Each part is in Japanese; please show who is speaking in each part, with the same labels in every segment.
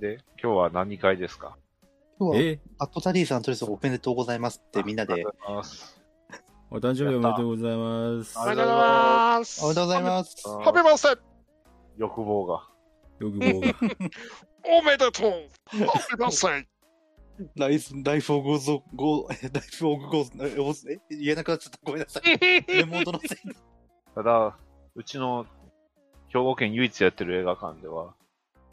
Speaker 1: で、今日は何回ですか
Speaker 2: 今日は、
Speaker 3: え
Speaker 2: アットタリーさんとりあえずおめでとうございますってみんなで、
Speaker 1: あ
Speaker 2: お
Speaker 1: り
Speaker 2: め
Speaker 1: がとうございます。
Speaker 3: お誕生日おめでとうございます。
Speaker 1: あり
Speaker 4: り
Speaker 1: が
Speaker 4: が
Speaker 1: と
Speaker 4: と
Speaker 1: うご
Speaker 4: うご
Speaker 1: ざ
Speaker 4: ざ
Speaker 1: い
Speaker 4: い
Speaker 1: ま
Speaker 4: ます。
Speaker 2: でとうございます。
Speaker 4: す。ハベマセ、
Speaker 1: 欲望が。
Speaker 3: 欲望が。
Speaker 4: おめでとう。ハベマセ。
Speaker 2: ライス、ライフオブゾ、ゴー、 ライフオブゴー、え、言えなくなっちゃった。ごめんなさい。 レモートのせいで。
Speaker 1: ただ、うちの兵庫県唯一やってる映画館では、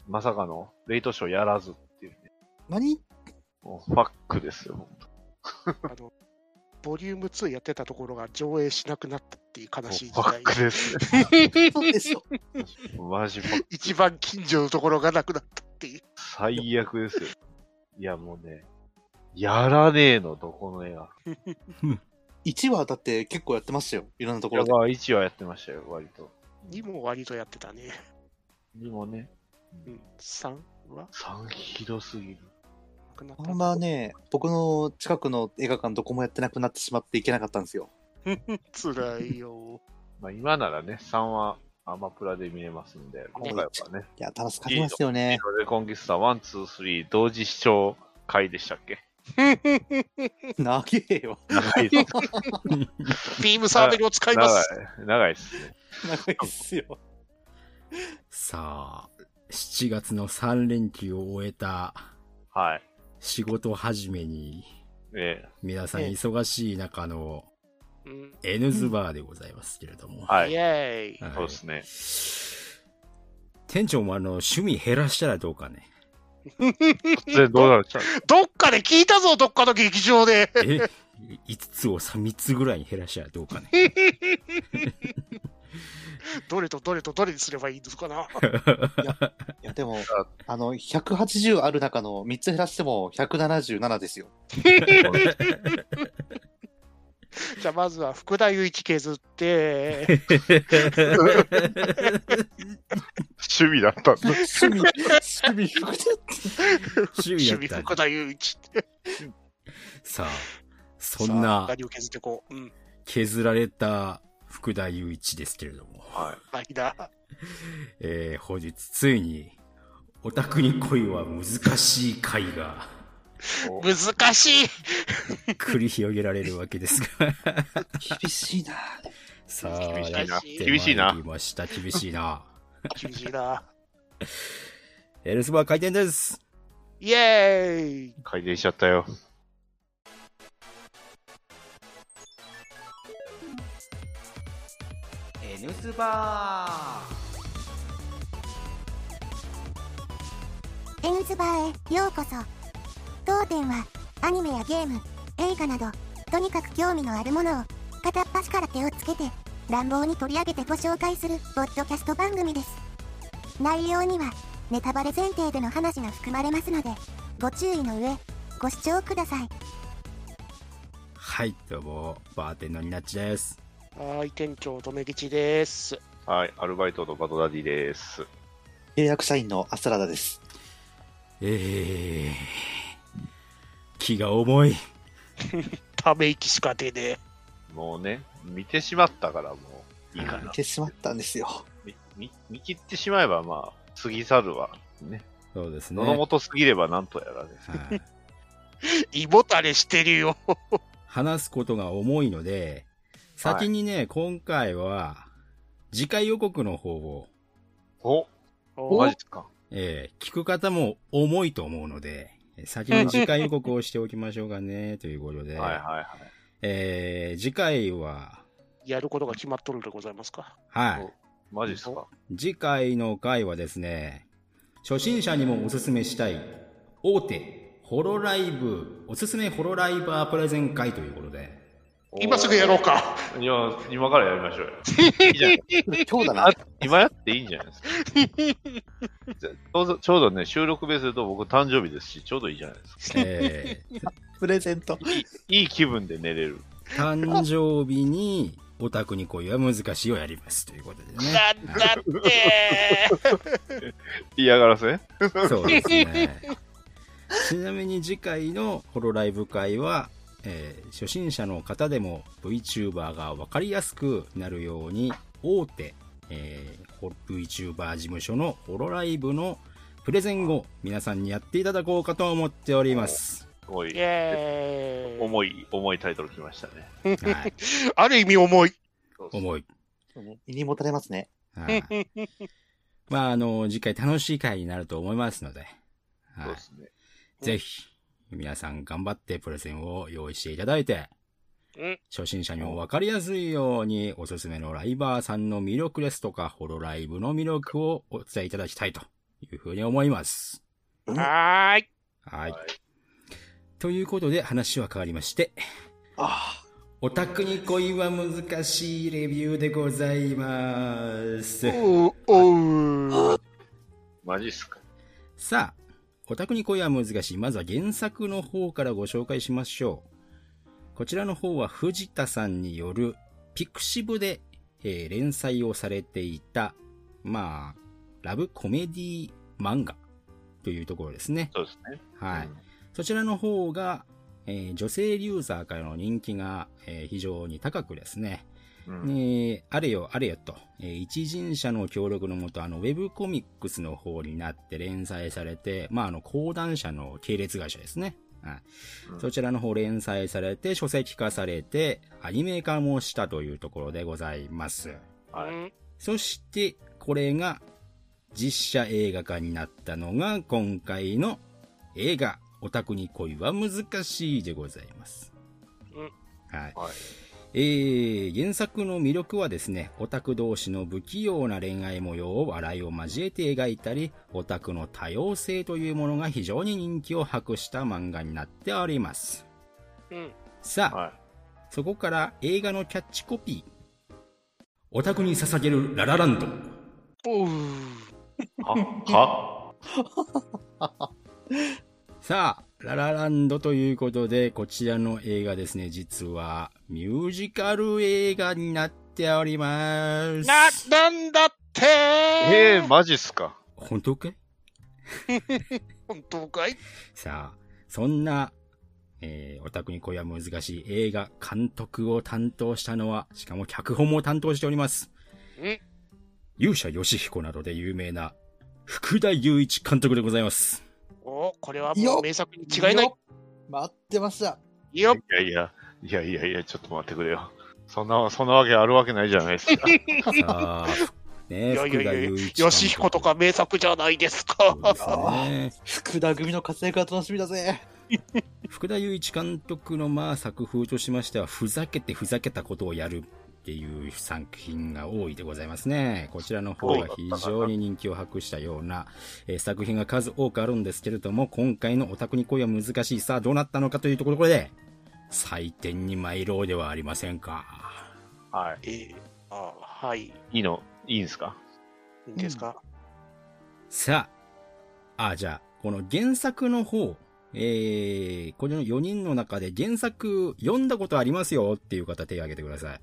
Speaker 1: まさかのレイトショーやらずっていう、ね、
Speaker 2: 何
Speaker 1: もうファックですよ。
Speaker 4: あの、ボリューム2やってたところが上映しなくなったっていう
Speaker 1: も
Speaker 4: 悲
Speaker 1: う
Speaker 4: しい時
Speaker 1: ファッ。
Speaker 4: 代
Speaker 1: クですね。
Speaker 2: そうでし ょ。
Speaker 1: マジファック。
Speaker 4: 一番近所のところがなくなったっていう。
Speaker 1: 最悪ですよ。いや、もうね、やらねえの、どこの映画。
Speaker 2: 1話だって結構やってましたよ。いろんなとこ
Speaker 1: 俺
Speaker 2: ろで。
Speaker 1: が1話やってましたよ、割と。
Speaker 4: 2も割とやってたね。
Speaker 1: でもね、
Speaker 4: うん、3は
Speaker 1: 3ひどすぎる。
Speaker 4: なくなった
Speaker 2: あんまね、僕の近くの映画館どこもやってなくなってしまっていけなかったんですよ。
Speaker 4: つらいよ。
Speaker 1: まあ、今ならね、3はアマプラで見れますんで、今回はね、
Speaker 2: いや、楽しかったですよね。
Speaker 1: ロレコンキスタ1、2、3同時視聴会でしたっけ
Speaker 2: 長えよ。
Speaker 1: 長いです。
Speaker 4: ビームサーベルを使います。
Speaker 1: 長い長いですね。
Speaker 2: 長いっすよ。
Speaker 3: さあ、7月の3連休を終えた
Speaker 1: はい。
Speaker 3: 仕事始めに、
Speaker 1: ええ
Speaker 3: 皆さん忙しい中の
Speaker 4: うん、
Speaker 3: N ズバーでございますけれども。
Speaker 1: は
Speaker 4: イ
Speaker 1: い。
Speaker 4: エーイ。
Speaker 3: はい
Speaker 1: そうですね。
Speaker 3: 店長もあの、趣味減らしたらどうか ね。
Speaker 1: で、どうなるちゃう
Speaker 4: どっかで聞いたぞ、どっかの劇場で。
Speaker 3: え5つを3つぐらいに減らしたらどうかね。
Speaker 4: どれとどれとどれにすればいいのかな。
Speaker 2: いや、でも、あの、180ある中の3つ減らしても177です よ。
Speaker 4: じゃあまずは福田雄一削って、
Speaker 1: 趣味だったんだ。
Speaker 2: 趣味、趣味服だって。
Speaker 3: 趣味
Speaker 4: 趣
Speaker 3: やっ
Speaker 4: 味福
Speaker 3: た。
Speaker 4: 田雄一って。
Speaker 3: さあ、そんな
Speaker 4: 何を削ってこう。うん。
Speaker 3: 削られた福田雄一ですけれども。
Speaker 1: は
Speaker 4: はいだ。
Speaker 3: えー、本日ついに、オタクに恋は難しい会が
Speaker 1: い。お
Speaker 4: 難しい。
Speaker 3: 繰り広げられるわけです が。
Speaker 2: 厳しいな。
Speaker 3: さあ、
Speaker 4: 厳しいな
Speaker 3: やって
Speaker 1: 厳しいな
Speaker 3: まいりました。厳しいな。
Speaker 4: 厳しいな。
Speaker 3: エルスバー開店です。
Speaker 4: イエーイ。
Speaker 1: 回転しちゃったよ。
Speaker 5: N スバー
Speaker 6: エンズバーへようこそ当店はアニメやゲーム映画などとにかく興味のあるものを片っ端から手をつけて乱暴に取り上げてご紹介するポッドキャスト番組です内容にはネタバレ前提での話が含まれますのでご注意の上ご視聴ください
Speaker 3: はい、どうも、バーテンのニナッチです。
Speaker 4: はーい、店長、とめぎちです。
Speaker 1: はい。アルバイトのバトダディです。
Speaker 2: 契約社員のアスラダです。
Speaker 3: えー、気が重い。
Speaker 4: ため息しか出ね
Speaker 1: もうね、見てしまったからもう、いいか
Speaker 2: 行
Speaker 1: な
Speaker 2: っ。てしまったんです よ。
Speaker 1: み見見切ってしまえば、まあ、過ぎ去るわ。ね。
Speaker 3: そうですね。
Speaker 1: 喉元過ぎればなんとやらです。
Speaker 3: はい
Speaker 4: え。胃もたれしてるよ。
Speaker 3: 話すことが重いので、先にね、今回は、次回予告の方を、
Speaker 1: おマジっすか。
Speaker 3: えー聞く方も重いと思うので、えー先に次回予告をしておきましょうかね、 ということで、
Speaker 1: はいはいはい。
Speaker 3: えー次回は、
Speaker 4: やることが決まっとるでございますか。
Speaker 3: は
Speaker 1: マジっすか。
Speaker 3: い。次回の回はですね、初心者にもおすすめしたい、大手、ホロライブ、おすすめホロライバープレゼン会ということで、
Speaker 4: 今すぐやろうか。
Speaker 1: いや、今からやりましょうよ。いいじゃない
Speaker 2: 今日だな。
Speaker 1: 今やっていいんじゃないですか。じゃちょう どちょうどね、収録ベースでと僕誕生日ですし、ちょうどいいじゃないですか。
Speaker 3: えー
Speaker 2: プレゼント。
Speaker 1: いい気分で寝れる。
Speaker 3: 誕生日に、オタクに恋は難しいをやりますということでね。
Speaker 4: なんだって。
Speaker 1: 嫌がらせ
Speaker 3: そうで すね。ちなみに次回のホロライブ会は、えー初心者の方でも VTuber が分かりやすくなるように大手、えーほ VTuber 事務所のホロライブのプレゼンを皆さんにやっていただこうかと思っております。
Speaker 1: すごい
Speaker 4: イ、エーイ
Speaker 1: 重い、重いタイトル来ましたね。
Speaker 3: はい。
Speaker 4: ある意味重い。
Speaker 3: 重い。
Speaker 2: 胃にもたれますね。
Speaker 3: はい。まあ、あの、次回楽しい回になると思いますので、
Speaker 1: そう
Speaker 3: は
Speaker 1: ですね。
Speaker 3: い。ぜひ、皆さん頑張ってプレゼンを用意していただいて、
Speaker 4: うん
Speaker 3: 初心者にもわかりやすいように、おすすめのライバーさんの魅力ですとか、ホロライブの魅力をお伝えいただきたいというふうに思います。
Speaker 4: はーい。
Speaker 3: はい
Speaker 1: はい。
Speaker 3: ということで、話は変わりまして、
Speaker 2: あ
Speaker 3: オタクに恋は難しいレビューでございます。
Speaker 4: おう、おう。
Speaker 1: マジっすか。
Speaker 3: さあ、オタクに恋は難しい。まずは原作の方からご紹介しましょう。こちらの方は藤田さんによるピクシブで、えー連載をされていた、まあ、ラブコメディ漫画というところですね。
Speaker 1: そうですね。
Speaker 3: はい。
Speaker 1: うん
Speaker 3: そちらの方が、えー女性ユーザーからの人気が、えー非常に高くですね、
Speaker 1: うん
Speaker 3: えーあれよあれよと、えー一人者の協力のもと、あの、ウェブコミックスの方になって連載されて、まあ、あの、講談社の系列会社ですね。はい
Speaker 1: うん
Speaker 3: そちらの方連載されて、書籍化されて、アニメ化もしたというところでございます。
Speaker 1: はい
Speaker 4: い。
Speaker 3: そして、これが、実写映画化になったのが、今回の映画、オタクに恋は難しいでございます。はい。
Speaker 1: はい
Speaker 3: えー、原作の魅力はですね、オタク同士の不器用な恋愛模様を笑いを交えて描いたり、オタクの多様性というものが非常に人気を博した漫画になっております。
Speaker 4: うん。
Speaker 3: さあ、
Speaker 1: は
Speaker 3: そこから映画のキャッチコピー。オタクに捧げるララランド。
Speaker 4: おう。
Speaker 1: い。は、は、
Speaker 3: さあ、ララランドということで、こちらの映画ですね、実はミュージカル映画になっております。
Speaker 4: な、なんだっ て
Speaker 1: え
Speaker 4: え
Speaker 1: ー、マジっすか。
Speaker 3: 本当かい
Speaker 4: 本当かい
Speaker 3: さあ、そんな、えー、オタクに恋は難しい映画監督を担当したのは、しかも脚本も担当しております。
Speaker 4: うん
Speaker 3: 勇者ヨシヒコなどで有名な、福田雄一監督でございます。
Speaker 4: おこれはもう名作に違いない。
Speaker 2: よっ待ってました。
Speaker 4: いよっ
Speaker 1: いやいや、いやいやいや、ちょっと待ってくれよ。そんな、そんなわけあるわけないじゃない ですか。
Speaker 3: さあ、ね
Speaker 4: いやいや
Speaker 3: 福
Speaker 4: い
Speaker 3: 田
Speaker 4: や
Speaker 3: 雄一監督。
Speaker 4: よしひことか名作じゃないですか
Speaker 3: そ。うですね。
Speaker 2: 福田組の活躍が楽しみだぜ。
Speaker 3: 福田雄一監督のまあ作風としましては、ふざけてふざけたことをやるっていう作品が多いでございますね。こちらの方が非常に人気を博したような、えー作品が数多くあるんですけれども、今回のオタクに恋は難しいさあどうなったのかというところで、採点に参ろうではありませんか。
Speaker 1: は
Speaker 4: えーあはい。い
Speaker 1: い。いいの、いいんすか
Speaker 4: いんですか、
Speaker 3: さあ、あ、じゃあ、この原作の方、えー、これの4人の中で原作読んだことありますよっていう方手を挙げてください。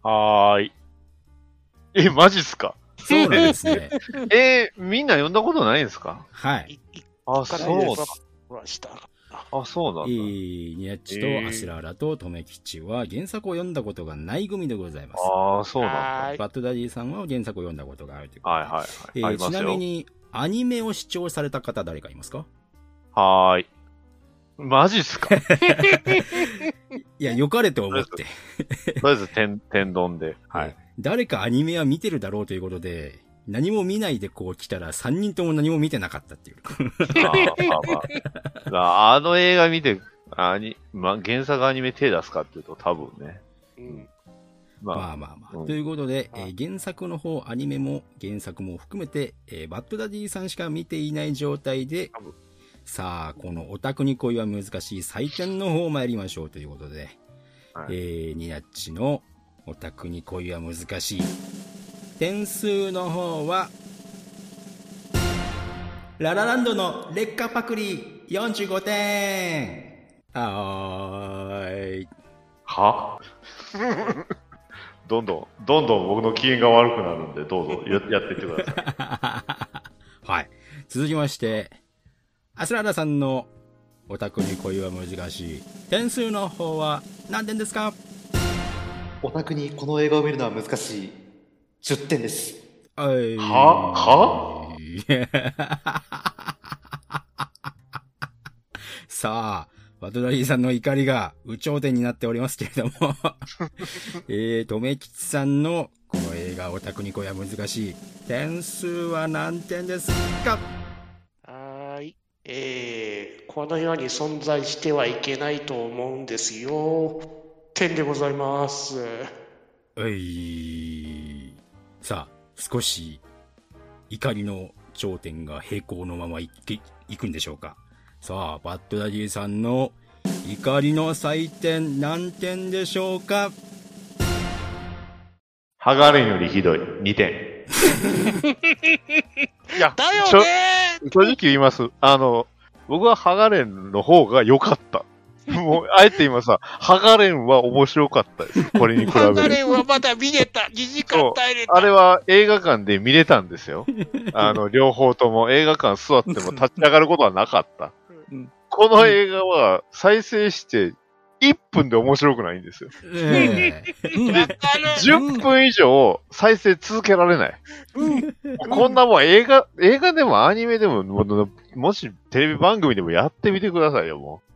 Speaker 1: はーい。え、マジっすか
Speaker 3: そうなんですね。
Speaker 1: えー、みんな読んだことないんすか
Speaker 3: はい。
Speaker 4: いい
Speaker 1: あ、
Speaker 4: か
Speaker 1: そ
Speaker 4: ら
Speaker 1: う
Speaker 4: です
Speaker 1: だ。
Speaker 4: はした。
Speaker 1: あ、そうなん
Speaker 3: え
Speaker 1: だ。
Speaker 3: ー、ニヤッチとアスラーラとトメキチは原作を読んだことがない組でございます。
Speaker 1: ああ、そうなんだ。
Speaker 4: はーい。
Speaker 3: バッドダディさんは原作を読んだことがあるということ
Speaker 1: はい
Speaker 3: で
Speaker 1: はい
Speaker 3: え
Speaker 1: はい。あり
Speaker 3: ー
Speaker 1: ます
Speaker 3: ちなみ
Speaker 1: よ。
Speaker 3: に、アニメを視聴された方誰かいますか
Speaker 1: はーい。マジっ すかとり
Speaker 3: いや、良かれと思って。
Speaker 1: あえず天、天丼で。はい。
Speaker 3: 誰かアニメは見てるだろうということで、何も見ないでこう来たら3人とも何も見てなかったっていう。
Speaker 1: まあまあまあ。あの映画見て、アニまあ、原作アニメ手出すかっていうと多分ね。
Speaker 4: うん
Speaker 1: まあ、
Speaker 3: まあまあまあ。
Speaker 1: うん
Speaker 3: ということで、えー原作の方、アニメも原作も含めて、えーバッドダディさんしか見ていない状態で
Speaker 1: 多分、
Speaker 3: さあ、このオタクに恋は難しい採点の方参りましょうということで、
Speaker 1: はい
Speaker 3: えー、ニナッチのオタクに恋は難しい。点数の方は、ララランドの劣化パクリ45点はーい。
Speaker 1: はどんどん、どんどん僕の機嫌が悪くなるんで、どうぞややっていってください。
Speaker 3: はい。続きまして、アスララさんのオタクに恋は難しい。点数の方は何点ですか
Speaker 2: オタクにこの映画を見るのは難しい。10点です。
Speaker 3: はい。
Speaker 1: はは
Speaker 3: い。 さあ、バトダリーさんの怒りが、有頂天になっておりますけれど も。えー、とめきちさんの、この映画オタクニコや難しい。点数は何点ですか
Speaker 4: はーい。えー、この世に存在してはいけないと思うんですよ。点でございます。
Speaker 3: うい。さあ、少し、怒りの頂点が平行のままいけ、いくんでしょうか。さあ、バッドダディさんの怒りの採点何点でしょうか
Speaker 1: ハガレンよりひどい。2点。いや、
Speaker 4: だよ
Speaker 1: ちょ
Speaker 4: ね
Speaker 1: 正直言います。あの、僕はハガレンの方が良かった。もう、あえて今さ、ハガレンは面白かったです。これに比べ
Speaker 4: ハガレ
Speaker 1: る。
Speaker 4: ンはまだ見れた。2時間耐えれた。
Speaker 1: あれは映画館で見れたんですよ。あの、両方とも映画館座っても立ち上がることはなかった
Speaker 2: うん。
Speaker 1: この映画は再生して1分で面白くないんですよ。
Speaker 3: え
Speaker 4: わかる。
Speaker 1: 10分以上再生続けられない。
Speaker 2: うん。
Speaker 1: こんなもん映画、映画でもアニメでも、ももしテレビ番組でもやってみてくださいよ、もう。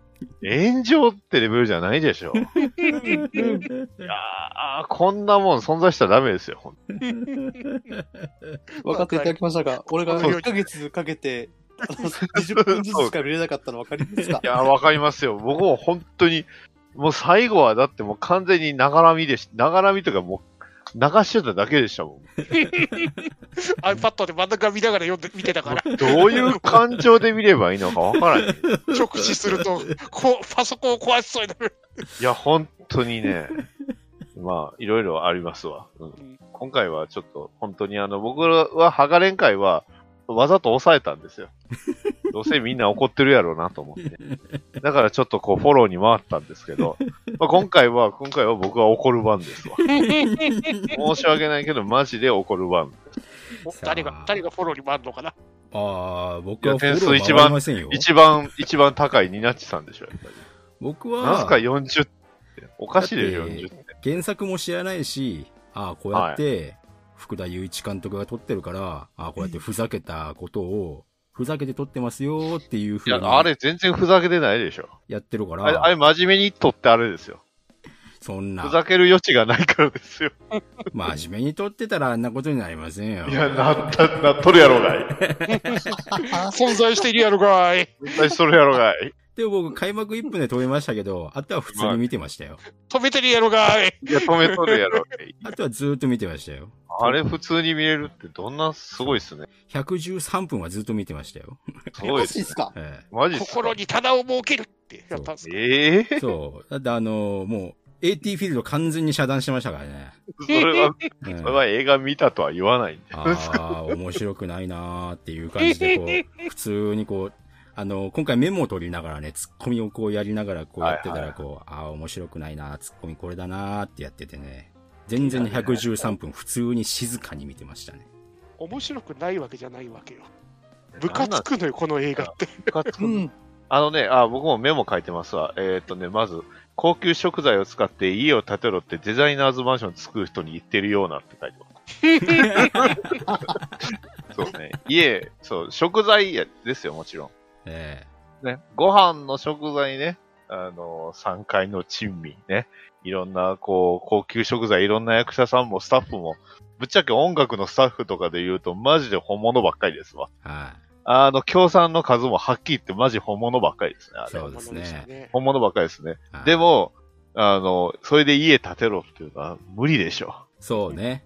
Speaker 1: 炎上ってレベルじゃないでしょ。ああ、こんなもん存在したらダメですよ。ほんと
Speaker 2: 分かっていただきましたか俺が
Speaker 1: そう
Speaker 2: 1ヶ月かけて、あの20分ずつしか見れなかったの分かりますか
Speaker 1: いやー、わかりますよ。僕も本当に、もう最後はだってもう完全にながらみでし、ながらみとかもう流してただけでしたもん。
Speaker 4: iPad で真ん中見ながら読んで見てた から、
Speaker 1: どういう感情で見ればいいのかわからない。
Speaker 4: 直視すると、こう、パソコンを壊しそうになる。
Speaker 1: いや、本当にね、まあ、いろいろありますわ。うん
Speaker 4: ん
Speaker 1: 今回はちょっと、本当にあの、僕は、ハガレン会は、わざと抑えたんですよ。どうせみんな怒ってるやろうなと思って。だからちょっとこう、フォローに回ったんですけど、まあ、今回は、今回は僕は怒る番ですわ。申し訳ないけど、マジで怒る番。
Speaker 4: お誰が、誰がフォローに回るのかな
Speaker 3: ああ、僕はフォ
Speaker 1: 点
Speaker 3: ロー
Speaker 1: 数
Speaker 3: 回
Speaker 1: 一
Speaker 3: り
Speaker 1: 番
Speaker 3: ませんよ。
Speaker 1: 一番、一番高いニナッチさんでしょ、やっぱり。
Speaker 3: 僕
Speaker 1: なんすか
Speaker 3: は、
Speaker 1: 40って。おかしいで
Speaker 3: だって
Speaker 1: 40って。
Speaker 3: 原作も知らないし、ああ、こうやって、福田雄一監督が撮ってるから、ああ、こうやってふざけたことを、ふざけて撮ってますよっていう
Speaker 1: い
Speaker 3: 風
Speaker 1: や、あ
Speaker 3: に
Speaker 1: れ全然ふざけてないでしょ。
Speaker 3: やってるか
Speaker 1: あれ、あ
Speaker 3: ら、
Speaker 1: れ真面目に撮ってあれですよ。
Speaker 3: そんな
Speaker 1: ふ、ざける余地がないからですよ。
Speaker 3: 真面目に撮ってたらあんなことになりませんよ。
Speaker 1: いや、なった、なっとるやろがい。
Speaker 4: 存在しているやろがい。
Speaker 1: 絶対それやろが い。
Speaker 3: でも僕、開幕1分で撮れましたけど、あとは普通に見てましたよ。
Speaker 4: 止めてるやろがい。
Speaker 1: いや、止めとるやろがい。
Speaker 3: あとはずーっと見てましたよ。
Speaker 1: あれ普通に見れるってどんなすごいっすね。
Speaker 3: 113分はずっと見てましたよ。
Speaker 1: すごいっ
Speaker 2: マジ
Speaker 1: す
Speaker 2: っ。すか
Speaker 3: え
Speaker 1: マジっすか
Speaker 4: 心に棚を設けるってやったんですか
Speaker 1: ええ
Speaker 3: えそう。だってあのーもう、AT フィールド完全に遮断してましたから ね。
Speaker 1: それは、
Speaker 3: う
Speaker 1: そ
Speaker 3: ん
Speaker 1: れは映画見たとは言わないんで。
Speaker 3: ああ、面白くないなーっていう感じで、こう、普通にこう、あの、今回メモを取りながらね、ツッコミをこうやりながらこうやってた
Speaker 1: はい
Speaker 3: ら、こう、ああ、面白くないなー、ツッコミこれだなーってやっててね、全然113分普通に静かに見てましたね。
Speaker 4: 面白くないわけじゃないわけよ。ムカつくのよ、この映画って。
Speaker 1: 部活
Speaker 2: うん。
Speaker 1: あのね、あ、僕もメモ書いてますわ。えーっとね、まず、高級食材を使って家を建てろってデザイナーズマンション作る人に言ってるようなって書いてます。そうね。家、そう、食材やですよ、もちろん。
Speaker 3: え
Speaker 1: ね、ご飯の食材ね、あの、3階の珍味ね、いろんな、こう、高級食材、いろんな役者さんもスタッフも、ぶっちゃけ音楽のスタッフとかで言うと、マジで本物ばっかりですわ。
Speaker 3: えは
Speaker 1: あの、協賛の数もはっきり言って、マジ本物ばっかりですね、あれ
Speaker 3: そうですね
Speaker 4: ものね
Speaker 1: 本物ばっかりですね。
Speaker 3: い、はい
Speaker 1: で、も、あの、それで家建てろっていうのは無理でしょ。
Speaker 3: そうね。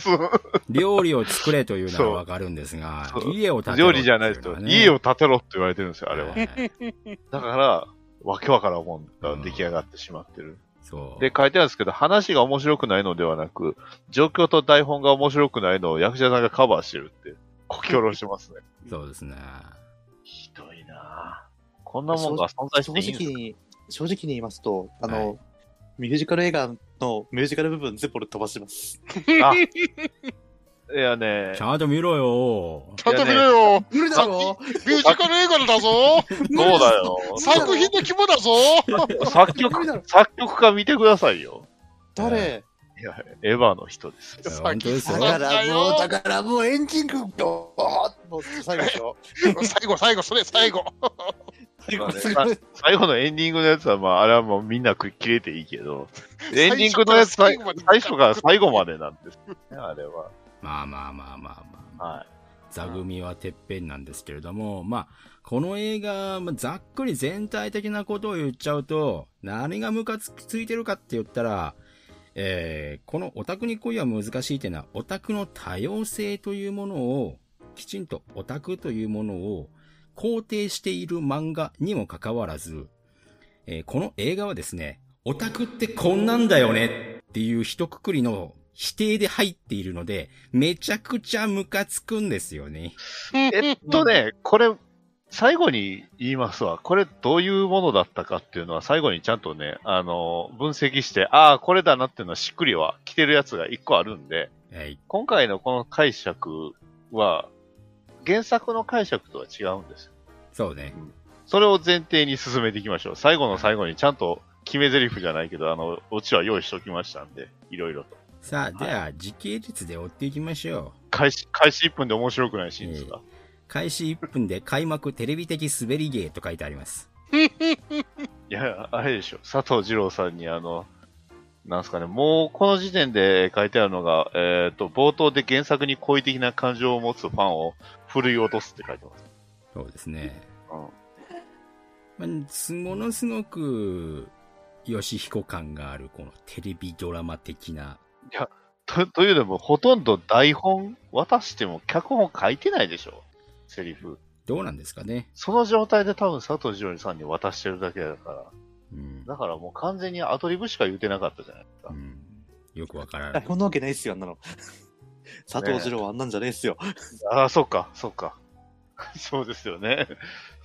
Speaker 1: そう
Speaker 3: 料理を作れというなら
Speaker 1: そう
Speaker 3: わかるんですが
Speaker 1: そ、う
Speaker 3: 家を建てろ
Speaker 1: 料理
Speaker 3: ってう
Speaker 1: じ
Speaker 3: のは
Speaker 1: ゃ
Speaker 3: ね
Speaker 1: ないですよ。家を、建てろって言われてるんですよ、あれは。
Speaker 3: ええ
Speaker 1: だから、わけわからんもんが出来上がってしまってる。
Speaker 3: そう。
Speaker 1: で、書いてあるんですけど、話が面白くないのではなく、状況と台本が面白くないのを役者さんがカバーしてるって、こき下ろして ますね。
Speaker 3: そうですね。
Speaker 1: ひどいなぁこんなもんが存在してい
Speaker 2: 正
Speaker 1: いん
Speaker 2: 直
Speaker 1: ですか
Speaker 2: に、正直に言いますと、あの、
Speaker 3: はい
Speaker 2: ミュージカル映画のミュージカル部分全部俺飛ばしてます。
Speaker 1: いやね
Speaker 3: ち、ゃんと見ろよ
Speaker 4: ちゃんと見ろよ。
Speaker 2: 無理
Speaker 4: だ
Speaker 2: ろ
Speaker 4: ミュージカル映画のだぞ。
Speaker 1: そうだ よ。
Speaker 4: 作品の肝だぞ。
Speaker 1: 作曲、作曲家見てくださいよ。
Speaker 2: 誰
Speaker 1: いや、エヴァの人です。
Speaker 3: や本当で
Speaker 2: だ
Speaker 3: すよ
Speaker 2: か。らもう、だからもうエンジン君、ドーンもう最後でしょ。
Speaker 4: 最後、最後、それ最後。
Speaker 2: 最
Speaker 1: まあ
Speaker 2: 後
Speaker 1: ね
Speaker 2: すごい。
Speaker 1: 最後のエンディングのやつは、まあ、あれはもうみんなく切れていいけ ど、エ
Speaker 4: 最初
Speaker 1: ンディングのやつ、最
Speaker 4: から最後まで
Speaker 1: 最初から最後までなんですね、あれは。
Speaker 3: まあまあまあまあまあ。
Speaker 1: はい。
Speaker 3: 座組はてっぺんなんですけれども、まあ、この映画、まあざっくり全体的なことを言っちゃうと、何がムカつついてるかって言ったら、えーこのオタクに恋は難しいっていうのは、オタクの多様性というものを、きちんとオタクというものを肯定している漫画にもかかわらず、えーこの映画はですね、オタクってこんなんだよねっていう一括りの否定で入っているので、めちゃくちゃムカつくんですよね。
Speaker 1: えっとね、これ、最後に言いますわ。これどういうものだったかっていうのは、最後にちゃんとね、あの、分析して、ああ、これだなっていうのはしっくりは来てるやつが一個あるんで、
Speaker 3: はい。
Speaker 1: 今回のこの解釈は、原作の解釈とは違うんですよ。
Speaker 3: そうね。
Speaker 1: それを前提に進めていきましょう。最後の最後にちゃんと決め台詞じゃないけど、あの、オチは用意しておきましたんで、いろいろと。
Speaker 3: さあ、では、時系列で追っていきましょう。
Speaker 1: 開始、開始1分で面白くないシーンですが。
Speaker 3: 開始1分で開幕テレビ的滑り芸と書いてあります。
Speaker 1: いや、あれでしょ。佐藤二郎さんにあの、なんすかね、もうこの時点で書いてあるのが、えっ、と、冒頭で原作に好意的な感情を持つファンを振るい落とすって書いてます。
Speaker 3: そうですね。
Speaker 1: うん。
Speaker 3: まあすものすごく、吉彦感がある、このテレビドラマ的な。
Speaker 1: とというのも、ほとんど台本渡しても脚本書いてないでしょ。セリフ。
Speaker 3: どうなんですかね。
Speaker 1: その状態で多分佐藤二郎さんに渡してるだけだから。
Speaker 3: うん。
Speaker 1: だからもう完全にアドリブしか言ってなかったじゃないです
Speaker 3: う
Speaker 1: か。
Speaker 3: ん、よくわから
Speaker 2: あ
Speaker 3: ない。
Speaker 2: こんなわけないっすよ、あんなの。佐藤二郎はあんなんじゃねえっすよ。
Speaker 1: ああ、そっか、そっか。 そうですよね。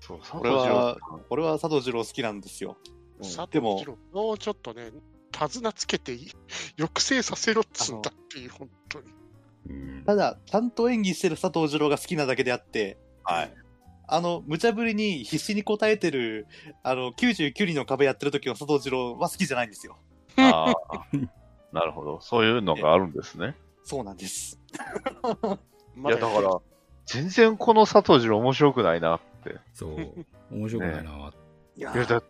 Speaker 1: そう、佐藤二郎さん。
Speaker 2: 俺は佐藤二郎好きなんですよ。
Speaker 4: 佐
Speaker 2: で
Speaker 4: 藤
Speaker 2: も
Speaker 4: 二郎、もうちょっとね、手綱つけてい抑制させろっつったっていう、本当に。
Speaker 3: うん
Speaker 2: ただ、ちゃんと演技してる佐藤二郎が好きなだけであって、
Speaker 1: はい。
Speaker 2: あの、無茶ぶりに必死に答えてる、あの、99人の壁やってる時の佐藤二郎は好きじゃないんですよ。
Speaker 1: ああ、なるほど。そういうのがあるんですね。
Speaker 2: そうなんです。
Speaker 1: い
Speaker 4: ま
Speaker 1: や、だから、全然この佐藤二郎面白くないなって。
Speaker 3: そう。面白くないな。
Speaker 2: いや
Speaker 1: いや、だ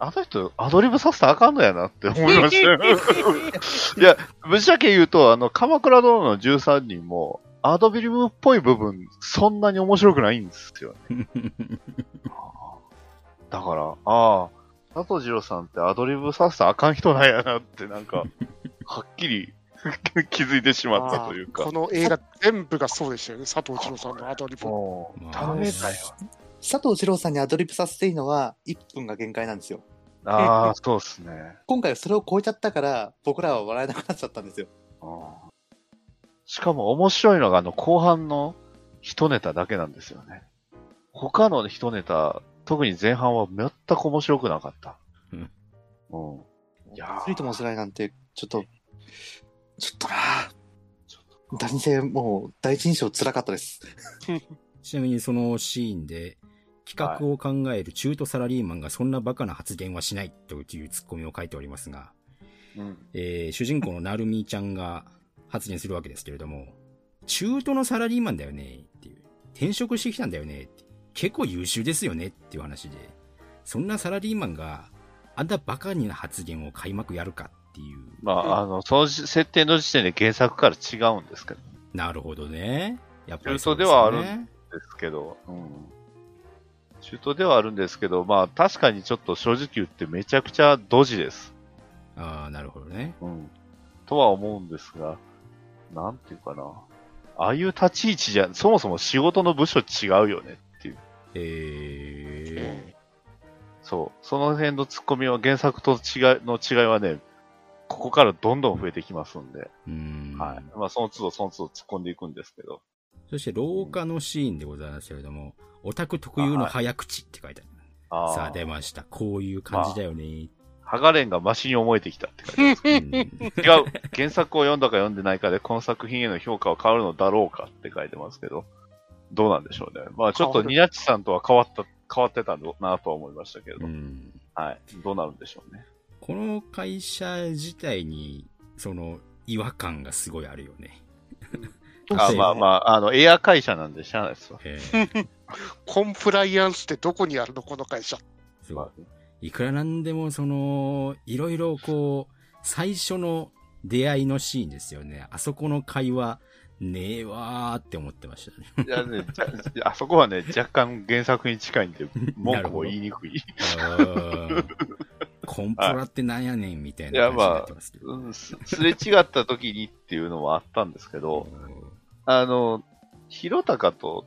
Speaker 1: あの人、アドリブさせたらあかんのやなって思いました よ。いや、ぶっちゃけ言うと、あの、鎌倉殿の13人も、アドビリブっぽい部分、そんなに面白くないんですよね。 だから、ああ、佐藤二郎さんってアドリブさせたらあかん人なんやなって、なんか、はっきり 気づいてしまったという
Speaker 4: あー
Speaker 1: か
Speaker 4: こ。の映画全部がそうでしたよね、佐藤二郎さんのアドリブ。
Speaker 1: も
Speaker 3: ま
Speaker 1: う、
Speaker 3: あ
Speaker 1: ダメだよ。
Speaker 2: 佐藤二郎さんにアドリブさせていいのは1分が限界なんですよ。
Speaker 1: ああ、そうっすね。
Speaker 2: 今回はそれを超えちゃったから、僕らは笑えなくなっちゃったんですよ。
Speaker 1: うんしかも面白いのが、あの、後半の一ネタだけなんですよね。他の一ネタ、特に前半は全く面白くなかった。
Speaker 3: うん
Speaker 1: うん。いやー
Speaker 2: スリートも辛いなんて、ちょっと、ちょっとなぁ。男性、もう、第一印象辛かったです。
Speaker 3: ちなみにそのシーンで、企画を考える中途サラリーマンがそんなバカな発言はしないというツッコミを書いておりますが、
Speaker 1: うん
Speaker 3: えー主人公のなるみちゃんが発言するわけですけれども、中途のサラリーマンだよねっていう。転職してきたんだよねって。結構優秀ですよねっていう話で、そんなサラリーマンがあんなバカにな発言を開幕やるかっていう。
Speaker 1: まあ、あの、その時設定の時点で原作から違うんですけど、
Speaker 3: なるほどね。やっぱり
Speaker 1: 中
Speaker 3: そう
Speaker 1: 途ですはあ
Speaker 3: よ
Speaker 1: る
Speaker 3: ね。
Speaker 1: ですけど、うん。中東ではあるんですけど、まあ、確かにちょっと正直言ってめちゃくちゃドジです。
Speaker 3: ああ、なるほどね。
Speaker 1: うん。とは思うんですが、なんていうかな。ああいう立ち位置じゃ、そもそも仕事の部署違うよねっていう。
Speaker 3: え
Speaker 1: そう。その辺のツッコミは原作と違いの違いはね、ここからどんどん増えてきますんで、
Speaker 3: ー、うーん。
Speaker 1: はい。まあ、その都度その都度突っ込んでいくんですけど。
Speaker 3: そして廊下のシーンでございますけれども、オタク特有の早口って書いてある。
Speaker 1: あ
Speaker 3: さあ
Speaker 1: あ、
Speaker 3: 出ました。こういう感じだよね。
Speaker 1: ハガレンがマシに思えてきたって書いてあります
Speaker 3: うん
Speaker 1: 違う。原作を読んだか読んでないかで、この作品への評価は変わるのだろうかって書いてますけど、どうなんでしょうね。まあちょっと
Speaker 4: 変わる
Speaker 1: ニナッチさんとは変わった、変わってたのなとは思いましたけれ
Speaker 3: う
Speaker 1: ど、
Speaker 3: ん
Speaker 1: はい。どうなるんでしょうね。
Speaker 3: この会社自体に、その、違和感がすごいあるよね。
Speaker 1: あまあまあ、あの、エア会社なんでしゃあないですわ。
Speaker 3: えー
Speaker 4: コンプライアンスってどこにあるのこの会社。
Speaker 3: そういくらなんでも、その、いろいろこう、最初の出会いのシーンですよね。あそこの会話、ねえわーって思ってましたね。
Speaker 1: いやね、じゃあそこはね、若干原作に近いん で、文句も言いにくい。
Speaker 3: うーんコンプラってなんやねんみたいな感じになってますけど。
Speaker 1: うん、すすれ違った時にっていうのはあったんですけど、あの、ひろたかと、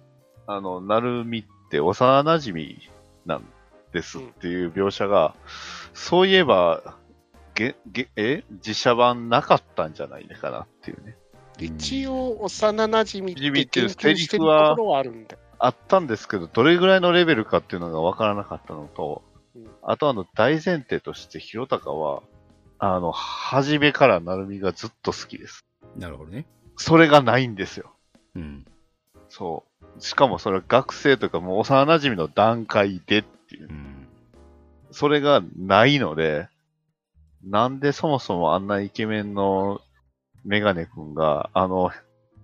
Speaker 1: あの、なるみって幼馴染みなんですっていう描写が、そういえば、げげえ自社版なかったんじゃないかなっていうね。
Speaker 4: 一応、幼馴染
Speaker 1: 馴染
Speaker 4: っ
Speaker 1: って
Speaker 4: て
Speaker 1: いう
Speaker 4: 研究してる
Speaker 1: セリ
Speaker 4: と
Speaker 1: フ
Speaker 4: こ
Speaker 1: は
Speaker 4: ろはあるんで。
Speaker 1: あったんですけど、どれぐらいのレベルかっていうのが分からなかったのと、
Speaker 4: うん
Speaker 1: あとあの、大前提として、ひろたかは、あの、初めからなるみがずっと好きです。
Speaker 3: うんなるほどね。
Speaker 1: それがないんですよ。
Speaker 3: うん。
Speaker 1: そう。しかもそれは学生というかもう幼馴染の段階でっていう
Speaker 3: う。ん。
Speaker 1: それがないので、なんでそもそもあんなイケメンのメガネ君が、あの、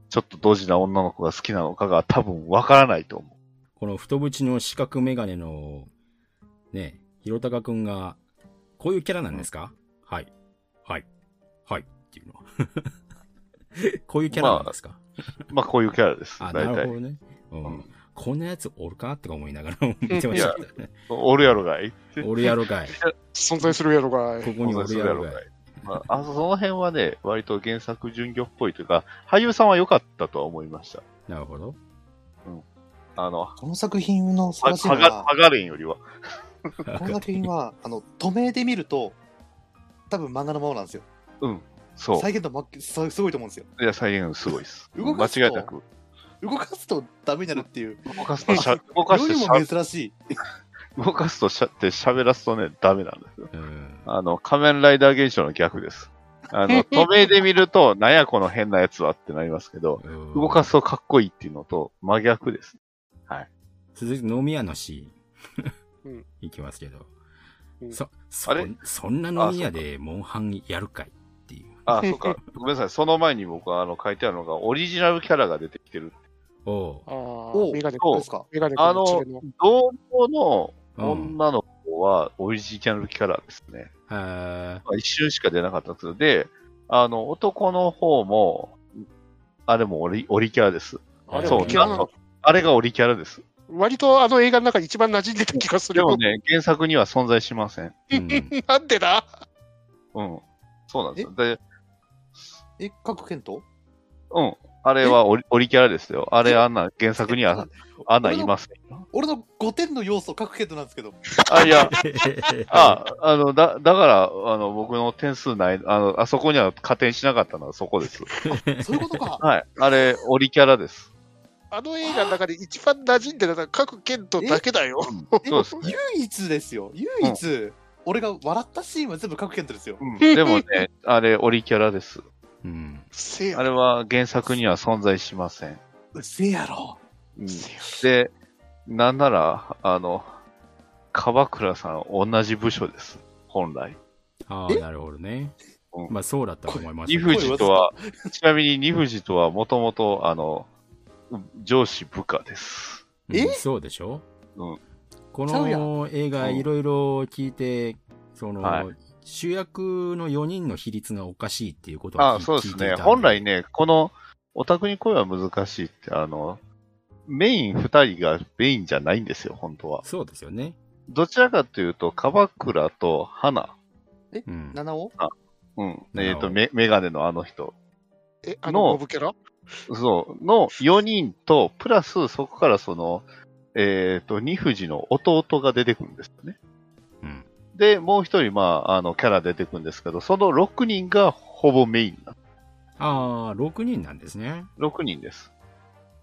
Speaker 1: ちょっとドジな女の子が好きなのかが多分わからないと思
Speaker 3: この太縁の四角メガネの、ね、ひろたかくんが、こういうキャラなんですか、はい。はい。はい。っていうのは。 こういうキャラなんですか、
Speaker 1: う。まあこういうキャラです。
Speaker 3: あ、
Speaker 1: 大
Speaker 3: なる
Speaker 1: 体
Speaker 3: ほ。どね。うん。
Speaker 1: うん
Speaker 3: こんなやつおるかとか思いながら 見てましたけどね。
Speaker 1: おるやろがいって。
Speaker 3: おるやろかい。
Speaker 4: 存在するやろが
Speaker 3: ここに おるやろがい。
Speaker 1: まあ、あその辺はね、割と原作準拠っぽいというか、俳優さんは良かったとは思いました。
Speaker 3: なるほど。
Speaker 1: あの、は
Speaker 2: この作品の素晴
Speaker 1: は
Speaker 2: らしいのは
Speaker 1: が、はがれんよりは。
Speaker 2: この作品は、あの、透明で見ると、多分漫画のままなんですよ。
Speaker 1: うん。そう。
Speaker 2: 再現度まさすごいと思うんですよ。
Speaker 1: いや、再現すごいです。
Speaker 2: 動
Speaker 1: 間
Speaker 2: かすと
Speaker 1: 違いなく。
Speaker 2: 動かすとダメになるっていう、
Speaker 1: 動かすとしゃ、動かす
Speaker 2: 世
Speaker 1: と
Speaker 2: に
Speaker 1: し
Speaker 2: も
Speaker 1: ゃ、
Speaker 2: 珍しい。
Speaker 1: 動かすとしゃって喋らすとね、ダメなんですよ。
Speaker 3: うん。
Speaker 1: あの、仮面ライダー現象の逆です。あ の、透明で見ると、なんやこの変なやつはってなりますけど、
Speaker 3: うん
Speaker 1: 動かすとかっこいいっていうのと真逆です。
Speaker 3: 続いて飲み屋のシー
Speaker 4: う
Speaker 3: ン
Speaker 4: ん。
Speaker 3: いきますけど。
Speaker 4: うん
Speaker 3: そ、そ
Speaker 1: あれ、
Speaker 3: そんな飲み屋でモンハンやるかいっていう。
Speaker 1: あ、そうか。ごめんなさい。その前に僕はあの書いてあるのが、オリジナルキャラが出てきてる。
Speaker 3: おう
Speaker 4: あ。あ、
Speaker 2: お
Speaker 4: メガネ、
Speaker 2: どうですか
Speaker 4: メガネ、
Speaker 1: あの
Speaker 4: 連れの
Speaker 1: 同僚の
Speaker 3: うん。
Speaker 1: 女の子はオリジナルキャラですね。
Speaker 3: あ
Speaker 1: まあ一瞬しか出なかったんですけど、で、あの、男の方も、あれもオリオリキャラです。
Speaker 4: あれ
Speaker 1: そう
Speaker 4: オリキャラなの
Speaker 1: なんかあれがオリキャラです。
Speaker 4: 割とあの映画の中で一番馴染んでた気がする
Speaker 1: で
Speaker 4: よ
Speaker 1: も。ね、原作には存在しません。
Speaker 3: ーうん。
Speaker 4: なんでだ
Speaker 1: うん。そうなんですよ。で、
Speaker 2: え、各県と
Speaker 1: うん。あれはオリオリキャラですよ。あれ、あんな、原作には、あんなんいませんよ。
Speaker 2: 俺の5点の要素、各県となんですけど、
Speaker 1: あ、いや、 あ、あの、だ、だから、あの、僕の点数ない、あの、あそこには加点しなかったのはそこです。
Speaker 2: そういうこと か。
Speaker 1: はい。あれ、オリキャラです。
Speaker 4: あの映画の中で一番馴染んでたのは各県とだけ だよ。
Speaker 1: そうですね。
Speaker 2: 唯一ですよ。唯一、俺が笑ったシーンは全部各県とですよ。
Speaker 1: うん でもね、あれ、オリキャラです。
Speaker 3: うん。
Speaker 4: せや
Speaker 1: あれは原作には存在しません。
Speaker 2: うせえやろ。
Speaker 1: うんで、なんなら、あの、川倉さん同じ部署です。本来。
Speaker 3: ああ、なるほどね
Speaker 1: う。ん
Speaker 3: まあ、そうだったと思います
Speaker 1: 二
Speaker 3: よ。
Speaker 1: 富士とは、ちなみに二富士とはもともと、あの、上司部下です。
Speaker 3: うん
Speaker 2: え
Speaker 3: そうでしょ
Speaker 1: うん
Speaker 3: こ
Speaker 2: ちゃうや
Speaker 3: の映画、
Speaker 1: うん
Speaker 3: いろいろ聞いて、その、
Speaker 1: はい
Speaker 3: 主役の4人の比率がおかしいっていうことを聞
Speaker 1: あ
Speaker 3: い
Speaker 1: そうです
Speaker 3: 聞い
Speaker 1: ね。
Speaker 3: ていた
Speaker 1: 本来。ね、この、オタクに声は難しいって、あの、メイン二人がメインじゃないんですよ、本当は。
Speaker 3: そうですよね。
Speaker 1: どちらかというと、川倉と花。
Speaker 3: うん。
Speaker 2: 七尾
Speaker 1: うん。
Speaker 3: なる
Speaker 1: え
Speaker 3: ほ
Speaker 1: っ
Speaker 3: ど
Speaker 1: と、メメガネのあの人。
Speaker 4: え、あのモブキャラ
Speaker 1: そう、の4人と、プラスそこからその、えっ、と、二富士の弟が出てくるんですよね。
Speaker 3: うん
Speaker 1: で、もう一人、まあ、あの、キャラ出てくるんですけど、その6人がほぼメインな。
Speaker 3: ああ、6人なんですね。
Speaker 1: 6人です。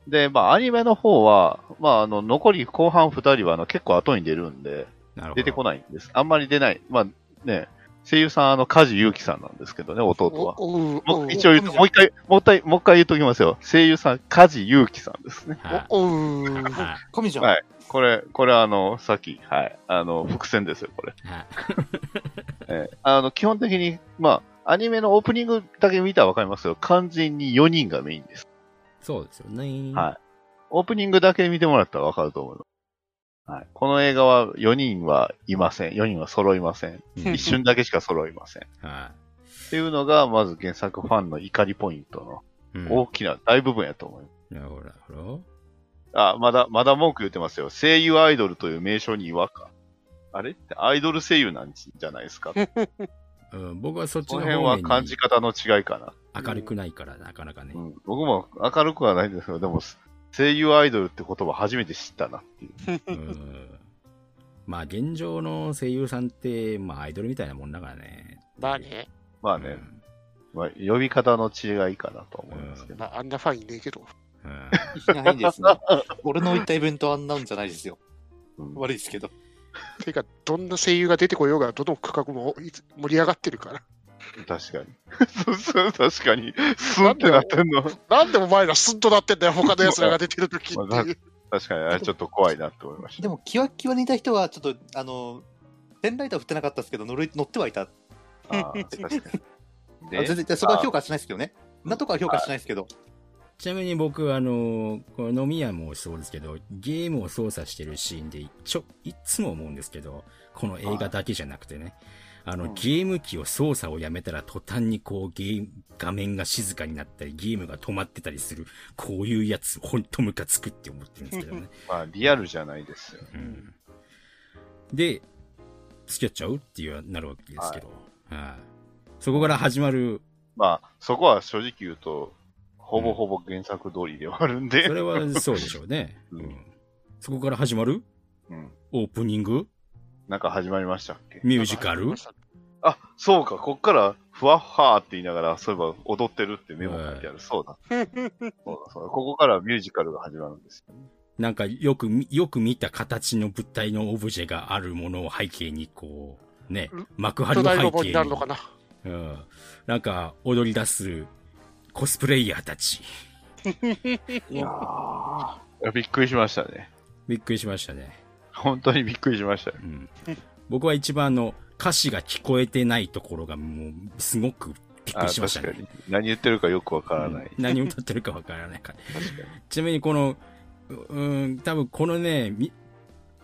Speaker 1: で、まあ、アニメの方は、まあ、あの、残り後半2人は、あの、結構後に出るんで、
Speaker 3: なるほど。
Speaker 1: 出てこ
Speaker 3: ない。
Speaker 1: ないんです。あんまり出ない。まあ、ね、声優さん、あの、梶裕貴さんなんですけどね、弟は。
Speaker 4: おおうお
Speaker 1: も
Speaker 4: う
Speaker 1: う一応言うと、もう一回、もう一回、もう一回言っときますよ。声優さん、梶裕貴さんですね。
Speaker 3: はい
Speaker 4: おおう
Speaker 3: は
Speaker 2: 神じゃん。
Speaker 1: はいこれ、これあの、さっき、はい、あの、伏線ですよ、これ。
Speaker 3: い。はい。
Speaker 1: えーあの、基本的に、まあ、アニメのオープニングだけ見たらわかりますけど、完全に4人がメインです。
Speaker 3: そうですよね。
Speaker 1: はいオープニングだけ見てもらったらわかると思います。はい、この映画は4人はいません。4人は揃いません。
Speaker 3: うん
Speaker 1: 一瞬だけしか揃いません。っ
Speaker 3: は
Speaker 1: ていうのが、まず原作ファンの怒りポイントの
Speaker 3: い。うん
Speaker 1: 大きな大部分やと思います。
Speaker 3: なるほど、なるほど。
Speaker 1: あ、まだ、まだ文句言ってますよ。声優アイドルという名称に違和感。あれってアイドル声優なんじゃないですか。こ
Speaker 3: うん、僕はそっちの
Speaker 1: の
Speaker 3: 方
Speaker 1: 辺は
Speaker 3: 面
Speaker 1: 感じ方の違いかな。
Speaker 3: に明るくないから、なかなかね
Speaker 1: う。ん、僕も明るくはないんですけど、でも、声優アイドルって言葉初めて知ったなっていう。
Speaker 3: うん。まあ、現状の声優さんって、まあ、アイドルみたいなもんだからね。
Speaker 4: まあね、
Speaker 1: ま
Speaker 3: う
Speaker 1: あ
Speaker 3: ん。
Speaker 1: ね、まあ、呼び方の違いかなと思いますけど。
Speaker 4: まあ、あんなファンいねえけど。
Speaker 3: うん。
Speaker 2: ないですね。俺の行ったイベントはあんなんじゃないですよ。
Speaker 1: うん
Speaker 2: 悪いですけど。
Speaker 4: てか、どんな声優が出てこようが、どの区画もいつ盛り上がってるから。
Speaker 1: 確かに。 そうそう、確かに。スンってなってんの。
Speaker 4: なんでお前らスンとなってんだよ、他の奴らが出てる時って
Speaker 1: まあ
Speaker 4: いう。
Speaker 1: 確かに、あれちょっと怖いなって思いまし
Speaker 2: で
Speaker 1: た。
Speaker 2: も、キワッキワにいた人は、ちょっと、あの、ペンライトは振ってなかったですけど、乗る乗ってはいた。あ
Speaker 1: あー確かに。
Speaker 2: 全
Speaker 1: で、
Speaker 2: 然、そこは評価しないですけどね。なんとかは評価しないですけど。
Speaker 3: ちなみに僕、あの、この飲み屋もそうですけど、ゲームを操作してるシーンで、ちょ、いつも思うんですけど、この映画だけじゃなくてね、あの、
Speaker 2: うん
Speaker 3: ゲーム機を操作をやめたら途端にこう、ゲーム、画面が静かになったり、ゲームが止まってたりする、こういうやつ、ほんとムカつくって思ってるんですけどね。
Speaker 1: まあ、リアルじゃないですよ。
Speaker 3: うん。で、付き合っちゃうっていう、なるわけですけど、はい。そこから始まる、
Speaker 1: まあ、そこは正直言うと、ほぼほぼ原作通りではあるんで。
Speaker 3: それはそうでしょうね。
Speaker 1: うん
Speaker 3: うん。そこから始まる
Speaker 1: うん。
Speaker 3: オープニング
Speaker 1: なんか始まりましたっけ
Speaker 3: ミュージカル
Speaker 1: あ、そうか、こっから、ふわっはーって言いながら、そういえば踊ってるってメモ書いてある。そうだ。そうだ、そうだ。ここからミュージカルが始まるんですよね。
Speaker 3: なんかよくみ、よく見た形の物体のオブジェがあるものを背景にこう、ね
Speaker 4: うん、
Speaker 3: 幕張
Speaker 4: 巨
Speaker 3: の背
Speaker 4: 大
Speaker 3: 景
Speaker 4: ロボになるのかな。
Speaker 3: うん。なんか踊り出すコスプレイヤーたち。
Speaker 1: いやびっくりしましたね。
Speaker 3: びっくりしましたね。
Speaker 1: 本当にびっくりしましたよ。
Speaker 3: うん。 僕は一番あの、歌詞が聞こえてないところがもう、すごくびっくりしました
Speaker 1: 確か
Speaker 3: ね。
Speaker 1: に。何言ってるかよくわから
Speaker 3: う
Speaker 1: ない。
Speaker 3: ん何を歌ってるかわからないから。
Speaker 1: 確かに。
Speaker 3: ちなみにこの、ううん、多分このね、み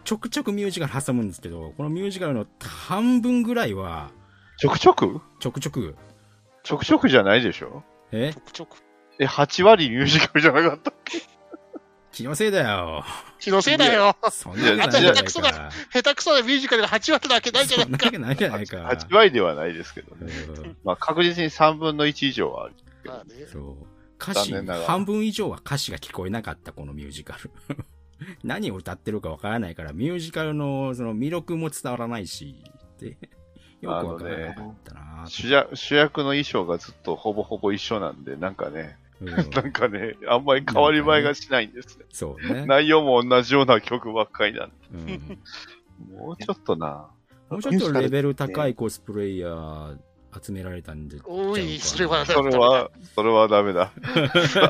Speaker 3: ちょくちょくミュージカル挟むんですけど、このミュージカルの半分ぐらいは、
Speaker 1: ちょくちょく
Speaker 3: ちょくちょく、
Speaker 1: ちょくちょくじゃないでしょ
Speaker 3: え
Speaker 4: ちょくちょく。
Speaker 1: え、8割ミュージカルじゃなかった
Speaker 3: 気のせいだよ。
Speaker 4: 気のせいだよ。
Speaker 3: そんなことないじゃないか。
Speaker 4: 下手くそなミュージカルが8割なわけないじゃな
Speaker 3: そ
Speaker 4: い
Speaker 3: んな
Speaker 4: か
Speaker 3: わ。けないじゃないか。
Speaker 1: ?8 割ではないですけど
Speaker 3: う
Speaker 1: ね。
Speaker 3: ん
Speaker 1: まあ確実に3分の1以上はある。
Speaker 4: まあね
Speaker 3: そう。歌詞、
Speaker 1: 残念ながら
Speaker 3: 半分以上は歌詞が聞こえなかった、このミュージカル。 何を歌ってるかわからないから、ミュージカルのその魅力も伝わらないし、 って、よくわからなかったな、
Speaker 1: 主役主役の衣装がずっとほぼほぼ一緒なんで、なんかね、
Speaker 3: う ん
Speaker 1: なんかね、あんまり変わり映えがしないんですね。
Speaker 3: そうね。
Speaker 1: 内容も同じような曲ばっかりなんで。
Speaker 3: うん
Speaker 1: もうちょっとな。
Speaker 3: もうちょっとレベル高いコスプレイヤー集められたんで。
Speaker 4: おい
Speaker 3: ちゃうかな
Speaker 4: そ
Speaker 1: それは、それはダメ だ。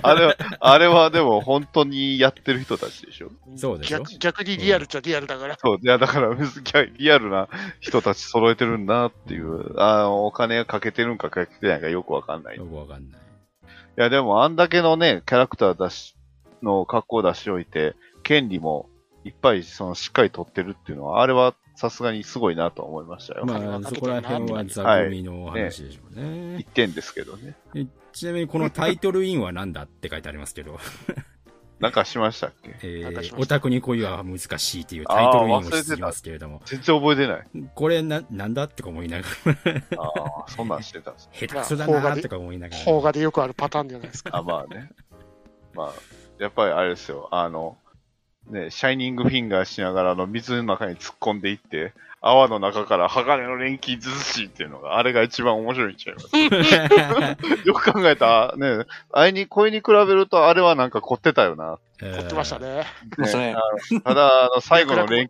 Speaker 1: あれは、あれはでも本当にやってる人たちでしょ
Speaker 3: そうでしょ
Speaker 4: 逆逆にリアルっちゃリアルだから。
Speaker 1: そう、いや、だから、リアルな人たち揃えてるんだなっていう、あの、お金かけてるんかかけてないかよくわかんない。い
Speaker 3: よくわかんない。
Speaker 1: や、でも、あんだけのね、キャラクター出し、の格好を出しておいて、権利もいっぱい、その、しっかり取ってるっていうのは、あれはさすがにすごいなと思いましたよ。
Speaker 3: まあ、そこら辺は座組の話でしょう
Speaker 1: 一
Speaker 3: ね。
Speaker 1: 点ですけどね。
Speaker 3: えちなみにこのタイトルインは何だって書いてありますけど、
Speaker 1: なんかしましたっけ
Speaker 3: え
Speaker 4: なんかし
Speaker 3: ー、
Speaker 4: ました
Speaker 3: オタクに恋は難しいっていうタイトルインをしていますけれども、
Speaker 1: 全然覚えてない。
Speaker 3: これな、なんだってか思い ながら、
Speaker 1: ああ、そんなんしてたんです。
Speaker 3: 下手くそだなとか思いながら。
Speaker 4: 邦画でよくあるパターンじゃないです か。
Speaker 1: あ、まあね。まあ、やっぱりあれですよ、あの、ね、シャイニングフィンガーしながらあの水の中に突っ込んでいって、泡の中から鋼の錬金ずしっていうのが、あれが一番面白いんちゃいます。よく考えた、ね、あれに、これに比べるとあれはなんか凝ってたよな。
Speaker 3: 凝
Speaker 4: 凝ってました。ね。
Speaker 2: ましたね
Speaker 1: あのただ、あの、最後の錬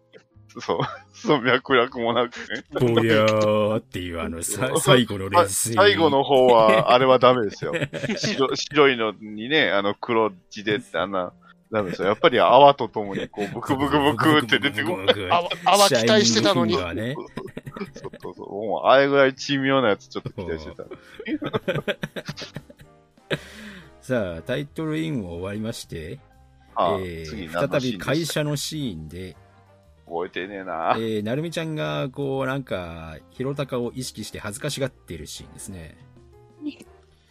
Speaker 1: 金、そう、そう、脈絡もなくね。
Speaker 3: ぼやーっていうあの、さ最後の
Speaker 1: あ
Speaker 3: 練習。
Speaker 1: 最後の方は、あれはダメですよ。白白いのにね、あの黒地でってあんな、ダメですよ。やっぱり泡とともに、こう、ブクブクブクって出てくる。
Speaker 3: る
Speaker 4: あわ、あわ期待してたのに
Speaker 3: シャイニングフィンガーね
Speaker 1: そうそうそう。もう、あれぐらい珍妙なやつちょっと期待してた。
Speaker 3: さあ、タイトルインを終わりまして、
Speaker 1: ああ
Speaker 3: えー
Speaker 1: 次何の
Speaker 3: 再
Speaker 1: シーン
Speaker 3: び
Speaker 1: で
Speaker 3: 会
Speaker 1: した
Speaker 3: 社のシーンで、
Speaker 1: 覚えてねえな。
Speaker 3: えー、なるみちゃんが、こう、なんか、ひろたかを意識して恥ずかしがっているシーンですね。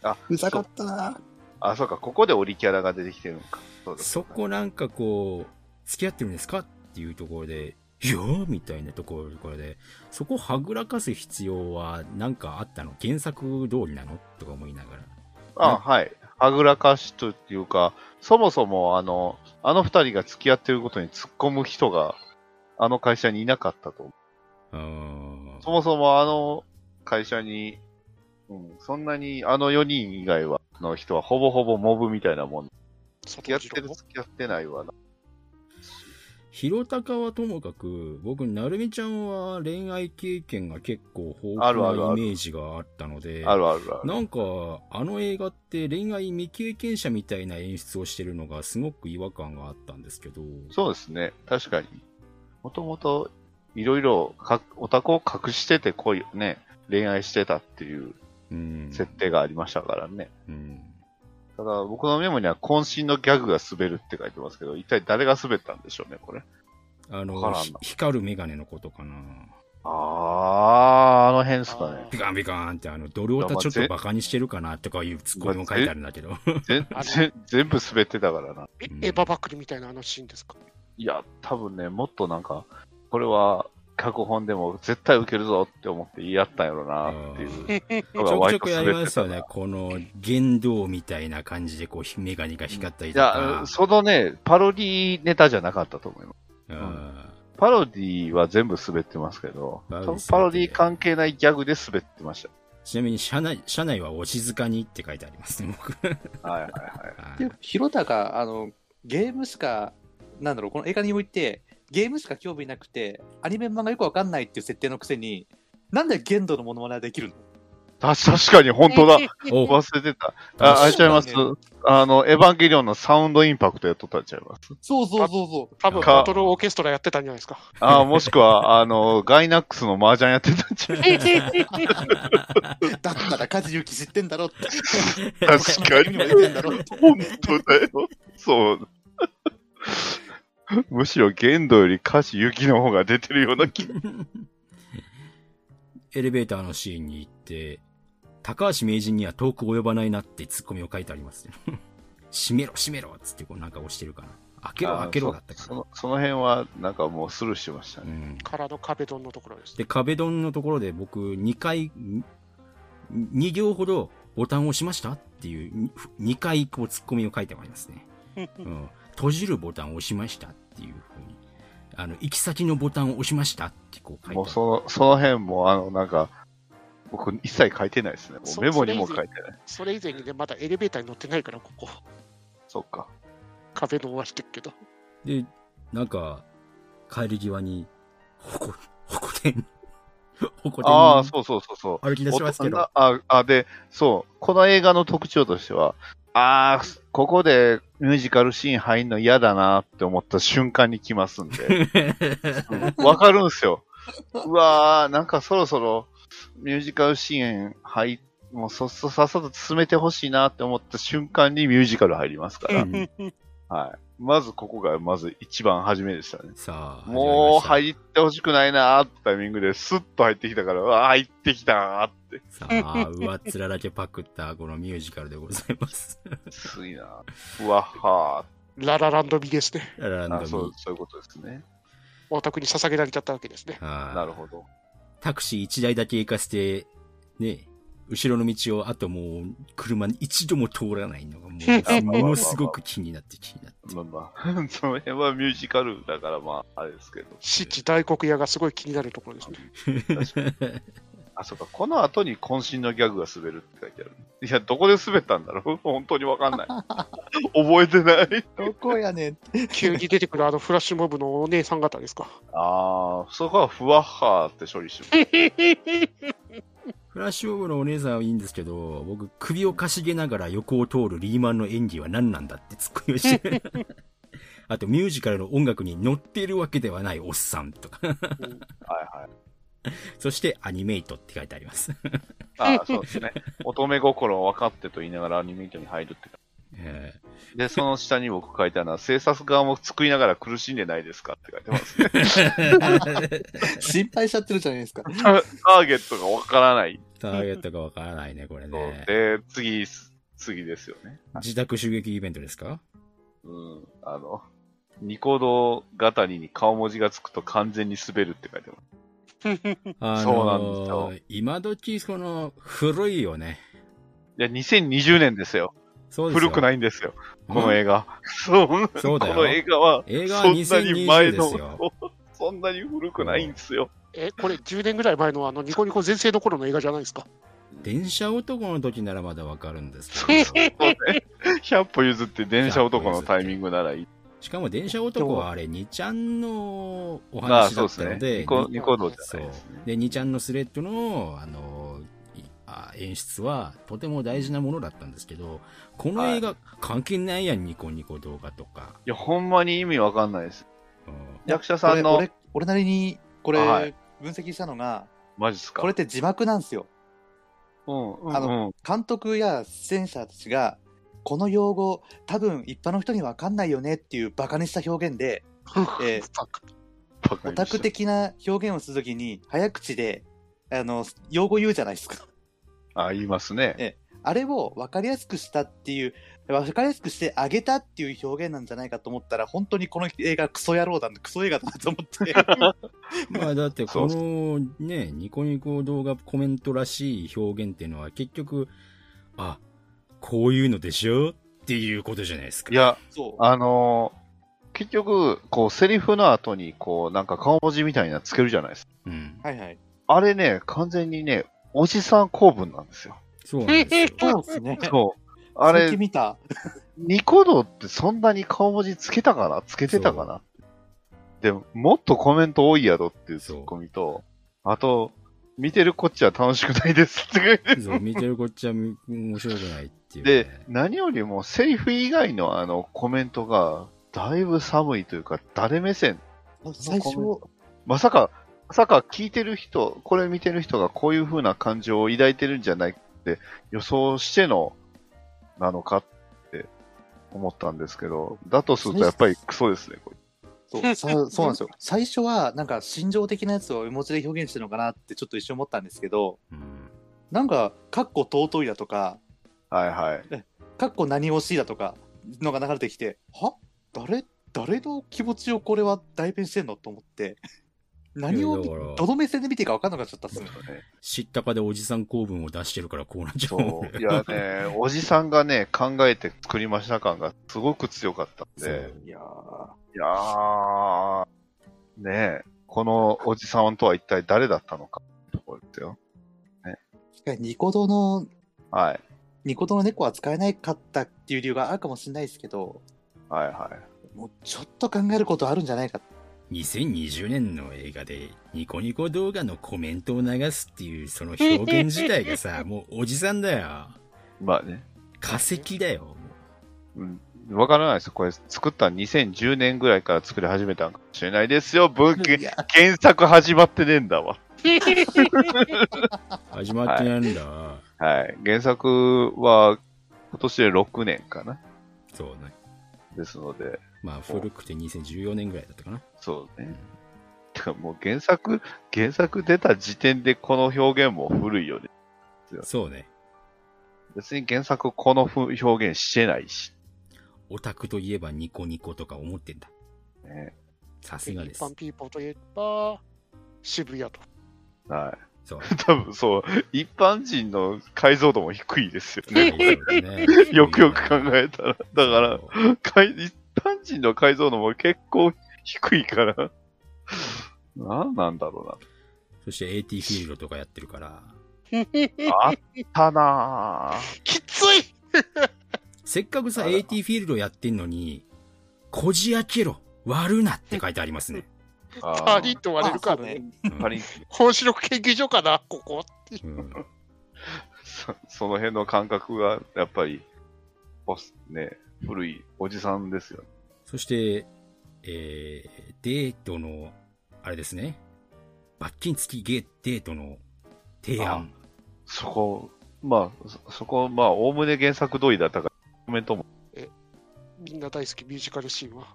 Speaker 1: あ、
Speaker 2: うざかったな。
Speaker 1: あ、そうか、ここでオリキャラが出てきてるのか。そうだ
Speaker 3: そこなんかこう、付き合ってるんですかっていうところで、いやーみたいなところで、そこはぐらかす必要はなんかあったの原作通りなのとか思いながら。
Speaker 1: あ、はい。はぐらかしというか、そもそもあの、あの二人が付き合ってることに突っ込む人が、あの会社にいなかったと思う。
Speaker 3: うーん
Speaker 1: そもそもあの会社に、うん、そんなにあの4人以外は、の人はほぼほぼモブみたいなもん。付き合ってる、付き合ってないわな。
Speaker 3: ひろたかはともかく、僕、なるみちゃんは恋愛経験が結構豊
Speaker 1: あるあ
Speaker 3: 富
Speaker 1: る
Speaker 3: な
Speaker 1: あ
Speaker 3: イ
Speaker 1: る
Speaker 3: メージがあったので、
Speaker 1: あるあるある。
Speaker 3: なんか、あの映画って恋愛未経験者みたいな演出をしてるのがすごく違和感があったんですけど、
Speaker 1: そうですね。確かに。もともと、いろいろか、オタクを隠してて恋をね、恋愛してたっていう
Speaker 3: うん。
Speaker 1: 設定がありましたからね。
Speaker 3: うん。
Speaker 1: ただ、僕のメモには渾身のギャグが滑るって書いてますけど、一体誰が滑ったんでしょうね、これ。
Speaker 3: あの
Speaker 1: わからんな、
Speaker 3: ひ光るメガネのことかな。
Speaker 1: ああ、あの辺ですかね。
Speaker 3: ピカンピカンって、あの、ドルオタちょっとバカにしてるかなとかいうツッコミも書いてあるんだけど。
Speaker 1: 全
Speaker 4: あの
Speaker 1: 全全部滑ってたからな。
Speaker 4: え
Speaker 3: うん
Speaker 4: エヴァバックリみたいなあのシーンですか
Speaker 1: いや、多分ね、もっとなんか、これは脚本でも絶対受けるぞって思って言い合ったんやろなっていう
Speaker 3: ち
Speaker 1: のが
Speaker 3: ょくち
Speaker 1: 割と
Speaker 3: ょくやり
Speaker 1: 滑
Speaker 3: ま
Speaker 1: って
Speaker 3: す
Speaker 1: た
Speaker 3: よ
Speaker 1: な。
Speaker 3: ね。この、言動みたいな感じで、こうひ、メガネが光ったり
Speaker 1: い
Speaker 3: と
Speaker 1: や
Speaker 3: か、。
Speaker 1: そのね、パロディネタじゃなかったと思います。
Speaker 3: うん
Speaker 1: パロディは全部滑ってますけど、
Speaker 3: パロディ
Speaker 1: 多
Speaker 3: 滑
Speaker 1: 分
Speaker 3: ってる
Speaker 1: パロディ関係ないギャグで滑ってまし
Speaker 3: ちなみに、社内、社内はお静かにって書いてありますね、僕。
Speaker 1: た。はいはいはい。
Speaker 2: でひろたが、あの、ゲームしか、なんだろう、この映画において、ゲームしか興味なくて、アニメ漫画よくわかんないっていう設定のくせに、なんで限度のモノマネはできるの
Speaker 1: た確かに本当だ。
Speaker 3: お
Speaker 1: 忘れてた。あ、あれちゃいます
Speaker 2: そうなん。
Speaker 1: あの、エヴァンゲリオンのサウンドインパクトやっとったんちゃいます。
Speaker 2: そうそうそうそう。
Speaker 4: 多分
Speaker 1: か
Speaker 4: バトルオーケストラやってたんじゃな いですか。
Speaker 1: あ、もしくは、あの、ガイナックスの麻雀やってたんちゃいます。
Speaker 2: だったら、カジユキ知ってんだろって。
Speaker 1: 確かに
Speaker 2: 他のゲームにも出てんだろって
Speaker 1: 本当だよ。そう。むしろ限度より歌詞雪の方が出てるような気が。
Speaker 3: エレベーターのシーンに行って、高橋名人には遠く及ばないなってツッコミを書いてありますね。 閉めろ、閉めろっつって、こうなんか押してるかな。開けろ、開けろだった
Speaker 1: そそ
Speaker 3: か
Speaker 1: のその辺は、なんかもうスルーしてました
Speaker 3: ら。う
Speaker 1: ね。
Speaker 3: ん。
Speaker 4: からの壁ドンのところです。
Speaker 3: で、壁ドンのところで僕、2回、2行ほどボタンを押しましたっていう、2回こうツッコミを書いてもらいますね。うん。閉じるボタンを押しましたっていうふうに。あの、行き先のボタンを押しましたってこう書いてあ
Speaker 1: もう
Speaker 3: る
Speaker 1: その、その辺も、あの、なんか、僕一切書いてないですね。もう
Speaker 4: そ
Speaker 1: メモにも書いてない。
Speaker 4: それ以前にね、まだエレベーターに乗ってないから、ここ、
Speaker 1: そっか。
Speaker 4: 壁ドンはしてるけど。
Speaker 3: で、なんか、帰り際に、ほこ、ほこてん、 ほこてん、
Speaker 1: ああ、そうそうそうそう。
Speaker 3: 歩き出しますけど
Speaker 1: 大、人があ、あ、で、そう、この映画の特徴としては、ああ、ここでミュージカルシーン入んの嫌だなって思った瞬間に来ますんで。うん わかるんすよ。うわー、なんかそろそろミュージカルシーン入もうそっそさっさと進めてほしいなって思った瞬間にミュージカル入りますから。
Speaker 3: うん
Speaker 1: はい。まずここがまず一番初めでしたね。
Speaker 3: さあ、
Speaker 1: もう
Speaker 3: 始まり
Speaker 1: 入ってほしくないなーってタイミングでスッと入ってきたから、うわー入ってきたーって。
Speaker 3: ました。さあ、上っ面だけパクった、このミュージカルでございます。
Speaker 1: ついな。うわっは
Speaker 4: ララランドミですね。
Speaker 3: ララ
Speaker 1: ー
Speaker 3: ンド
Speaker 1: あ
Speaker 3: ミ
Speaker 1: そう。そういうことですね。
Speaker 4: オタクに捧げられちゃったわけですね。
Speaker 3: は
Speaker 1: ないるほど。
Speaker 3: タクシー1台だけ行かせて、ね、後ろの道をあともう車に一度も通らないのが もう、ものすごく気になって気になって。
Speaker 1: まあまあ、 その辺はミュージカルだから、まあ、あれですけど。
Speaker 4: 七大黒屋がすごい気になるところです ね。
Speaker 1: あ、そうか、この後に渾身のギャグが滑るって書いてある。いや、どこで滑ったんだろう 本当にわかんない。覚えてない。
Speaker 2: どこやねんって。
Speaker 4: 急に出てくるあのフラッシュモブのお姉さん方ですか。
Speaker 1: ああ、そこはふわっはーって処理してます。
Speaker 3: フラッシュオブのお姉さんはいいんですけど、僕、首をかしげながら横を通るリーマンの演技は何なんだって突っ込みをして。 あと、ミュージカルの音楽に乗っているわけではないおっさんとか。
Speaker 1: はいはい。
Speaker 3: そして、アニメイトって書いてあ ります。
Speaker 1: あそうですね。乙女心を分かってと言いながらアニメイトに入るって。
Speaker 3: えー
Speaker 1: で、その下に僕書いてあるのは、制作側も作りながら苦しんでないですかって書いてますね。
Speaker 2: 心配しちゃってるじゃないですか。
Speaker 1: ターゲットが分からない。
Speaker 3: ターゲットがわからないね、これね。
Speaker 1: で、次、次ですよね。
Speaker 3: 自宅襲撃イベントですか
Speaker 1: うん。あの、ニコ動語りに顔文字がつくと完全に滑るって書いてます。
Speaker 3: あ
Speaker 1: そうなんですよ
Speaker 3: 今時、その、古いよね。
Speaker 1: いや、2020年ですよ。
Speaker 3: そうですよ
Speaker 1: 古くないんですよ。この映
Speaker 3: 画。
Speaker 1: 画。そう。
Speaker 3: そうだよ
Speaker 1: この映画は、
Speaker 3: 映画は
Speaker 1: そんなに前
Speaker 3: 2020で
Speaker 1: の
Speaker 3: すよ。、
Speaker 1: そんなに古くないんですよ。
Speaker 4: え、これ10年ぐらい前のあのニコニコ全盛の頃の映画じゃないですか。
Speaker 3: 電車男の時ならまだわかるんですけど。
Speaker 1: 100歩譲って電車男のタイミングならいい。
Speaker 3: しかも電車男はあれ、2ちゃんのお話だったので、
Speaker 1: ニコ、ニコ動じゃ
Speaker 3: そう
Speaker 1: ないですね。
Speaker 3: で2ちゃんのスレッドの、あのいあ演出はとても大事なものだったんですけどこの映画、関係ないやんニコニコ動画とか、
Speaker 1: いや、ほんまに意味わかんないです。
Speaker 3: うん
Speaker 1: 役者さんの
Speaker 2: 俺、俺俺なりに、これ、
Speaker 1: はい
Speaker 2: 分析したのが、
Speaker 1: マジっすか
Speaker 2: これって字幕なんですよ。
Speaker 1: うん、うん、
Speaker 2: あの
Speaker 1: うん。
Speaker 2: 監督や出演者たちが、この用語、多分一般の人には分かんないよねっていうバカにした表現で、えー
Speaker 1: バカにして
Speaker 2: オタク的な表現をするときに、早口で、あの、用語言うじゃないですか。
Speaker 1: あ、言いますね。
Speaker 2: あれを分かりやすくしたっていう、分かりやすくしてあげたっていう表現なんじゃないかと思ったら、本当にこの映画クソ野郎だな、クソ映画だなと思 って。
Speaker 3: まあだって
Speaker 1: そ
Speaker 3: こ
Speaker 1: う
Speaker 3: のね、ニコニコ動画コメントらしい表現っていうのは結局、あ、こういうのでしょっていうことじゃないですか。
Speaker 1: い、や、
Speaker 2: そう。
Speaker 1: あのー結局、こう、セリフの後に、こう、なんか顔文字みたいなのつけるじゃないですか。
Speaker 3: うん。
Speaker 2: はいはい。
Speaker 1: あれね、完全にね、おじさん構文なんですよ。
Speaker 3: そうなんで すよ。
Speaker 2: そうですね。
Speaker 1: そう。あ
Speaker 2: 最近
Speaker 1: れ、
Speaker 2: 見た。
Speaker 1: ニコ動ってそんなに顔文字つけたかなつけてたかなでも、もっとコメント多いやろっていうツッコミと、あと、見てるこっちは楽しくないですって書いてある
Speaker 3: そう、見てるこっちはみ面白くないっていう、ね。
Speaker 1: で、何よりもセリフ以外のあのコメントが、だいぶ寒いというか、誰目線
Speaker 2: 最初、
Speaker 1: まさか、まさか聞いてる人、これ見てる人がこういう風な感情を抱いてるんじゃないって予想しての、なのかって思ったんですけど、だとするとやっぱりクソですね、これ。
Speaker 2: そうさそうなんですよ。最初は、なんか心情的なやつを絵文字で表現してるのかなってちょっと一瞬思ったんですけど、
Speaker 3: うん
Speaker 2: なんか、かっこ尊いだとか、
Speaker 1: はいはい。
Speaker 2: かっこ何惜しいだとか、のが流れてきて、は誰、誰の気持ちをこれは代弁してんのと思って、何を、
Speaker 3: いやだから
Speaker 2: どの目線で見ていいか分かんなくなっちゃったっすね。
Speaker 3: 知ったかでおじさん構文を出してるからこうなっちゃう。
Speaker 1: そう。いやね、おじさんがね、考えて作りました感がすごく強かったんで、
Speaker 2: いや
Speaker 1: いやー、ねえ、このおじさんとは一体誰だったのかってところですよ。
Speaker 2: ーニコ動の、
Speaker 1: はい。
Speaker 2: ニコ動の猫は使えないかったっていう理由があるかもしれないですけど、
Speaker 1: はいはい。
Speaker 2: もうちょっと考えることあるんじゃないか
Speaker 3: 2020年の映画でニコニコ動画のコメントを流すっていうその表現自体 がさ、もうおじさんだよ。
Speaker 1: まあね。
Speaker 3: 化石だよ。
Speaker 1: うん。わからないですよ。これ、作ったの2010年ぐらいから作り始めたんかもしれないですよ。文献
Speaker 2: いや、
Speaker 1: 検索始まってねえんだわ。
Speaker 3: 始まってないんだ。
Speaker 1: はい。原作は、今年で6年かな。
Speaker 3: そうね。
Speaker 1: ですので、
Speaker 3: まあ、古くて2014年ぐらいだったかな。
Speaker 1: そうね。てかもう原作、原作出た時点でこの表現も古いよね。
Speaker 3: そうね。
Speaker 1: 別に原作このふ表現してないし。
Speaker 3: オタクといえばニコニコとか思ってんだ。
Speaker 1: ね、
Speaker 3: さす
Speaker 4: 一
Speaker 3: がです。
Speaker 4: 般ピーポーといえば渋谷と。
Speaker 1: は
Speaker 3: そう。
Speaker 1: い。 多分そう、一般人の解像度も低いですよね。よ
Speaker 3: よ
Speaker 1: くよく考えたら。だから、
Speaker 3: ら。
Speaker 1: かい一般人の解像度も結構低いから、何なんだろ
Speaker 3: そして AT フィールドとかやってるから、
Speaker 1: うな。あったな ぁ。
Speaker 4: きつい
Speaker 3: せっかくさ、
Speaker 1: あら
Speaker 3: AT フィールドやってんのに、こじ開けろ割るなって書いてありま すね。
Speaker 1: あ
Speaker 4: パ
Speaker 1: ー
Speaker 4: リッと割れるから
Speaker 2: あそう
Speaker 4: ね。
Speaker 3: うん
Speaker 1: パリ
Speaker 4: 本視力研究所かな、ここ。
Speaker 3: うん
Speaker 1: そその辺の感覚が、やっぱり、おすね、古いおじさんですよね。
Speaker 3: そして、えー、デートの、あれですね。罰金付きゲーデートの提案。
Speaker 1: そこ、まあ、そそこ、まあ、おおむね原作通りだったから、コメントも、
Speaker 4: みんな大好きミュージカルシーンは。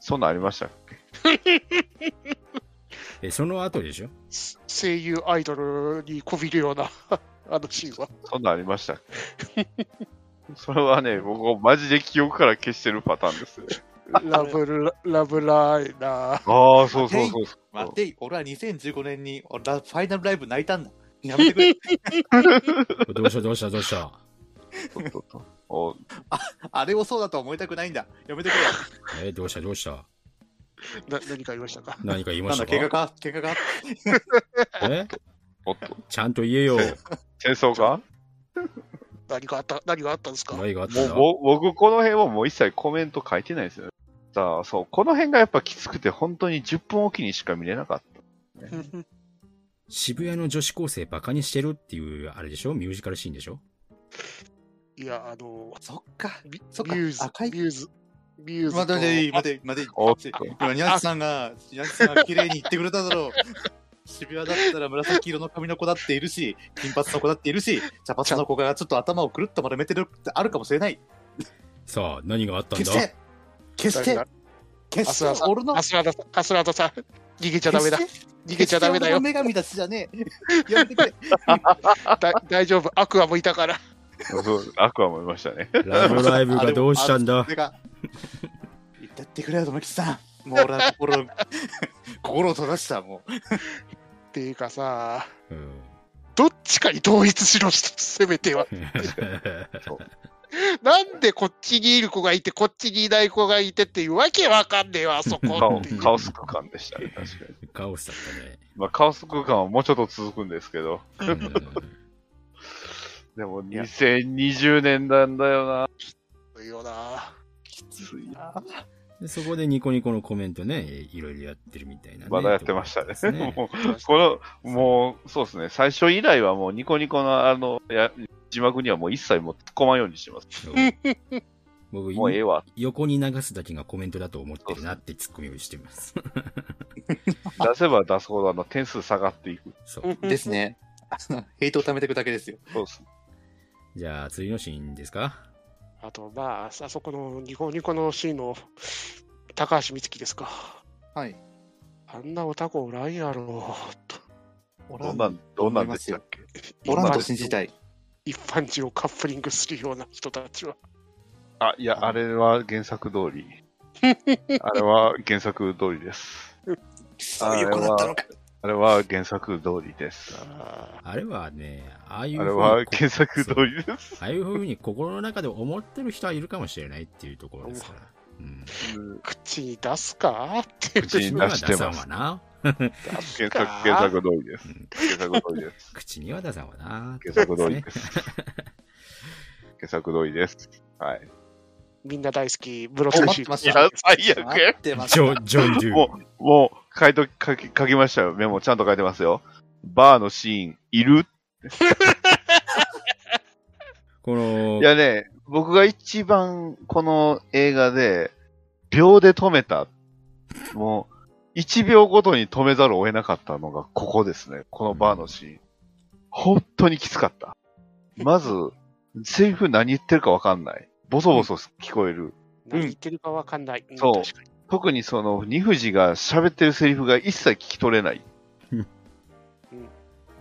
Speaker 1: そんなんありました。
Speaker 3: え、その後でしょ
Speaker 4: す声優アイドルにこびるような あのシーンは。
Speaker 1: そんなんありました。 それはね、僕、マジで記憶から消してるパターンですね。
Speaker 4: ラブララブライナー。
Speaker 1: ああ、そうそうそうそう。
Speaker 2: 待てい、俺は2015年に俺らファイナルライブ泣いたんだ。やめてくれ。
Speaker 3: どうしたどうしたどうした
Speaker 1: そうそうそうお
Speaker 2: あれをそうだとは思いたくないんだ。やめてく
Speaker 3: えどうしたどうした
Speaker 4: な何かありましたか
Speaker 3: 何か言い
Speaker 2: れ。
Speaker 3: ま
Speaker 2: なんだ、
Speaker 3: した
Speaker 2: 喧嘩
Speaker 3: か
Speaker 2: か喧嘩か
Speaker 3: え
Speaker 1: おっと、
Speaker 3: ちゃんと言えよ。
Speaker 1: 戦争か
Speaker 4: 何かあった何があったんですか
Speaker 3: 何があったんだ
Speaker 1: もうぼ僕、この辺はもう一切コメント書いてないですよね。さあ、そう、この辺がやっぱきつくて、本当に10分おきにしか見れなかっ
Speaker 3: 渋谷の女子高生バカにしてるっていう、あれでしょミュージカルシーンでしょ
Speaker 4: いや、あの、
Speaker 2: そっか。
Speaker 4: ミ
Speaker 2: そっ
Speaker 4: ミ
Speaker 2: か
Speaker 4: ューズ、
Speaker 2: 赤い
Speaker 4: ミューズ、ミューズと。
Speaker 2: 待て待て待て
Speaker 1: おっ
Speaker 2: 待
Speaker 1: と
Speaker 2: て。今、ニャンさんが、ニャンさんが綺麗に言ってくれただろう。 渋谷だったら紫色の髪の子だっているし、金髪の子だっているし、茶髪の子がちょっと頭をくるっと丸めてるってあるかもしれない。
Speaker 3: さあ、何があったん
Speaker 2: 決
Speaker 3: だ
Speaker 2: して決して
Speaker 4: 誰だ
Speaker 2: 決
Speaker 4: アスラー
Speaker 2: して
Speaker 4: さん
Speaker 2: 俺の
Speaker 4: アスラーダさん、アスラーダさん、逃げちゃダメだ。
Speaker 2: 決して
Speaker 4: 逃げちゃダメだよ
Speaker 2: 決して俺。の女神たちじゃねえ。やめてくれ。
Speaker 4: だ大丈夫、アクアもいたから。
Speaker 1: た。そう、アクアもいました ね。
Speaker 3: ラブライブがどうしたんだ
Speaker 2: あでもあそれが言ってやってくれよ、友吉さん。もう俺は心を、心を閉ざした、もう。
Speaker 4: っていうかさ、
Speaker 3: うん
Speaker 4: どっちかに統一しろ、せめては。なんでこっちにいる子がいて、こっちにいない子がいてっていうわけわかんねえわ、あそ
Speaker 1: カ
Speaker 4: こ
Speaker 1: オ
Speaker 4: っていう。
Speaker 1: カオス空間でしたね、確かに。
Speaker 3: カオスだったね。
Speaker 1: まあ、カオス空間はもうちょっと続くんですけど、
Speaker 3: うん
Speaker 1: でも2020年なんだよな。
Speaker 4: いいよな。
Speaker 3: でそこでニコニコのコメントね、いろいろやってるみたいなね。
Speaker 1: まだやってましたね。
Speaker 3: ところだったんです ね
Speaker 1: もう、この、もう、そうですね、最初以来はもうニコニコのあの、や字幕にはもう一切もう突っ込まんようにしてます。
Speaker 3: そう僕、
Speaker 1: もうええわ。
Speaker 3: 横に流すだけがコメントだと思ってるなってツッコミをしてます。
Speaker 1: 出せば出すほどあの点数下がっていく。
Speaker 3: そう。
Speaker 2: ですね。 あのヘイトを貯めていくだけですよ。
Speaker 1: そうですね。
Speaker 3: じゃあ、次のシーンですか
Speaker 4: あと、まあ、あそこの日本ニコのシーンの高橋美月ですか。
Speaker 2: はい。
Speaker 4: あんな歌子おらんやろ、と。
Speaker 2: 俺
Speaker 1: ど
Speaker 2: は
Speaker 1: んなん、どんなんでしたっけ
Speaker 2: オラ
Speaker 1: ど
Speaker 2: ン
Speaker 1: んな
Speaker 2: と
Speaker 1: ん
Speaker 2: 信じたい。
Speaker 4: 一般人をカップリングするような人たちは。
Speaker 1: あ、いや、あれは原作通 り。あれは原作通りです。
Speaker 2: そういう子だったのか。
Speaker 1: あれは原作通りです。あ
Speaker 4: あ
Speaker 3: あれはね、ああいうふう
Speaker 1: れ
Speaker 3: に
Speaker 1: は原作通りです。
Speaker 3: ああいうふうに心の中で思ってる人はいるかもしれないっていうところですから。 うん。
Speaker 4: ー口に出すかっていう。
Speaker 1: 口に出して
Speaker 3: 口には出さん
Speaker 1: ま
Speaker 3: わ
Speaker 1: す。
Speaker 3: な。
Speaker 1: 原作、原作通りです。原作通りです。
Speaker 3: 口には出さんわ な。
Speaker 1: 原作通りです。原作通りです。はい。
Speaker 4: みんな大好き、室
Speaker 2: お
Speaker 4: 瀬
Speaker 2: 待っ
Speaker 4: シ
Speaker 2: てま
Speaker 4: ー
Speaker 2: し
Speaker 1: い
Speaker 2: た
Speaker 1: や、最悪
Speaker 2: 待
Speaker 1: や。
Speaker 2: ってまし
Speaker 3: ジ
Speaker 2: た。
Speaker 3: ョン、ジョン・ドゥ。
Speaker 1: もう、もう、書いとき、書き、書きましたよ。メモちゃんと書いてますよ。バーのシーン、いる
Speaker 3: この
Speaker 1: い、やね、僕が一番この映画で、秒で止めた。もう、1秒ごとに止めざるを得なかったのがここですね。このバーのシーン。本当にきつかった。まず、セリフ何言ってるかわかんない。ボソボソ聞こえる。
Speaker 4: 何言ってるかわかんない。ん
Speaker 1: そう
Speaker 4: 確かに
Speaker 1: 特にその、二富士が喋ってるセリフが一切聞き取れない
Speaker 3: うん。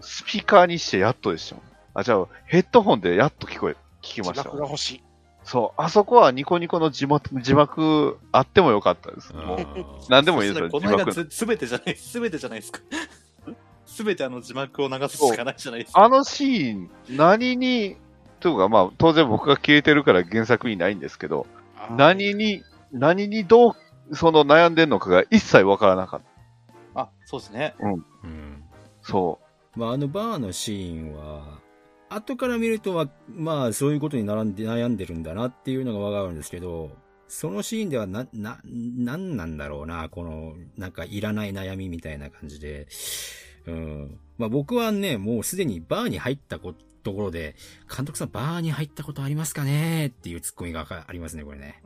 Speaker 1: スピーカーにしてやっとでしたもん。あ、じゃあ、ヘッドホンでやっと聞こえ、聞きま
Speaker 4: 字
Speaker 1: した
Speaker 4: 幕
Speaker 1: もん
Speaker 4: が欲しい。
Speaker 1: そう、あそこはニコニコの字幕字幕あってもよかったです。
Speaker 3: うん
Speaker 1: もう何でもいいですよ、
Speaker 2: こ
Speaker 1: 字
Speaker 2: の映画
Speaker 1: 幕。
Speaker 2: ずすべてじゃない、すべてじゃないですか。 すべてあの字幕を流すしかないじゃないですか。
Speaker 1: あのシーン、何に、というかまあ、当然僕が消えてるから原作にないんですけど、何に、何にどう、その悩んでんのかが一切わからなかっ
Speaker 2: あ、そうですね。
Speaker 3: うん
Speaker 1: た。そ
Speaker 3: まあ、あのバーのシーンは、後から見るとは、まあ、そういうことに並んで悩んでるんだなっていうのがわかるんですけど、そのシーンではな、な、なんなんだろうな、この、なんかいらない悩みみたいな感じで、うん。まあ僕はね、もうすでにバーに入ったこところで、監督さんバーに入ったことありますかねっていうツッコミがありますね、これね。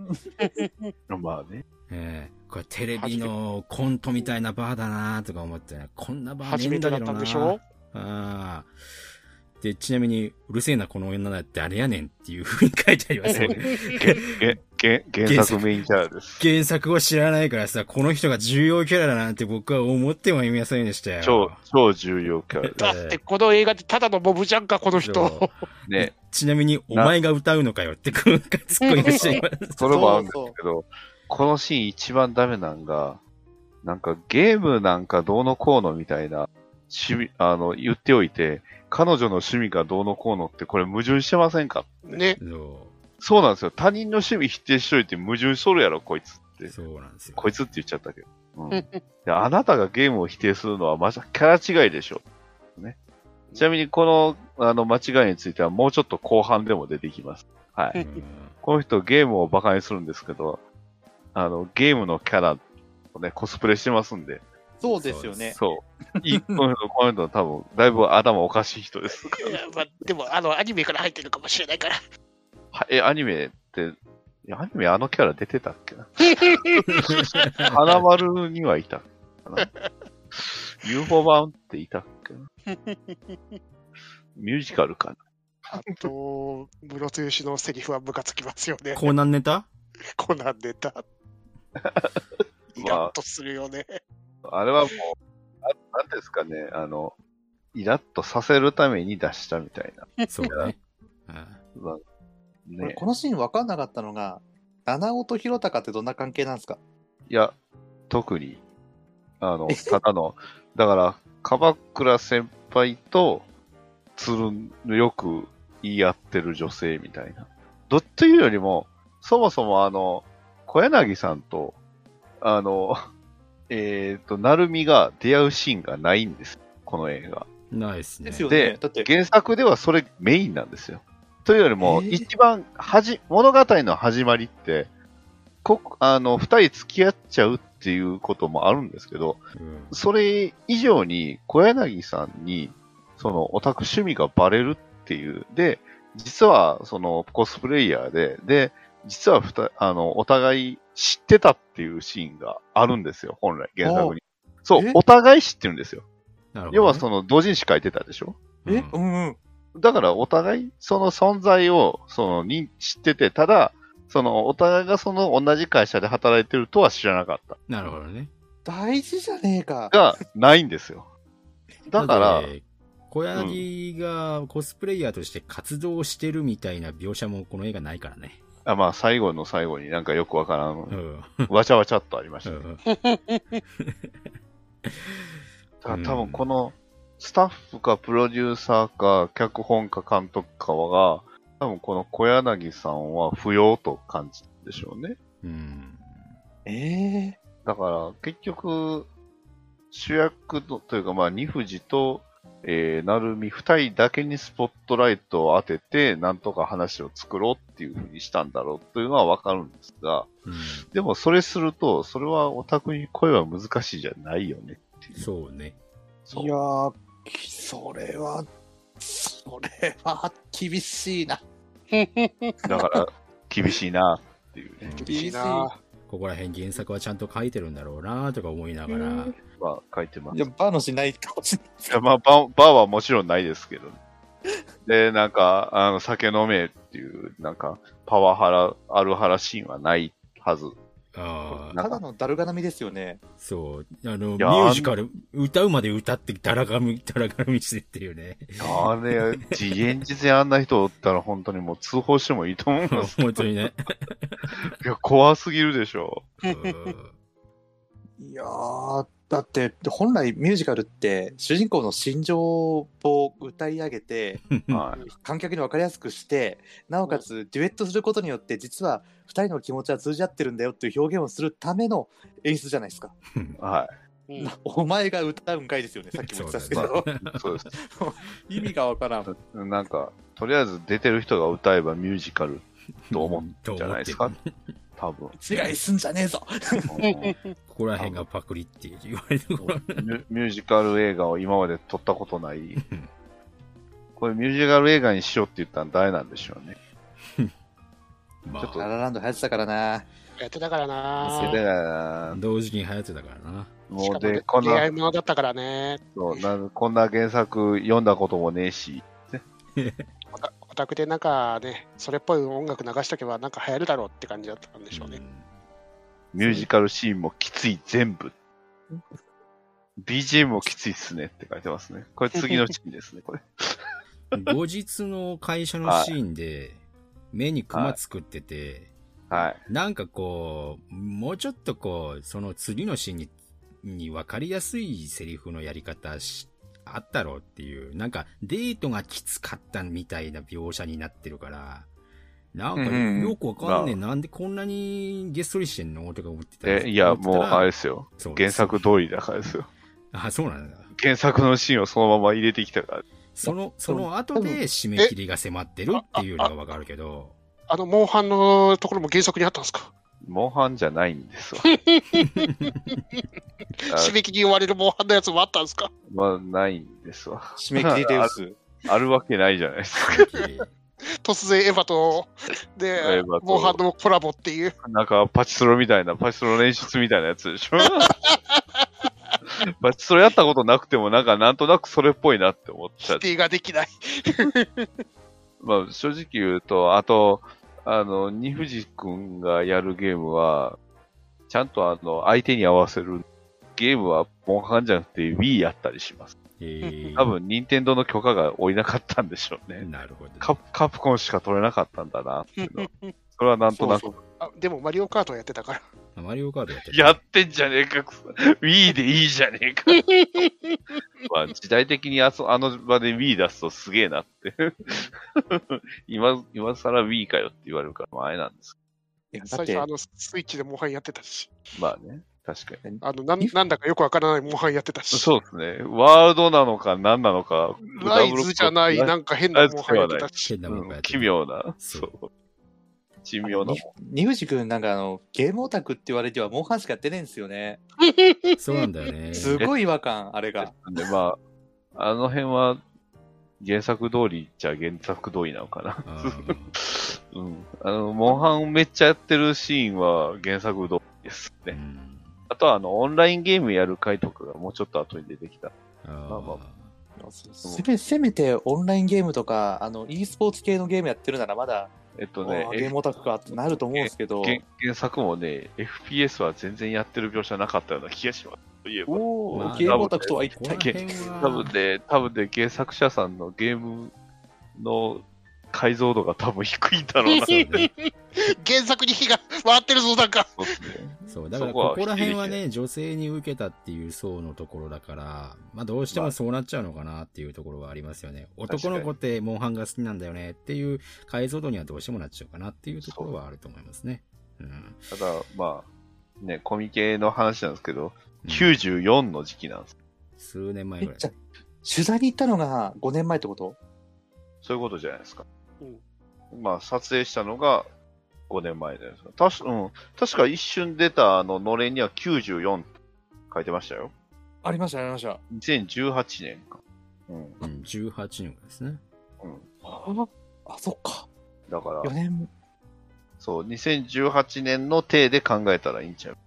Speaker 1: まあね。
Speaker 3: ええこれテレビのコントみたいなバーだなとか思ってね、こんなバーね
Speaker 4: 初
Speaker 3: え
Speaker 4: め
Speaker 3: ん
Speaker 4: て
Speaker 3: だ
Speaker 4: だ
Speaker 3: け
Speaker 4: っ
Speaker 3: ど
Speaker 4: た
Speaker 3: なん
Speaker 4: でしょ
Speaker 3: ああ。で、ちなみに、うるせえな、この女だってあれやねんっていう風に書いてありますよね。
Speaker 1: げげ原作メインキャラです。
Speaker 3: 原作を知らないからさ、この人が重要キャラだなんて僕は思ってもいませんでしたよ。
Speaker 1: 超、超重要キャラで
Speaker 4: だってこの映画でただのボブじゃんか、この
Speaker 3: そ
Speaker 4: 人。
Speaker 1: すね。
Speaker 3: ちなみに、お前が歌うのかよって、今回突っ込みました。
Speaker 1: それもあるんですけど、このシーン一番ダメなんが、なんかゲームなんかどうのこうのみたいな、趣味、あの、言っておいて、彼女の趣味がどうのこうのってこれ矛盾してませんか
Speaker 4: ね。
Speaker 3: そ
Speaker 1: そうなんですよ。他人の趣味否定しといて矛盾しとるやろ、こいつっ
Speaker 3: う、
Speaker 1: て。
Speaker 3: そうなんですよ。
Speaker 1: こいつって言っちゃったけど。 うん、であなたがゲームを否定するのはまじキャラ違いでしょ。ね。ちなみにこの、あの、間違いについてはもうちょっと後半でも出てきます。はい。
Speaker 3: うん
Speaker 1: この人ゲームをバカにするんですけど、あの、ゲームのキャラをね、コスプレしてますんで、
Speaker 2: そうですよね。
Speaker 1: そう。いい、この人、この人多分、だいぶ頭おかしい人です。
Speaker 4: いやまあ、でも、あの、アニメから入ってるかもしれないから。
Speaker 1: はえ、アニメって、いやアニメあのキャラ出てたっ けな花丸にはいたかな ?UFO 版っていたっけなミュージカルかな
Speaker 4: あと、室戸吉のセリフはムカつきますよね。
Speaker 3: コーナンネタ
Speaker 4: コナンネタ。 イラッとするよね。
Speaker 1: あれはもう、あなんですかね、あの、イラッとさせるために出したみたいな。
Speaker 3: そうね。あ
Speaker 1: まあ
Speaker 2: これ
Speaker 1: ね、
Speaker 2: このシーン分かんなかったのが、七尾と弘隆ってどんな関係なんですか
Speaker 1: いや、特に、あの、ただの、 だから、鎌倉先輩と、つるん、よく言い合ってる女性みたいな。どっちいうよりも、そもそもあの、小柳さんと、あの、 えっ、と、なるみが出会うシーンがないんです。この映画。
Speaker 3: ないですね。
Speaker 2: ですよ
Speaker 1: で
Speaker 2: ね。だって、
Speaker 1: 原作ではそれメインなんですよ。というよりも、
Speaker 2: えー
Speaker 1: 一番はじ、物語の始まりって、こあの、二人付き合っちゃうっていうこともあるんですけど、
Speaker 3: うん
Speaker 1: それ以上に小柳さんに、そのオタク趣味がバレるっていう、で、実はそのコスプレイヤーで、で、実はふたあのお互い知ってたっていうシーンがあるんですよ、本来、原作に。そう
Speaker 2: え、
Speaker 1: お互い知ってるんですよ。
Speaker 3: なるほどね
Speaker 1: 要はその同人誌書いてたでしょ
Speaker 2: え
Speaker 3: うん
Speaker 2: うんうん。
Speaker 1: だからお互いその存在をその認知ってて、ただ、そのお互いがその同じ会社で働いてるとは知らなかった。
Speaker 3: なるほどね。
Speaker 2: 大事じゃねえか。
Speaker 1: が、ないんですよ。だから
Speaker 3: なの、で、小柳がコスプレイヤーとして活動してるみたいな描写もこの映画ないからね。
Speaker 1: あまあ最後の最後になんかよくわから、
Speaker 3: うんん。
Speaker 1: わちゃわちゃっとありまし
Speaker 3: う
Speaker 1: たね。
Speaker 3: ん
Speaker 1: だから
Speaker 3: うん
Speaker 1: 多分このスタッフかプロデューサーか脚本か監督かはが、多分この小柳さんは不要と感じたんでしょうね。
Speaker 3: うん。
Speaker 2: ええ
Speaker 1: だから、結局、主役のというか、まあ、二富士と、えー、なるみ二人だけにスポットライトを当てて、なんとか話を作ろうっていうふうにしたんだろうというのはわかるんですが、
Speaker 3: うん
Speaker 1: でもそれすると、それはオタクに声は難しいじゃないよねっていう。
Speaker 3: そうね。
Speaker 1: そう
Speaker 2: いやー、きそれは、それは厳しいな。
Speaker 1: だから、厳しいなっていうね。
Speaker 3: うん
Speaker 2: 厳しい
Speaker 4: な
Speaker 3: ここら辺原作はちゃんと書いてるんだろうなとか思いながら。
Speaker 1: まあ、書いてます
Speaker 2: い。や、バーのしないかもしれない
Speaker 1: いやまあ、バーバーはもちろんないですけど、で、なんか、あの、酒飲めっていう、なんか、パワハラ、アルハラシーンはないはず。
Speaker 3: ああ、
Speaker 1: なんか
Speaker 2: ただのだるがなみですよね。
Speaker 3: そう。あの、ミ
Speaker 1: いや
Speaker 3: ュージカル、歌うまで歌って、だらがみ、だらがみしてってい うね。
Speaker 1: あれ、自現実にあんな人おったら本当にもう通報してもいいと思うんです。
Speaker 3: 本当にね。
Speaker 1: いや、怖すぎるでしょ。
Speaker 3: うん
Speaker 2: いやー、だって、本来ミュージカルって、主人公の心情を歌い上 げて、
Speaker 1: はい。
Speaker 2: 観客に分かりやすくして、なおかつデュエットすることによって、実は2人の気持ちは通じ合ってるんだよっていう表現をするための演出じゃないですか。
Speaker 1: は
Speaker 4: うん
Speaker 2: お前が歌うんかいですよね、さっきも言ってたんですけ
Speaker 3: そ
Speaker 2: ど。
Speaker 1: い。そうです。
Speaker 2: 意味が分からん。
Speaker 1: なんか、とりあえず出てる人が歌えばミュージカルと思っ
Speaker 3: と
Speaker 1: じゃないですか
Speaker 3: 思って
Speaker 1: 多分。
Speaker 2: つらいすんじゃねえぞ。
Speaker 3: ここら辺がパクリって言われるところ。
Speaker 1: ミュミュージカル映画を今まで撮ったことない。これミュージカル映画にしようって言ったの誰なんでしょうね。
Speaker 3: ま
Speaker 1: ちょっと
Speaker 2: ララランド流行ってたからな。
Speaker 4: やってたから
Speaker 1: だ
Speaker 4: な
Speaker 1: か
Speaker 4: ぁ。
Speaker 1: ら
Speaker 3: あ、、同時期に流行ってたからな。
Speaker 4: し
Speaker 1: も
Speaker 4: か
Speaker 1: うで、
Speaker 4: も
Speaker 1: こん
Speaker 4: 恋愛
Speaker 1: な、
Speaker 4: ものだったからね。
Speaker 1: そうなんこんな原作読んだこともねえし、
Speaker 4: オタオタクでなんかね、それっぽい音楽流しとけばなんか流行るだろうって感じだったんでしょうね。
Speaker 1: ミュージカルシーンもきつい全部。BGM もきついっすねって書いてますね。これ次のシーンですね、これ。
Speaker 3: うん後日の会社のシーンで、目にクマ作ってて、
Speaker 1: はい。
Speaker 3: なんかこう、もうちょっとこう、その次のシーンに、に分かりやすいセリフのやり方し、あったろうっていう、なんかデートがきつかったみたいな描写になってるから、なん
Speaker 2: うんうんうん
Speaker 3: かよくわかんねえ、なんでこんなにげっそりしてんのとか思ってた
Speaker 1: え、いや、もう、あれ
Speaker 3: れ、
Speaker 1: ですよ。
Speaker 3: そう
Speaker 1: 原作通りだからですよ。
Speaker 3: あ、そうなんだ。
Speaker 1: 原作のシーンをそのまま入れてきたから。
Speaker 3: その、その後で締め切りが迫ってるっていうのがわかるけど、
Speaker 4: あの、モンハンのところも原作にあったんですか
Speaker 1: モンハンじゃないんです わ。あ
Speaker 4: 締め切りに追われるモンハンのやつもあったんですか
Speaker 1: まあ、ないんですわ。
Speaker 2: 締め切りデウス。
Speaker 1: あるわけないじゃないですか。
Speaker 4: 突然エヴァと、
Speaker 1: エ
Speaker 4: で
Speaker 1: ヴァ、と
Speaker 4: モンハンのコラボっ ていう。
Speaker 1: なんか、パチスロみたいな、パチスロの演出みたいなやつで しょ。パチスロやったことなくても、なんか、なんとなくそれっぽいなって思っちゃ
Speaker 4: 否
Speaker 1: う。
Speaker 4: 定ができない。
Speaker 1: まあ、正直言うと、あと、あの、二藤くんがやるゲームは、ちゃんとあの、相手に合わせるゲームは、モンハンじゃなくて Wii やったりします。
Speaker 3: えー
Speaker 1: 多分、任天堂の許可が下りなかったんでしょうね。
Speaker 3: なるほど。
Speaker 1: カカプコンしか取れなかったんだなっていうのはそれはなんとな
Speaker 4: そう
Speaker 1: く。
Speaker 4: あでも、マリオカートはやってたから。
Speaker 3: マリオカードやってる
Speaker 1: やってんじゃねえか、くそ Wii でいいじゃねえか。まあ、時代的にあそあの場で Wii 出すとすげえなって。 今、今更 Wii かよって言われるから、まあ、あれなんです
Speaker 2: いや、だっ
Speaker 4: 最初、
Speaker 2: て
Speaker 4: あ、の、スイッチでモンハンやってたし。
Speaker 1: けど。まあね、確かに。
Speaker 4: あの、なんなんだかよくわからないモンハンやってたし。
Speaker 1: そうですね。ワールドなのか何なのか。
Speaker 4: ライズじゃない、
Speaker 1: ダ
Speaker 4: な
Speaker 1: ブル
Speaker 4: んか変なモンハンやってたし。
Speaker 3: 変な
Speaker 1: コッ
Speaker 3: も
Speaker 1: ト
Speaker 3: んが
Speaker 1: う
Speaker 3: や
Speaker 1: ん
Speaker 3: って
Speaker 1: 奇
Speaker 3: る
Speaker 1: 妙な、
Speaker 3: そ
Speaker 1: そうう。奇妙なもん。
Speaker 2: ニュージ君なんかあの、ゲームオタクって言われてはモンハンしかやってないんですよね。
Speaker 3: そうなんだよ ね。
Speaker 2: すごい違和感、あれが。
Speaker 1: なんで、まあ、あの辺は、原作通りじゃ原作通りなのかな。
Speaker 3: うん
Speaker 1: うん。あの、モンハンめっちゃやってるシーンは原作通りです
Speaker 3: う
Speaker 1: ね。
Speaker 3: ん
Speaker 1: あとは、あの、オンラインゲームやる回とかがもうちょっと後に出てきた。
Speaker 3: あー
Speaker 1: まあま
Speaker 2: せめせめてオンラインゲームとか、あの、e スポーツ系のゲームやってるならまだ、
Speaker 1: えっと
Speaker 2: お
Speaker 1: ね
Speaker 2: ー、ゲームオタクかってなると思うんですけど、
Speaker 1: 原原作もね、FPS は全然やってる描写なかったような気がします。といえば
Speaker 2: お
Speaker 3: まあ
Speaker 2: ーゲームオタクとは一
Speaker 3: ここら
Speaker 2: 体。
Speaker 3: 辺
Speaker 1: 多分
Speaker 3: は、
Speaker 1: ね、多分ね、原作者さんのゲームの解像度が多分低いんだろうな。
Speaker 3: そう ね
Speaker 4: 原作に火が回ってるぞ、なんか。
Speaker 1: そうですね。
Speaker 3: そう、だから
Speaker 1: そこは
Speaker 3: ここら辺はね、女性に受けたっていう層のところだから、まあどうしてもそうなっちゃうのかなっていうところはありますよね。男の子ってモンハンが好きなんだよねっていう解像度にはどうしてもなっちゃうかなっていうところはあると思いますね。うん。
Speaker 1: ただ、まあ、ね、コミケの話なんですけど、94の時期なんです。
Speaker 3: 数年前
Speaker 2: え
Speaker 3: ぐらい
Speaker 2: じ。ゃあ取材に行ったのが5年前ってこと
Speaker 1: そういうことじゃないですか。まあ、撮影したのが5年前じゃないですか。確か、うん。確か一瞬出たあの、のれんには94って書いてましたよ。
Speaker 2: ありました、ありました。
Speaker 1: 2018年か。うん。
Speaker 3: うん、18年ぐらいですね。
Speaker 1: うん。
Speaker 2: あ、あそっか。
Speaker 1: だから
Speaker 2: 4、年。
Speaker 1: そう、2018年の体で考えたらいいんちゃう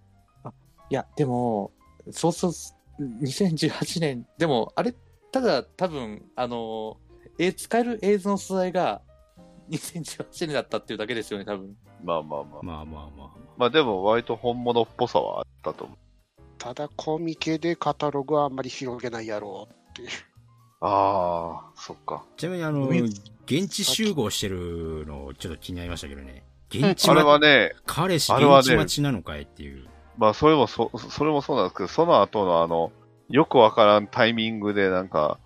Speaker 2: いや、でも、そうそう、2018年、でも、あれ、ただ、多分、あの、え使える映像の素材が2018年だったっていうだけですよね、多分。
Speaker 1: まあまあまあ。
Speaker 3: まあまあまあま
Speaker 1: まあでも割と本物っぽさはあったと思う。
Speaker 4: ただ、コミケでカタログはあんまり広げないやろう。
Speaker 1: ああ、そっか
Speaker 3: あ。。ちなみにあの、
Speaker 2: うん
Speaker 3: 現地集合してるのちょっと気になりましたけどね。現地
Speaker 1: あれは
Speaker 3: は
Speaker 1: ね、
Speaker 3: 彼氏
Speaker 1: あれはね
Speaker 3: 現地待ちなのかいっていう。
Speaker 1: まあそれもそ、それもそうなんですけど、その後のあの、よくわからんタイミングでなんか、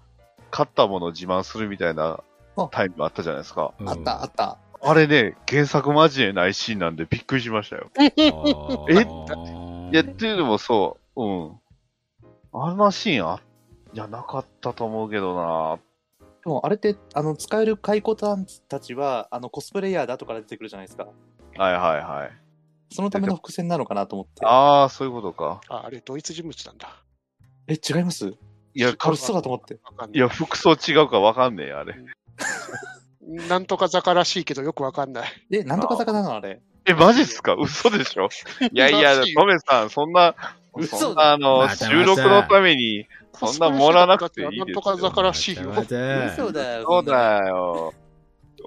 Speaker 1: 勝ったものを自慢するみたいな
Speaker 2: あ
Speaker 1: タイムあったじゃないですか。
Speaker 3: うん
Speaker 2: あった、あった。
Speaker 1: あれね、原作マジでないシーンなんでびっくりしましたよ。
Speaker 3: え
Speaker 1: いや、っていうのもそう、うん。あんなシーンあ、いや、なかったと思うけどな
Speaker 2: でも、あれって、あの、使える解雇たちは、あの、コスプレイヤーだとから出てくるじゃないですか。
Speaker 1: はいはいはい。
Speaker 2: そのための伏線なのかなと思って。
Speaker 1: ああ、そういうことか。
Speaker 4: あ、あれ、ドイツ人物なんだ。
Speaker 2: え、違います
Speaker 1: いや、
Speaker 2: これそうだと思って。
Speaker 4: わかんない
Speaker 1: いや、服装違うかわかんねえよ、あれ。
Speaker 4: なんとか坂らしいけどよくわかんない。
Speaker 2: え、なんとか坂なのあれ。
Speaker 1: え、マジっすか嘘でしょいやいや
Speaker 4: らし、いよ
Speaker 1: トメさん、そんな、
Speaker 2: 嘘
Speaker 1: そんな、あの、
Speaker 3: またまた
Speaker 1: 収録のために、そんな盛らなくていいですよ
Speaker 4: なんとか坂らしいよ。
Speaker 3: またまた
Speaker 2: だよ
Speaker 1: そうだよ。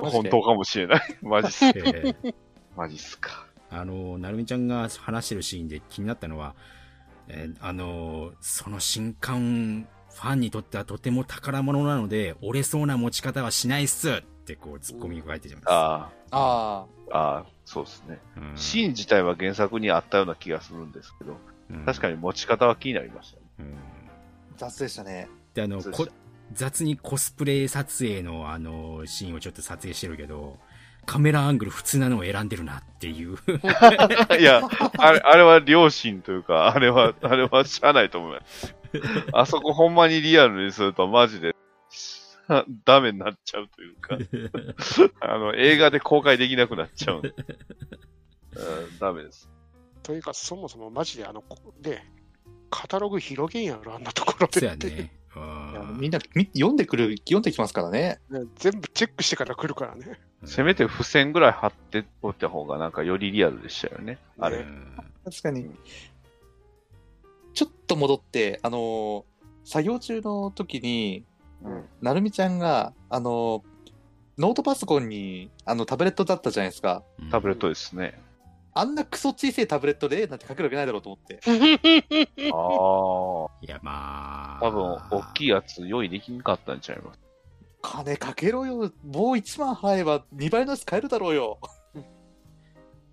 Speaker 2: マジ
Speaker 1: 本
Speaker 2: で
Speaker 1: 当かもしれ ない。マジっす。
Speaker 3: えー
Speaker 1: マジっすか。
Speaker 3: あの、なるみちゃんが話してるシーンで気になったのは、えーあの、その新刊、ファンにとってはとても宝物なので、折れそうな持ち方はしないっすって、こう、ツッコミが書いてるじゃない
Speaker 1: あ
Speaker 2: あ
Speaker 1: あ、ああ、そうですね。
Speaker 3: ですか。うん
Speaker 1: シーン自体は原作にあったような気がするんですけど、確か
Speaker 3: に。
Speaker 1: に持ち方は気になりましたね。
Speaker 3: うん
Speaker 2: あ、雑でしたね。
Speaker 3: で、あの、
Speaker 1: そうで
Speaker 3: こ
Speaker 1: した
Speaker 3: 雑にコスプレ撮影の、あの、シーンをちょっと撮影してるけど、カメラアングル普通なのを選んでるなって いう。
Speaker 1: い や、あれ、あれは良心というか、あれは、あれはしゃあないと思います。あそこほんまにリアルにするとマジで、 ダメになっちゃうというか、あの、映画で公開できなくなっちゃうんで。うん、ダメです。
Speaker 4: というか、そもそもマジであの、ね、カタログ広げんやろ、あんなところ
Speaker 3: そう
Speaker 4: で
Speaker 3: や。ね。う
Speaker 2: いや
Speaker 3: ん
Speaker 2: みんなみ読んでくる、読んできますからね。
Speaker 4: ね全部チェックしてから来るからね。
Speaker 1: せめて付箋ぐらい貼っておいた方がなんかよりリアルでしたよね。あ
Speaker 3: う
Speaker 1: れ。
Speaker 3: ん
Speaker 2: 確かに。ちょっと戻って、あのー作業中の時に、
Speaker 1: うん
Speaker 2: なるみちゃんが、あのーノートパソコンに、あの、タブレットだったじゃないですか。
Speaker 1: タブレットですね。
Speaker 2: あんなクソ小さいタブレットで絵なんて描けるわけないだろうと思って。
Speaker 1: ああ。多
Speaker 3: いや、まあ。
Speaker 1: 分、大きいやつ用意できなかったんちゃいます。
Speaker 2: 金かけろよ。もう1万払えば2倍のやつ買えるだろうよ。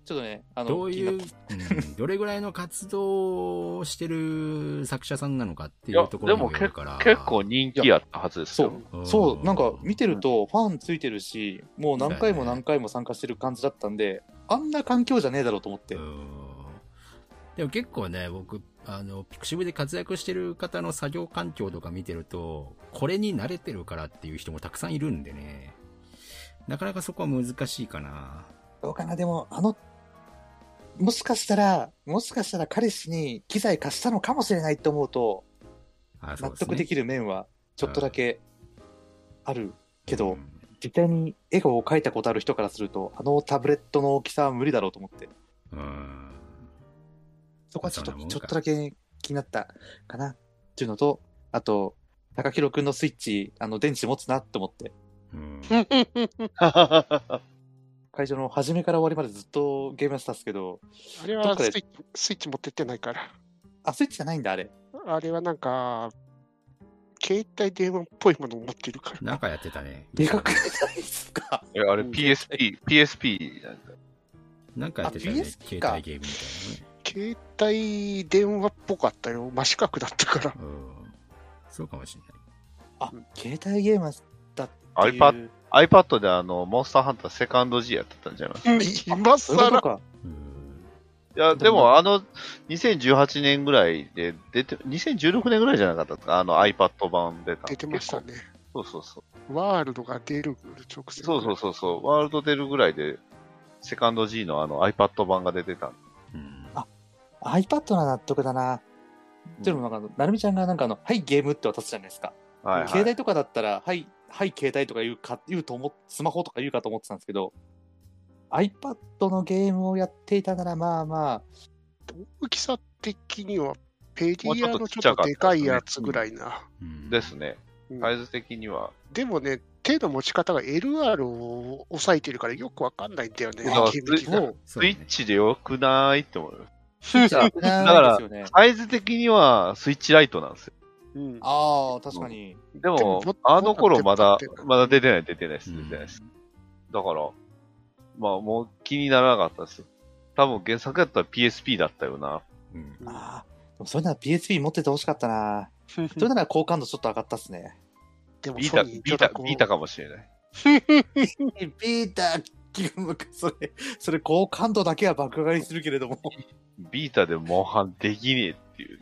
Speaker 2: ちょっとね、あの、
Speaker 3: どう
Speaker 2: 気
Speaker 3: い
Speaker 2: にな
Speaker 3: う、
Speaker 2: っ
Speaker 3: う
Speaker 2: た
Speaker 3: んどれぐらいの活動をしてる作者さんなのかっ
Speaker 1: い
Speaker 3: てい
Speaker 1: や
Speaker 3: うと、こ
Speaker 1: で
Speaker 3: ろも
Speaker 1: も
Speaker 3: よる
Speaker 1: 結
Speaker 3: から。
Speaker 1: 結構人気やったはずですよ。
Speaker 3: うん
Speaker 2: そう、なんか見てるとファンついてるし、もう何回も
Speaker 3: だよね
Speaker 2: 何回も参加してる感じだったんで、あんな環境じゃねえだろうと思って。
Speaker 3: うんでも結構ね、僕、あの、ピクシブで活躍してる方の作業環境とか見てると、これに慣れてるからっていう人もたくさんいるんでね。なかなかそこは難しいかな。
Speaker 2: どうかな、でも、あの、もしかしたら、もしかしたら彼氏に機材貸したのかもしれないと思うと、
Speaker 3: あ
Speaker 2: 納得でき
Speaker 3: る
Speaker 2: る面はちょっとだけあるけど、
Speaker 3: うん
Speaker 2: 実際に絵画を描いたことある人からすると、あのタブレットの大きさは無理だろうと思って、
Speaker 3: うん。
Speaker 2: そこはちょっと
Speaker 3: そんなもんか
Speaker 2: ちょっとだけ気になったかなっていうのと、あと、高弘くんのスイッチ、あの、電池持つなって思って、
Speaker 3: うん
Speaker 1: あ
Speaker 2: 会場の初めから終わりまでずっとゲームやってたんですけど、
Speaker 4: あれはスイッチスイッチ持ってってないから。
Speaker 2: あ、スイッチじゃないんだ、あれ。
Speaker 4: あれはなんか、携帯電話っぽいものを持ってるから。
Speaker 3: なんかやってたね。
Speaker 2: でかくないですか
Speaker 1: いやあれ PSP、PSP なんか
Speaker 3: なんかやってたよ
Speaker 2: あ
Speaker 3: ね。
Speaker 2: PSP
Speaker 3: 携
Speaker 2: か
Speaker 3: 帯ゲームみたいなね。
Speaker 4: 携帯電話っぽかったよ。真四角だったから。
Speaker 3: うんそうかもしれない。
Speaker 2: あ、携帯ゲームだったっていう。
Speaker 1: iPad iPad であの、モンスターハンターセカンド G やってたんじゃないですか。
Speaker 4: 今
Speaker 2: そういうこと
Speaker 4: 更
Speaker 2: か。
Speaker 3: うん
Speaker 1: いや、でもあの、2018年ぐらいで出て、2016年ぐらいじゃなかったですかあの iPad 版出た。
Speaker 4: 出てましたね。
Speaker 1: そうそうそう。
Speaker 4: ワールドが出る直前。
Speaker 1: そうそうそうそう。ワールド出るぐらいで、セカンド G のあの iPad 版が出てた。
Speaker 3: うん
Speaker 2: あ iPad な納得だな。でもなんか、なるみちゃんがなんかあの、はい、ゲームって渡すじゃないですか。
Speaker 1: はい、はい。
Speaker 2: 携帯とかだったら、はい、はい、携帯とか言うか、言うと思っ、スマホとか言うかと思ってたんですけど、iPad のゲームをやっていたなら、まあまあ、
Speaker 4: 大きさ的には、ペデ
Speaker 1: もうち
Speaker 4: ィ
Speaker 1: ょ
Speaker 4: ア
Speaker 1: っと
Speaker 4: の
Speaker 1: ち
Speaker 4: ち
Speaker 1: っちゃ
Speaker 4: ょ
Speaker 1: か
Speaker 4: っ
Speaker 1: った
Speaker 4: と
Speaker 1: ですね
Speaker 4: でかいやつぐらいな。
Speaker 3: うん
Speaker 1: ですね。
Speaker 4: うん
Speaker 1: サイズ的には。
Speaker 4: でもね、手の持ち方が LR を抑えてるからよくわかんないんだよね。
Speaker 1: だから
Speaker 4: ゲーム機が
Speaker 1: そう
Speaker 3: そ
Speaker 1: ス
Speaker 3: うね
Speaker 1: イッチでよくないって思います。
Speaker 2: スイッチは危ないです よね。
Speaker 1: サイズ的にはスイッチライトなんですよ。
Speaker 4: うん
Speaker 2: ああ、確かに。
Speaker 1: で
Speaker 4: で
Speaker 1: も
Speaker 4: もも、
Speaker 1: あの頃まだ
Speaker 4: もっと出て、た
Speaker 1: まだ出てない、出てないです、
Speaker 3: うん
Speaker 1: 出てないです。だから、まあもう気にならなかったです。多分原作だったら PSP だったよな。
Speaker 3: うん
Speaker 4: うん
Speaker 2: ああ、でもそれなら PSP 持っててほしかったな。それなら好感度ちょっと上がったっすね。
Speaker 4: でも
Speaker 1: ビー
Speaker 4: ソ
Speaker 1: タ、
Speaker 4: ニー
Speaker 1: ビ
Speaker 4: ち
Speaker 1: ー
Speaker 4: ょっと
Speaker 1: タ、
Speaker 4: こう
Speaker 1: ビータかもしれない。
Speaker 2: ビーター、気が向く。それ、それ好感度だけは爆上がりするけれども、
Speaker 1: ビータでモンハンできねえっていう。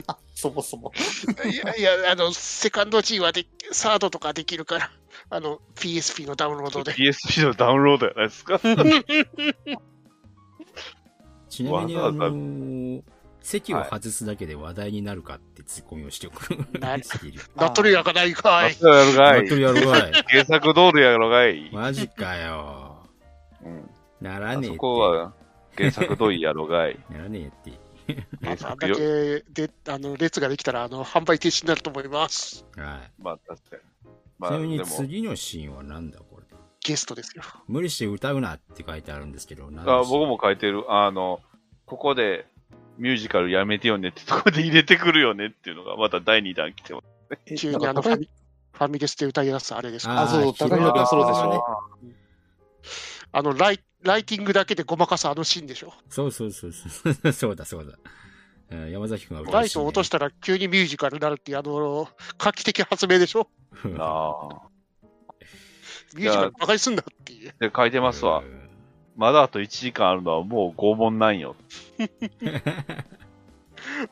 Speaker 2: そもそも。
Speaker 4: いやいや、あの、セカンド G はで、サードとかできるから、あの、PSP のダウンロードで。
Speaker 1: PSP のダウンロードやないですか。
Speaker 3: ちなみに、あ
Speaker 1: わ
Speaker 3: の
Speaker 1: ざわざ
Speaker 3: ー席を外すだけで話題になるかってツッコミをしておく。
Speaker 4: な
Speaker 3: している
Speaker 4: ナトリアがないか
Speaker 1: あ
Speaker 4: い。
Speaker 1: そうやろが
Speaker 3: やっ
Speaker 1: い
Speaker 3: と。るやろがい。
Speaker 1: 原作通りやろがい。
Speaker 3: マジかよ。
Speaker 1: うん
Speaker 3: なら
Speaker 1: あ
Speaker 3: ねえっ
Speaker 1: そ
Speaker 3: て。
Speaker 1: こは原作通りやろ がい。
Speaker 3: ならねえって。
Speaker 1: 原
Speaker 4: あん
Speaker 1: 作
Speaker 4: だ
Speaker 1: よ。
Speaker 4: けであの列ができたらあの販売停止になると思います。
Speaker 3: はい。
Speaker 1: まあ確かに。ま
Speaker 3: ち
Speaker 1: あ
Speaker 3: な
Speaker 1: で
Speaker 3: みに
Speaker 1: も、
Speaker 3: 次のシーンはなんだこれ。
Speaker 4: ゲストですよ。
Speaker 3: 無理して歌うなって書いてあるんですけど、なんでしょ
Speaker 1: あ
Speaker 3: う
Speaker 1: 僕も書いてる。あの、ここでミュージカルやめてよねってとこで入れてくるよねっていうのがまた第2弾来てます。
Speaker 2: え
Speaker 4: 急
Speaker 2: なん
Speaker 4: に
Speaker 2: か
Speaker 4: あのフ
Speaker 2: 高
Speaker 4: ァ
Speaker 2: い
Speaker 4: ミファミレスで歌い出すあれですか。
Speaker 2: あ、そう、
Speaker 3: あー
Speaker 2: 高弘君そうでしょ。
Speaker 4: あのライライティングだけでごまかすあのシーンでしょ。
Speaker 3: そうそうそうそう。 そうだそうだ。うん山崎君が
Speaker 4: ライトを落としたら急にミュージカルになるっていうあの 画期的発明でしょ。
Speaker 3: た
Speaker 1: ああ。
Speaker 4: ミュージカル馬鹿にすんなっていう。
Speaker 1: で、書いてますわ。。まだあと1時間あるのはもう拷問なんよ。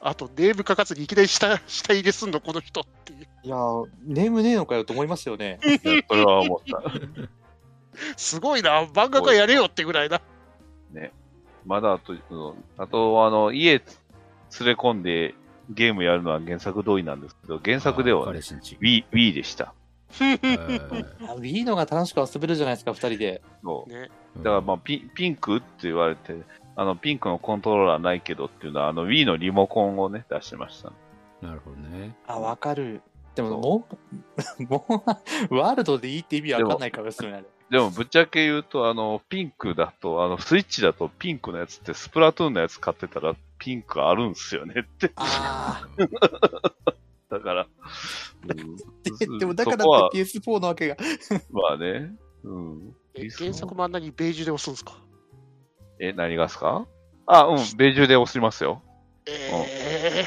Speaker 4: あとネーム書かずにいきなり下 下入れすんのこの人っていう。
Speaker 2: いやー、ネームねえのかよと思いますよ ね。
Speaker 1: いやそれは思った。
Speaker 4: すごいな漫画家やれよってぐらいな。
Speaker 1: まだあと、そのあと、あの、家つ連れ込んでゲームやるのは原作通りなんですけど、原作で
Speaker 3: あー
Speaker 1: は、ね
Speaker 3: 彼、氏 んち
Speaker 1: Wii, Wii でした。
Speaker 3: うん
Speaker 2: あ Wii のが楽しく遊べるじゃないですか、二人で。
Speaker 1: そう
Speaker 4: ね、
Speaker 1: だからまあピンピンクって言われて、あのピンクのコントローラーないけどっていうのは、あの Wii のリモコンをね、出してました、ね。
Speaker 3: なるほどね。
Speaker 2: あ、わかる。でも、もう、 もう、ワールドでいいって意味わかんないからですよね、あれ
Speaker 1: でもぶっちゃけ言うと、あのピンクだと、あのスイッチだとピンクのやつってスプラトゥーンのやつ買ってたらピンクあるんすよねって。
Speaker 2: あ
Speaker 1: だから、う
Speaker 2: ー。
Speaker 1: ん
Speaker 2: でも、だから
Speaker 1: そこは
Speaker 2: って PS4 のわけが。
Speaker 1: まあね、うん。
Speaker 4: え原作もあんなにベージュで押すんですか
Speaker 1: え、何がっすかあ、うん、ベージュで押しますよ。
Speaker 4: え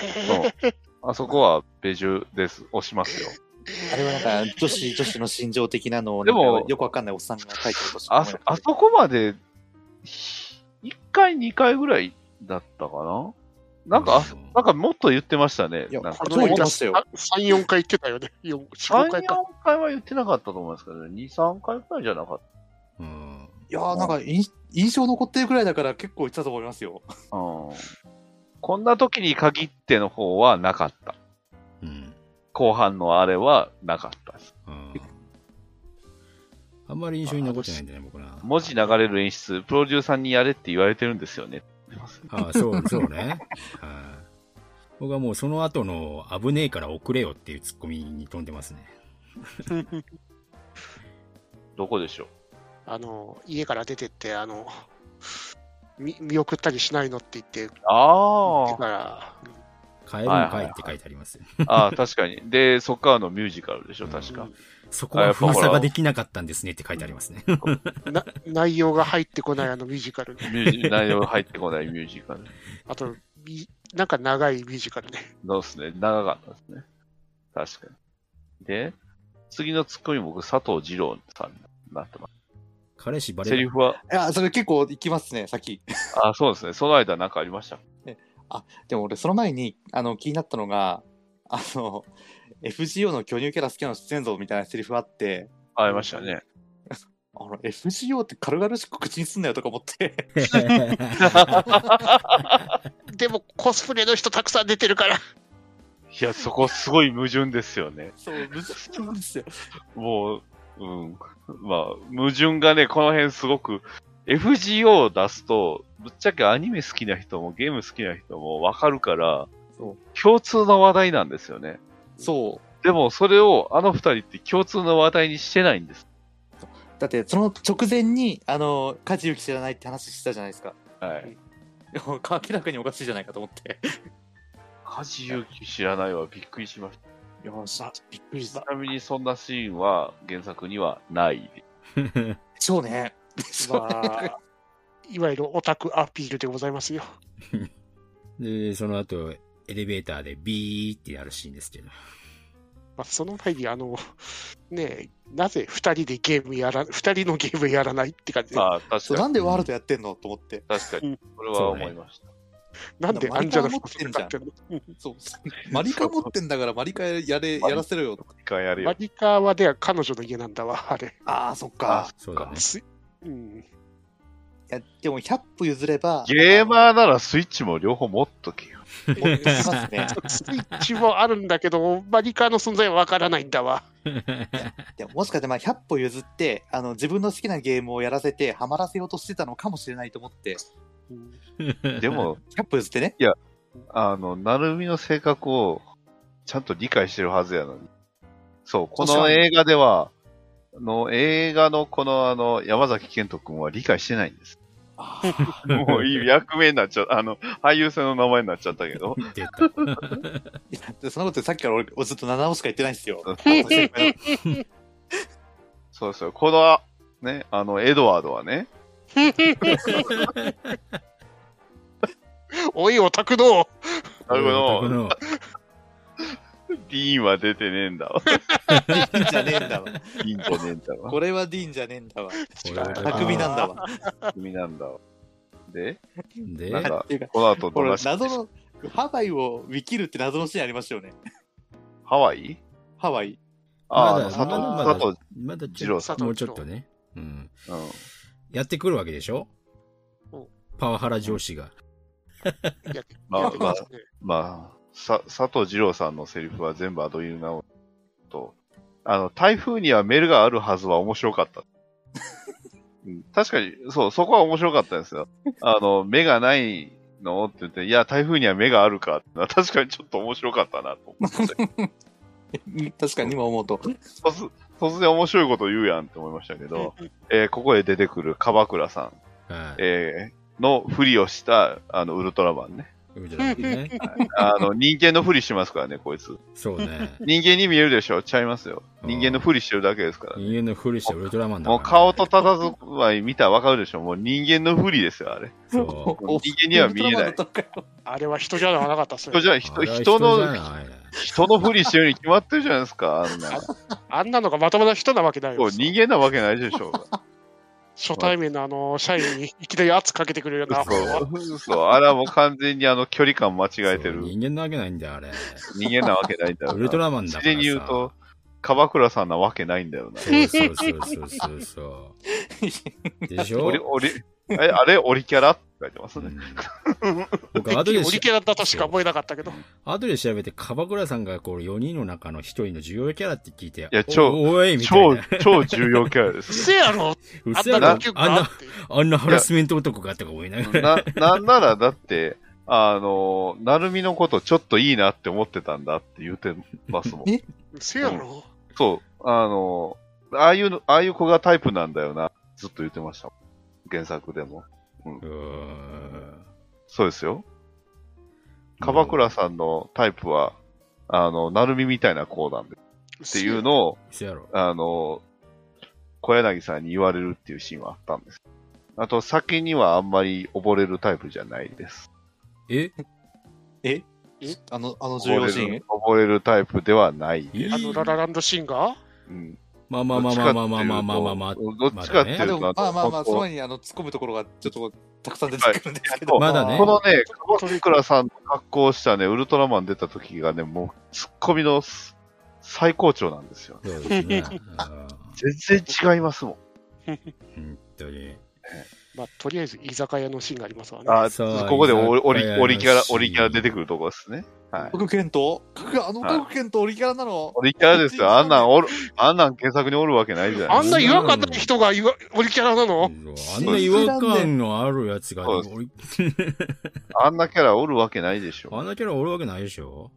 Speaker 4: ー、
Speaker 1: うん。あそこはベージュです。押しますよ。
Speaker 2: あれはなんか、女子、女子の心情的なのを、
Speaker 1: でも
Speaker 2: なんかよくわかんないおっさんが書いてるとしか
Speaker 1: あ
Speaker 2: 思え
Speaker 1: そ
Speaker 2: な、
Speaker 1: あ
Speaker 2: くて
Speaker 1: そこまで、ひ一回、二回ぐらいだったかななんか、あそ
Speaker 3: うん
Speaker 1: なんかもっと言ってましたね。
Speaker 2: いや
Speaker 1: なんか
Speaker 2: この間
Speaker 4: 3、4回言ってたよね。4、
Speaker 1: 3、
Speaker 4: 4
Speaker 1: 4
Speaker 4: 回か。
Speaker 1: 回は言ってなかったと思いますけどね。2、3回くらいじゃなかっ
Speaker 3: うん
Speaker 2: いやー、なんか印、印象残ってるくらいだから結構いったと思いますよ。
Speaker 1: た。うん。こんな時に限っての方はなかった。
Speaker 3: うん
Speaker 1: 後半のあれはなかったです。
Speaker 3: うんあんまり印象に残ってないんだね、僕な。
Speaker 1: 文字流れる演出、プロデューサーにやれって言われてるんですよね。
Speaker 3: ああ、そう、そうね。はい僕はもうその後の危ねえから遅れよっていうツッコミに飛んでますね。
Speaker 1: どこでしょう
Speaker 4: あの、家から出てって、あの、 見見送ったりしないのって言って、だ
Speaker 1: あ
Speaker 4: から、
Speaker 3: 帰るんかいって書いてありますよ。
Speaker 1: あ。ああ、確かに。で、そっからのミュージカルでしょ、確か。
Speaker 3: そこは封鎖ができなかったんですねって書いてありますね。
Speaker 4: な 内容が入ってこないあのミュージカルね。
Speaker 1: ミュージ内容入ってこないミュージカル。
Speaker 4: あと、みなんか長いミュージカルね。
Speaker 1: そうですね。長かったですね。確かに。で、次のツッコミ僕、佐藤二郎さんになってま
Speaker 3: 彼氏バ
Speaker 1: す。
Speaker 3: レ
Speaker 1: セ
Speaker 3: る
Speaker 1: リフは、
Speaker 2: いや、それ結構いきますね、先。
Speaker 1: あ、そうですね。その間なんかありました。
Speaker 2: でも俺、その前に、あの、気になったのが、あの、FGO の巨乳キャラ好きなの出演像みたいなセリフあって、
Speaker 1: ありましたね。
Speaker 2: あの、FGO って軽々しく口にすんなよとか思って、
Speaker 4: でも、コスプレの人たくさん出てるから。
Speaker 1: いや、そこすごい矛盾ですよね。
Speaker 2: そう、むずなんですよ。
Speaker 1: もう、うん。まあ、矛盾がね、この辺すごく、FGO を出すと、ぶっちゃけアニメ好きな人もゲーム好きな人もわかるから
Speaker 2: そ、
Speaker 1: 共通の話題なんですよね。
Speaker 2: そう。
Speaker 1: でも、それをあの二人って共通の話題にしてないんです。
Speaker 2: だって、その直前に、あの、梶ゆき知らないって話してたじゃないですか。
Speaker 1: はい。
Speaker 2: でも明らかにおかしいじゃないかと思って。
Speaker 1: 梶裕貴知らないはびっくりしました。
Speaker 2: いや、びっくりし
Speaker 1: ち。なみにそんなシーンは原作にはない。
Speaker 2: そうね。そう
Speaker 4: まあ、 いわゆるオタクアピールでございますよ。
Speaker 3: で、その後、エレベーターでビーってやるシーンですけど。
Speaker 4: まあ、その前に、あの、ねえ、なぜ2人でゲームやら、二人のゲームやらないって感じで、
Speaker 1: まあ、確
Speaker 2: そうな
Speaker 1: か
Speaker 2: んでワールドやってんのと思って。
Speaker 1: に、確かに。それは思いました。
Speaker 4: なんでアンジャの服着てたってんの
Speaker 2: そう。マリカ持ってんだから、マリカやれ、やらせろよ。
Speaker 1: 一回やる
Speaker 4: マ
Speaker 1: よ。
Speaker 4: リカはでは彼女の家なんだわ、あれ。
Speaker 2: ああ、そっ
Speaker 1: あ
Speaker 2: か。、
Speaker 3: そうだね。
Speaker 4: すうん、
Speaker 2: や、でも100歩譲れば。
Speaker 1: ゲーマーならスイッチも両方持っと けよ。
Speaker 2: 持ってき ますね。
Speaker 4: スイッチもあるんだけど、マリカーの存在はわからないんだわ。
Speaker 2: でももしかしてまあ100歩譲って、あの、自分の好きなゲームをやらせて、ハマらせようとしてたのかもしれないと思って、
Speaker 1: で、も、
Speaker 2: 100歩譲ってね。
Speaker 1: あの、なるみの性格をちゃんと理解してるはずやのに。そう、こ
Speaker 2: 確
Speaker 1: の
Speaker 2: かに
Speaker 1: 映画では、あの映画のこのあの、山崎賢人君は理解してないんです。もういい役名になっちゃう、あの、俳優さんの名前になっちゃったけど。
Speaker 3: 出た。
Speaker 2: いやそんなことさっきから俺、俺ずっと7音しか言ってないんですよ。
Speaker 1: そうそう、この、ね、あの、エドワードはね、
Speaker 4: おい、オタクの、
Speaker 1: なるほ
Speaker 3: こ
Speaker 1: ど、
Speaker 3: の
Speaker 1: ディーンは出てねえんだわ。
Speaker 2: ディーンじゃねえんだわ。
Speaker 1: ディーンじゃねえんだ わ。
Speaker 2: これはディーンじゃねえんだわ。匠
Speaker 3: 匠
Speaker 2: なんだわ。
Speaker 1: 組なんだわ。で、
Speaker 3: で、
Speaker 1: なんか
Speaker 2: っていうか、
Speaker 1: この後
Speaker 2: こ
Speaker 1: ど
Speaker 2: れ
Speaker 1: うらしい
Speaker 2: 謎の、ハワイを見切るって謎のシーンありましたよね。
Speaker 1: ハワイ
Speaker 2: ハワイ。
Speaker 1: ああ、
Speaker 3: まだ
Speaker 1: 佐藤、
Speaker 3: まだまだ
Speaker 1: 佐藤、
Speaker 3: まだ
Speaker 1: 二
Speaker 3: ちょ
Speaker 1: 郎
Speaker 3: っ
Speaker 1: さ
Speaker 4: ん
Speaker 3: と、もうちょっとね。うん。
Speaker 1: うん。
Speaker 3: やってくるわけでしょ
Speaker 4: お
Speaker 3: パワハラ上司が。
Speaker 4: やって
Speaker 1: まあ
Speaker 4: やってますね
Speaker 1: まあ、さ佐藤二郎さんのセリフは全部アドリルなのと、あの、台風にはメールがあるはずは面白か った。うん確かに、そう、そこは面白かったんですよ。あの、目がないのって言って、いや、台風には目があるかってのは確かにちょっと面白かったなと思って。
Speaker 2: 確かに今思うと。
Speaker 1: 突突然面白いこと言うやんって思いましたけど、えーここで出てくる樺倉さん、
Speaker 3: はい。
Speaker 1: えーのふりをした、あの、ウルトラマンね。
Speaker 3: うんじゃなくてね。
Speaker 1: あの、人間のふりしますからね、こいつ。
Speaker 3: そうね。
Speaker 1: 人間に見えるでしょちゃいますよ。 人間のふりしてるだけですから。
Speaker 3: 人間のふりしてウルトラマンだから
Speaker 1: もう顔
Speaker 3: ね
Speaker 1: と佇まい見たらわかるでしょもう人間のふりですよ、あれ。
Speaker 3: そう
Speaker 1: 人間には見えない
Speaker 2: ウルトラマンだったのかよ
Speaker 4: あれは人じゃなかったっす
Speaker 1: 人
Speaker 4: ね。
Speaker 1: じゃ、
Speaker 3: あ
Speaker 1: 人、
Speaker 3: れは
Speaker 1: 人
Speaker 3: じゃ
Speaker 1: の、
Speaker 3: ないね
Speaker 1: 人のふりしてるに決まってるじゃないですか、あんな。
Speaker 4: ああんなのがまともな人なわけない
Speaker 1: そ
Speaker 4: よ
Speaker 1: う、。人間なわけないでし ょう。
Speaker 4: 初対面のあの、社員にいきなり圧かけてくるような。
Speaker 1: そう、そう、あれはもう完全にあの距離感間違えて
Speaker 3: そう
Speaker 1: る。
Speaker 3: 人間なわけないんだよ、あれ。
Speaker 1: 人間なわけないんだよ
Speaker 3: ウルト
Speaker 1: な。
Speaker 3: ラマンだか
Speaker 1: つ
Speaker 3: ら
Speaker 1: いで
Speaker 3: さ。
Speaker 1: に言うと、樺倉さんなわけないんだよな。
Speaker 3: そうそうそうそうそう。で しょ
Speaker 1: おり、おり、え、あれ、オリキャラって書いてます
Speaker 3: う
Speaker 1: ね。
Speaker 3: ん僕、
Speaker 4: オ
Speaker 3: 後
Speaker 4: リ
Speaker 3: で
Speaker 4: オリ
Speaker 3: し
Speaker 4: キャラだとしか思えなかったけど。
Speaker 3: 後で調べて、カバクラさんがこう4人の中の1人の重要キャラって聞いて、い
Speaker 1: や超
Speaker 3: おいみた
Speaker 1: 超
Speaker 3: いな。、
Speaker 1: 超重要キャラで
Speaker 4: う
Speaker 1: す。
Speaker 4: せやろ
Speaker 3: うっ
Speaker 4: あん
Speaker 3: せや
Speaker 4: な
Speaker 3: ろ
Speaker 4: の記憶
Speaker 3: あん
Speaker 4: があっ
Speaker 3: な、
Speaker 4: て。
Speaker 3: あんなハラスメント男かとか思いながら。
Speaker 1: な、なんならだって、あの、なるみのことちょっといいなって思ってたんだって言ってますもん。
Speaker 2: え
Speaker 4: うせやろ
Speaker 1: そう、あの、ああいうの、ああいう子がタイプなんだよな、ずっと言ってましたもん。原作でも。
Speaker 3: うーん
Speaker 1: そうですよ。樺倉さんのタイプは、あの、なるみみたいな子なんでっていうのを、
Speaker 3: せやろ。
Speaker 1: あの、小柳さんに言われるっていうシーンはあったんです。あと、酒にはあんまり溺れるタイプじゃないです。
Speaker 3: え
Speaker 2: あの、あの重要シーン。
Speaker 1: 溺れるタイプではない。
Speaker 3: いい
Speaker 4: あのララランドシーンが
Speaker 1: うん。
Speaker 3: まあまあまあまあまあまあまあまあまあまあ。
Speaker 1: どっちかっていうと、
Speaker 2: あでも、まあまあまあ、その
Speaker 1: こ
Speaker 2: 前にあの突っ込むところがちょっとたくさん出てくるんですけど、
Speaker 1: はい
Speaker 3: まだね
Speaker 1: のね、鎌倉さんの格好をしたね、ウルトラマン出た時がね、もう、ツッコミのす最高潮なんですよ。
Speaker 3: そうですね。あ
Speaker 1: 全然違いますもん。
Speaker 3: ー本当に。
Speaker 4: まあ、とりあえず居酒屋のシーンがありますわね。
Speaker 1: あ
Speaker 3: そう
Speaker 1: ここでオリ
Speaker 3: 居酒屋の
Speaker 1: オリオリキャラ
Speaker 3: シ、ーン
Speaker 1: オリキャラ出てくるとこですね。はい。
Speaker 2: 各県とあの各県とオリキャラ なの、
Speaker 1: オリキャラですよ。あんなんおる、あんなん検索におるわけないじゃない
Speaker 4: あ
Speaker 1: で
Speaker 4: ん
Speaker 1: す
Speaker 4: な違和感ない人が言わオリキャラな
Speaker 3: あ
Speaker 4: の
Speaker 3: んな違和感のあるやつが、
Speaker 1: そうです
Speaker 3: おい
Speaker 1: か。あんなキャラおるわけないでし
Speaker 3: あ
Speaker 1: ょ。
Speaker 3: んなキャラおるわけないでしょ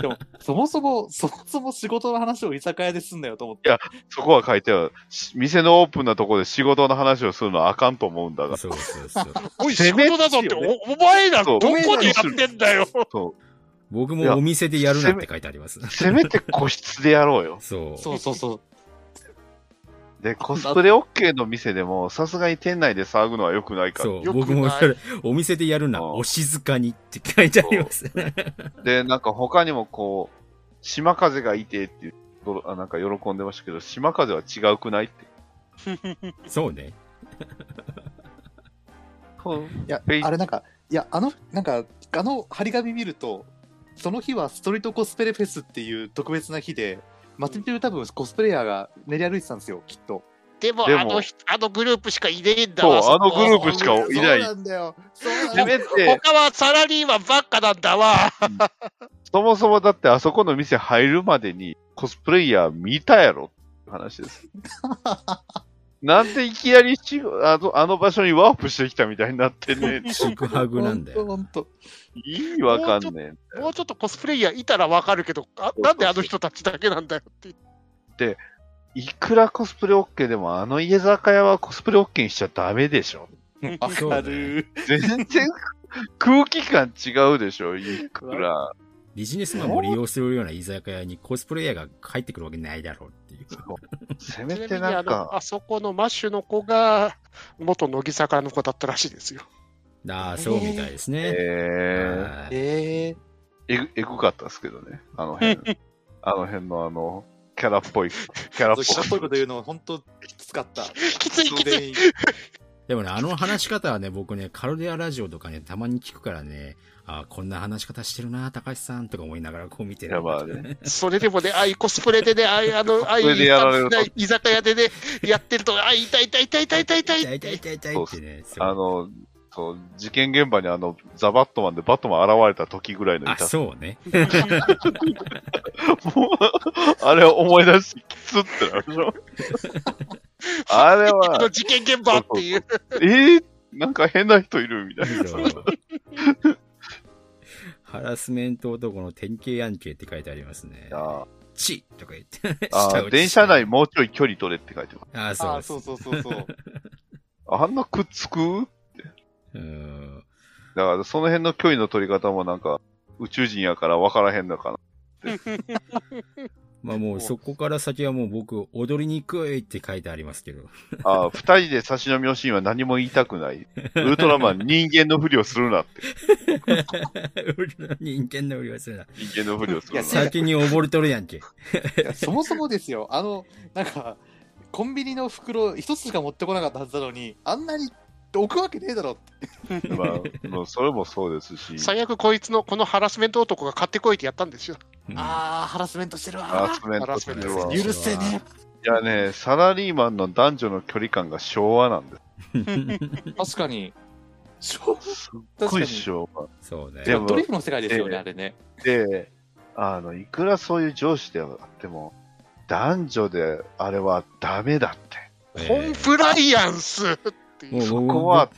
Speaker 2: でもそもそも、そもそも仕事の話を居酒屋ですんだよと思って。
Speaker 1: そこは書いてある。し店のオープンなとこで仕事の話をするのはあかんと思うんだが。
Speaker 3: そうそうそう。
Speaker 4: おい、仕
Speaker 1: せめて
Speaker 4: 事だぞって、
Speaker 1: よ
Speaker 4: おお前ら
Speaker 1: そ
Speaker 4: ど
Speaker 1: う
Speaker 4: こでやってんだよ。
Speaker 1: そう。
Speaker 3: 僕
Speaker 1: い
Speaker 3: も
Speaker 1: や
Speaker 3: お店でやるなって書いてあります。
Speaker 1: せめて個室でやろうよ。
Speaker 3: そう。
Speaker 2: そうそうそう。
Speaker 1: で、コスプレ OK の店でも、さすがに店内で騒ぐのは良くないか
Speaker 3: そう、
Speaker 4: よく
Speaker 3: 僕もそれ
Speaker 4: な、
Speaker 3: お店でやるな、
Speaker 1: うん
Speaker 3: お静かにって書いてあります。
Speaker 1: ら。で、なんか他にもこう、島風がいてっていう、どあなんか喜んでましたけど、島風は違うくないって。
Speaker 3: そうね。
Speaker 2: いや
Speaker 1: ペイ、
Speaker 2: あれなんか、いや、あの、なんか、あの張り紙見ると、その日はストリートコスプレフェスっていう特別な日で、街中多分コスプレイヤーが練り歩いてたんですよ、きっと。
Speaker 4: でも、
Speaker 1: でも
Speaker 4: あの人、あのグループしかいねえんだ
Speaker 1: そう、
Speaker 4: わ。
Speaker 1: あのグルー
Speaker 4: そこ
Speaker 1: プしかいない。
Speaker 2: んだよ。そう
Speaker 1: せめて、
Speaker 4: 他はサラリーマンばっかなんだわ。
Speaker 1: そもそもだってあそこの店入るまでにコスプレイヤー見たやろって話 です。なんでいきなりちあのあの場所にワープしてきたみたいになってんねん
Speaker 3: 宿泊なんだよ。
Speaker 2: 本当。
Speaker 1: 意味わかんねえ。
Speaker 4: もうちょっとコスプレイヤーいたらわかるけど、あなんであの人たちだけなんだよって。
Speaker 1: いくらコスプレ OK でも、あの家酒屋はコスプレ OK にしちゃダメでしょ。
Speaker 2: わ
Speaker 3: そうだ
Speaker 2: か
Speaker 3: ね
Speaker 2: る。
Speaker 1: 全然空気感違うでしょ、いくら。
Speaker 3: ビジネスマンも利用するような居酒屋にコスプレイヤーが入ってくるわけないだろうっていう。
Speaker 1: せ
Speaker 4: ち
Speaker 1: め
Speaker 4: なみ
Speaker 1: て
Speaker 4: に
Speaker 1: な
Speaker 4: あ
Speaker 1: んか、
Speaker 4: の、あそこのマッシュの子が、元乃木坂の子だったらしいですよ。
Speaker 3: ああ、そうみたいですね。
Speaker 1: え
Speaker 3: はい
Speaker 2: え
Speaker 1: ー、えぐ、えぐかったですけどね、あの辺。あの辺のあの、キャラっぽい、キャラ
Speaker 2: ー、
Speaker 1: っぽ
Speaker 2: そう
Speaker 1: い。
Speaker 2: 人っぽいこと言うの本当きつかった。
Speaker 4: きついきつい。
Speaker 2: い。
Speaker 3: でもね、あの話し方はね、僕ね、カルデアラジオとかね、たまに聞くからね、ああ、こんな話し方してるな、高橋さんとか思いながらこう見てる。
Speaker 1: やばいね。
Speaker 4: それでもね、ああいうコスプレでね、ああいう、あの、ああい
Speaker 1: コスプレでやられ
Speaker 4: う
Speaker 1: ると
Speaker 4: 居酒屋でね、やってると、ああ、痛い痛い痛い痛い痛い痛い
Speaker 3: 痛い痛
Speaker 4: っ
Speaker 3: い
Speaker 4: て。
Speaker 3: 痛い痛いってね。そう
Speaker 1: あの、そう、事件現場にあの、ザ・バットマンでバットマン現れた時ぐらいの
Speaker 3: あ、
Speaker 1: 痛さ。
Speaker 3: そうね。
Speaker 1: もうあれを思い出して、キツってなるでしょあれ
Speaker 4: あ
Speaker 1: は
Speaker 4: の、 事件現場っていう。
Speaker 1: えー、なんか変な人いるみたいな。
Speaker 3: ハラスメント男の典型案件って書いてありますね。
Speaker 1: あ
Speaker 3: チッとか言って。下打
Speaker 1: あ
Speaker 3: ち
Speaker 1: 電車内もうちょい距離取れって書いてます。
Speaker 3: ああ、
Speaker 2: あー
Speaker 3: そ
Speaker 2: そうう
Speaker 3: そ
Speaker 2: そううそうそう。
Speaker 1: あんなくっつく
Speaker 3: うーん。
Speaker 1: だからその辺の距離の取り方もなんか宇宙人やから分からへんのかな。
Speaker 3: まあもうそこから先はもう僕、踊りにくいって書いてありますけど。
Speaker 1: ああ、二人で差し飲みをシーンは何も言いたくない。ウルトラマン人間のふりをするなって。
Speaker 3: 人間の売りはするな。
Speaker 1: 人間のふりをする
Speaker 2: いや
Speaker 1: な。
Speaker 3: 先に溺れとるやんけ。
Speaker 2: いやそもそもですよ、あの、なんか、コンビニの袋一つしか持ってこなかったはずなのに、あんなに置くわけねえだろって。
Speaker 1: まあ、もうそれもそうですし。
Speaker 4: 最悪こいつの、このハラスメント男が買ってこいってやったんですよ。
Speaker 2: ああ、ハラスメントしてる
Speaker 1: ハラ
Speaker 2: わ
Speaker 1: ス。メントするわ。
Speaker 3: ハラスメント
Speaker 1: い
Speaker 2: 許せね
Speaker 1: やね、サラリーマンの男女の距離感が昭和なんで
Speaker 2: え。確かに。そう
Speaker 1: す。すっごい昭和。
Speaker 3: そうね。
Speaker 1: でも
Speaker 2: ドリフの世界ですよ
Speaker 1: え
Speaker 2: ね、
Speaker 1: え
Speaker 2: あれね。
Speaker 1: で、あの、いくらそういう上司であっても、男女であれはダメだって。
Speaker 3: えー
Speaker 4: コンプライアンスっていう。
Speaker 1: そこは、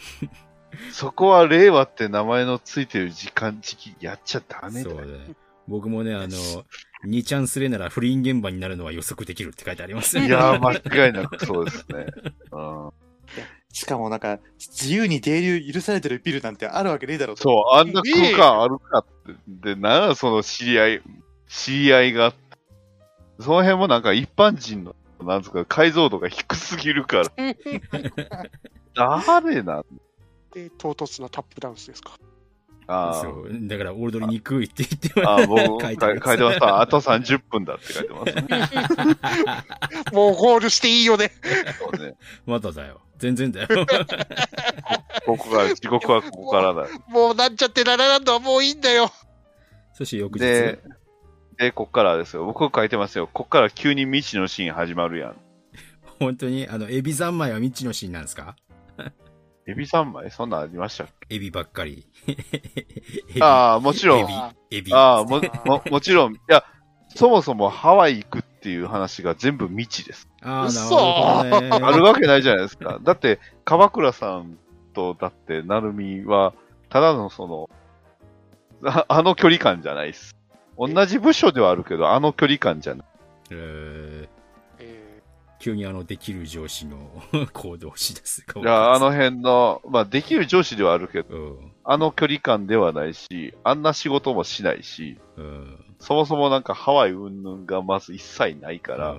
Speaker 1: そこは令和って名前のついてる時間、時期やっちゃダメだ
Speaker 3: そう
Speaker 1: よ。
Speaker 3: ね。僕もね、あの、2ちゃんすれなら不倫現場になるのは予測できるって書いてありますね
Speaker 1: いやー、間違いなくそうですね。うん、
Speaker 2: しかもなんか、自由に出入り許されてるビルなんてあるわけねえだろと。
Speaker 1: そう、あんな空間あるかって。で、なんやその知り合い、知り合いが。その辺もなんか一般人の、なんですか、解像度が低すぎるから。誰なん
Speaker 4: で、唐突なタップダンスですか。
Speaker 1: あー
Speaker 3: そう。だから、踊りにくいって言って
Speaker 1: あー、僕、
Speaker 3: 書
Speaker 1: 書
Speaker 3: い
Speaker 1: い
Speaker 3: て
Speaker 1: て
Speaker 3: あ
Speaker 1: ま
Speaker 3: ります
Speaker 1: す。あと30分だって書いてますね。
Speaker 4: もうゴールしていいよね。
Speaker 1: そうね
Speaker 3: まだだよ。全 然だよ。
Speaker 1: ここから、地獄はここからだ。
Speaker 4: もうなんちゃってララランドはもういいんだよ。
Speaker 3: そして翌日。
Speaker 1: で、で、こっからですよ。僕書いてますよ。こっから急に未知のシーン始まるやん。
Speaker 3: 本当に、あの、エビ三昧は未知のシーンなんですか
Speaker 1: エビ三昧そんなんありましたっ
Speaker 3: エビばっかり。エ
Speaker 1: け
Speaker 3: ビ
Speaker 1: ああ、もちろん。
Speaker 2: あ
Speaker 3: エビ。
Speaker 1: ああ、も、も、 もちろん。いや、そもそもハワイ行くっていう話が全部未知です。
Speaker 3: ああ、なるほどね。
Speaker 1: あるわけないじゃないですか。だって、鎌倉さんと、だって、なるみは、ただのその、ああの距離感じゃないっす。同じ部署ではあるけど、あの距離感じゃない。
Speaker 3: えー
Speaker 4: え
Speaker 3: 急にあの、できる上司の行動をしだすかも
Speaker 1: いや、あの辺の、まあ、できる上司ではあるけど、
Speaker 3: うん。
Speaker 1: あの距離感ではないし、あんな仕事もしないし、
Speaker 3: うん。
Speaker 1: そもそもなんかハワイ云々がまず一切ないか、
Speaker 3: から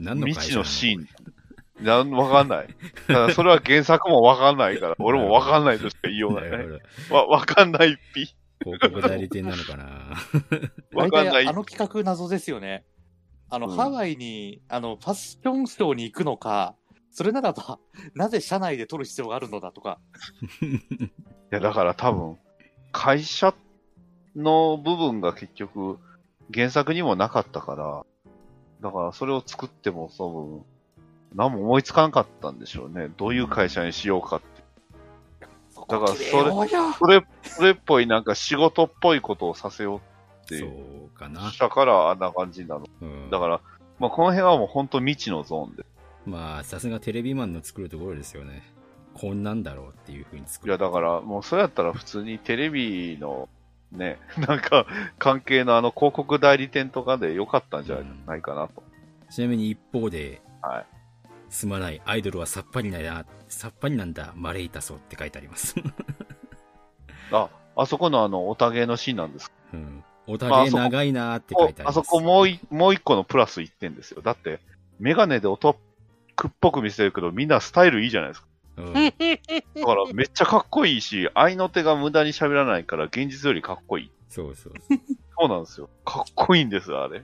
Speaker 3: 何の会社
Speaker 1: 未知のシー
Speaker 3: ン。
Speaker 1: ン。なん、わかんない。ただそれは原作もわかんないから、 俺もわかんないとしか言いようが
Speaker 3: な
Speaker 1: ないね。
Speaker 3: る
Speaker 1: わ、わかんないピ。
Speaker 3: ほど。広告代理店なのか な。
Speaker 1: わかんな
Speaker 2: 大
Speaker 1: い
Speaker 2: 体あの企画謎ですよね。あの、
Speaker 1: うん
Speaker 2: ハワイに、あの、ファッションショーに行くのか、それならば、なぜ社内で撮る必要があるのだとか。
Speaker 1: いや、だから多分、会社の部分が結局、原作にもなかったから、だからそれを作っても、その、何も思いつかなかったんでしょうね。どういう会社にしようかって。だから、それ、
Speaker 2: そうよ
Speaker 1: それ、それっぽいなんか仕事っぽいことをさせようって
Speaker 3: そうかな。
Speaker 1: したからあんな感じなの。
Speaker 3: うん
Speaker 1: だから、まあ、この辺はもう本当未知のゾーンで。
Speaker 3: まあ、さすがテレビマンの作るところですよね。こんなんだろうっていうふうに作
Speaker 1: い
Speaker 3: る。
Speaker 1: や、だから、もうそれやったら普通にテレビのね、 なんか関係のあの広告代理店とかで良かったんじゃないかなと。
Speaker 3: ちなみに一方で、
Speaker 1: はい
Speaker 3: すまない、アイドルはさっぱりなや、さっぱりなんだ、マレイタソって書いてあります。
Speaker 1: あ、あそこのあの、おたげのシーンなんです
Speaker 3: うん。おたげ長いなーって書いて
Speaker 1: あ
Speaker 3: あります。
Speaker 1: そこもういもう一個のプラス1点ですよ。だって、メガネで男っぽく見せてるけど、みんなスタイルいいじゃないですか。
Speaker 3: うん。
Speaker 1: だからめっちゃかっこいいし、愛の手が無駄に喋らないから現実よりかっこいい。
Speaker 3: そうそう。
Speaker 1: そうなんですよ。かっこいいんですよ、あれ。い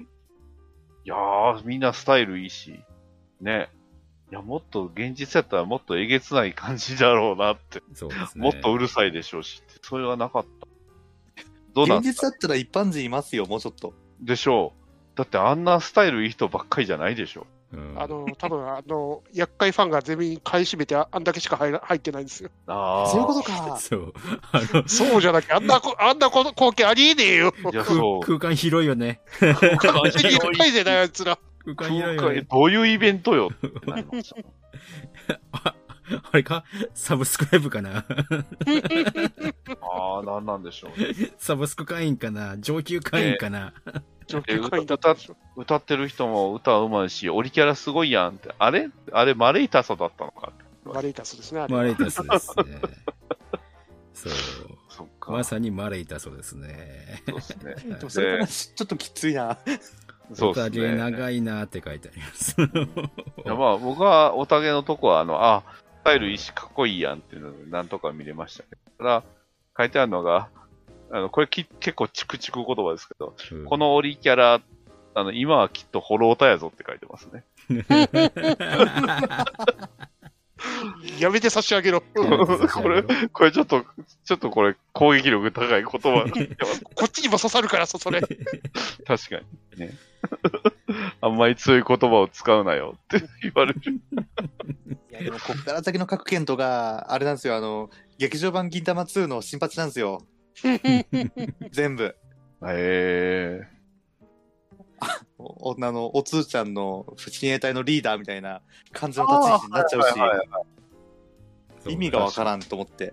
Speaker 1: やー、みんなスタイルいいし、ね。いや、もっと現実やったらもっとえげつない感じだろうなって。
Speaker 3: そうですね。
Speaker 1: もっとうるさいでしょうしって、それはなかった。どうなん
Speaker 2: 現実だったら一般人いますよ、もうちょっと。
Speaker 1: でしょう。だってあんなスタイルいい人ばっかりじゃないでしょ
Speaker 3: うん。
Speaker 4: あの多分あの厄介ファンが全員買い占めてああんだけしか入ら入ってないんですよ。
Speaker 1: う。あー
Speaker 2: そういうこと か。
Speaker 3: そう。あの、
Speaker 4: そうじゃなきゃあんなこあんなこの光景ありえねえよ。
Speaker 1: いや、
Speaker 3: 空
Speaker 1: そう。
Speaker 3: 空間広いよね。
Speaker 4: 完全に厄介じゃないあいつら。
Speaker 3: 空間広
Speaker 1: 空
Speaker 3: いよ
Speaker 1: 間、え
Speaker 3: ね。
Speaker 1: どういうイベントよ ってなりました。
Speaker 3: ああれかサブスクライブかな
Speaker 1: ああ、なんなんでしょうね。
Speaker 3: サブスク会員かな上級会員かな、
Speaker 4: 上級会員だ
Speaker 1: 歌歌
Speaker 4: ったでしょ。
Speaker 1: 歌ってる人も歌うまいし、オリキャラすごいやんって。あれあれ、マレイタソだったのか。
Speaker 4: マレイタスですね。あれ
Speaker 3: マレイタスです ね。そう。
Speaker 1: そっか。
Speaker 3: まさにマレイタソですね。
Speaker 1: そうですね。
Speaker 2: でもそれからちょっときついな。
Speaker 1: そう
Speaker 3: おか
Speaker 1: です
Speaker 3: げ
Speaker 1: ね。
Speaker 3: 長いなって書いてあります。
Speaker 1: いやまあ、僕はおたげのとこは、あの、あ、スタイルいいし、かっこいいやんっていうので、なんとか見れましたね。ただ、書いてあるのが、あの、これき結構チクチク言葉ですけど、
Speaker 3: う ん
Speaker 1: このオリキャラ、あの、今はきっとホロオタやぞって書いてますね。
Speaker 4: やめて差し上げ ろ。
Speaker 1: これ、これちょっと、ちょっとこれ攻撃力高い言葉 になってます。
Speaker 4: こっちにも刺さるからさ、それ。
Speaker 1: 確かに。ね。 あんまり強い言葉を使うなよって 言われる。
Speaker 2: いや、でもこっから先の各県とが、あれなんですよ、あの、劇場版銀玉2の新八なんです よ。全部。
Speaker 1: へえ
Speaker 2: お女のおつーちゃんの親衛隊のリーダーみたいな感じの立ち位置になっちゃうし、
Speaker 1: あーはいはい
Speaker 2: 意味がわからんと思って。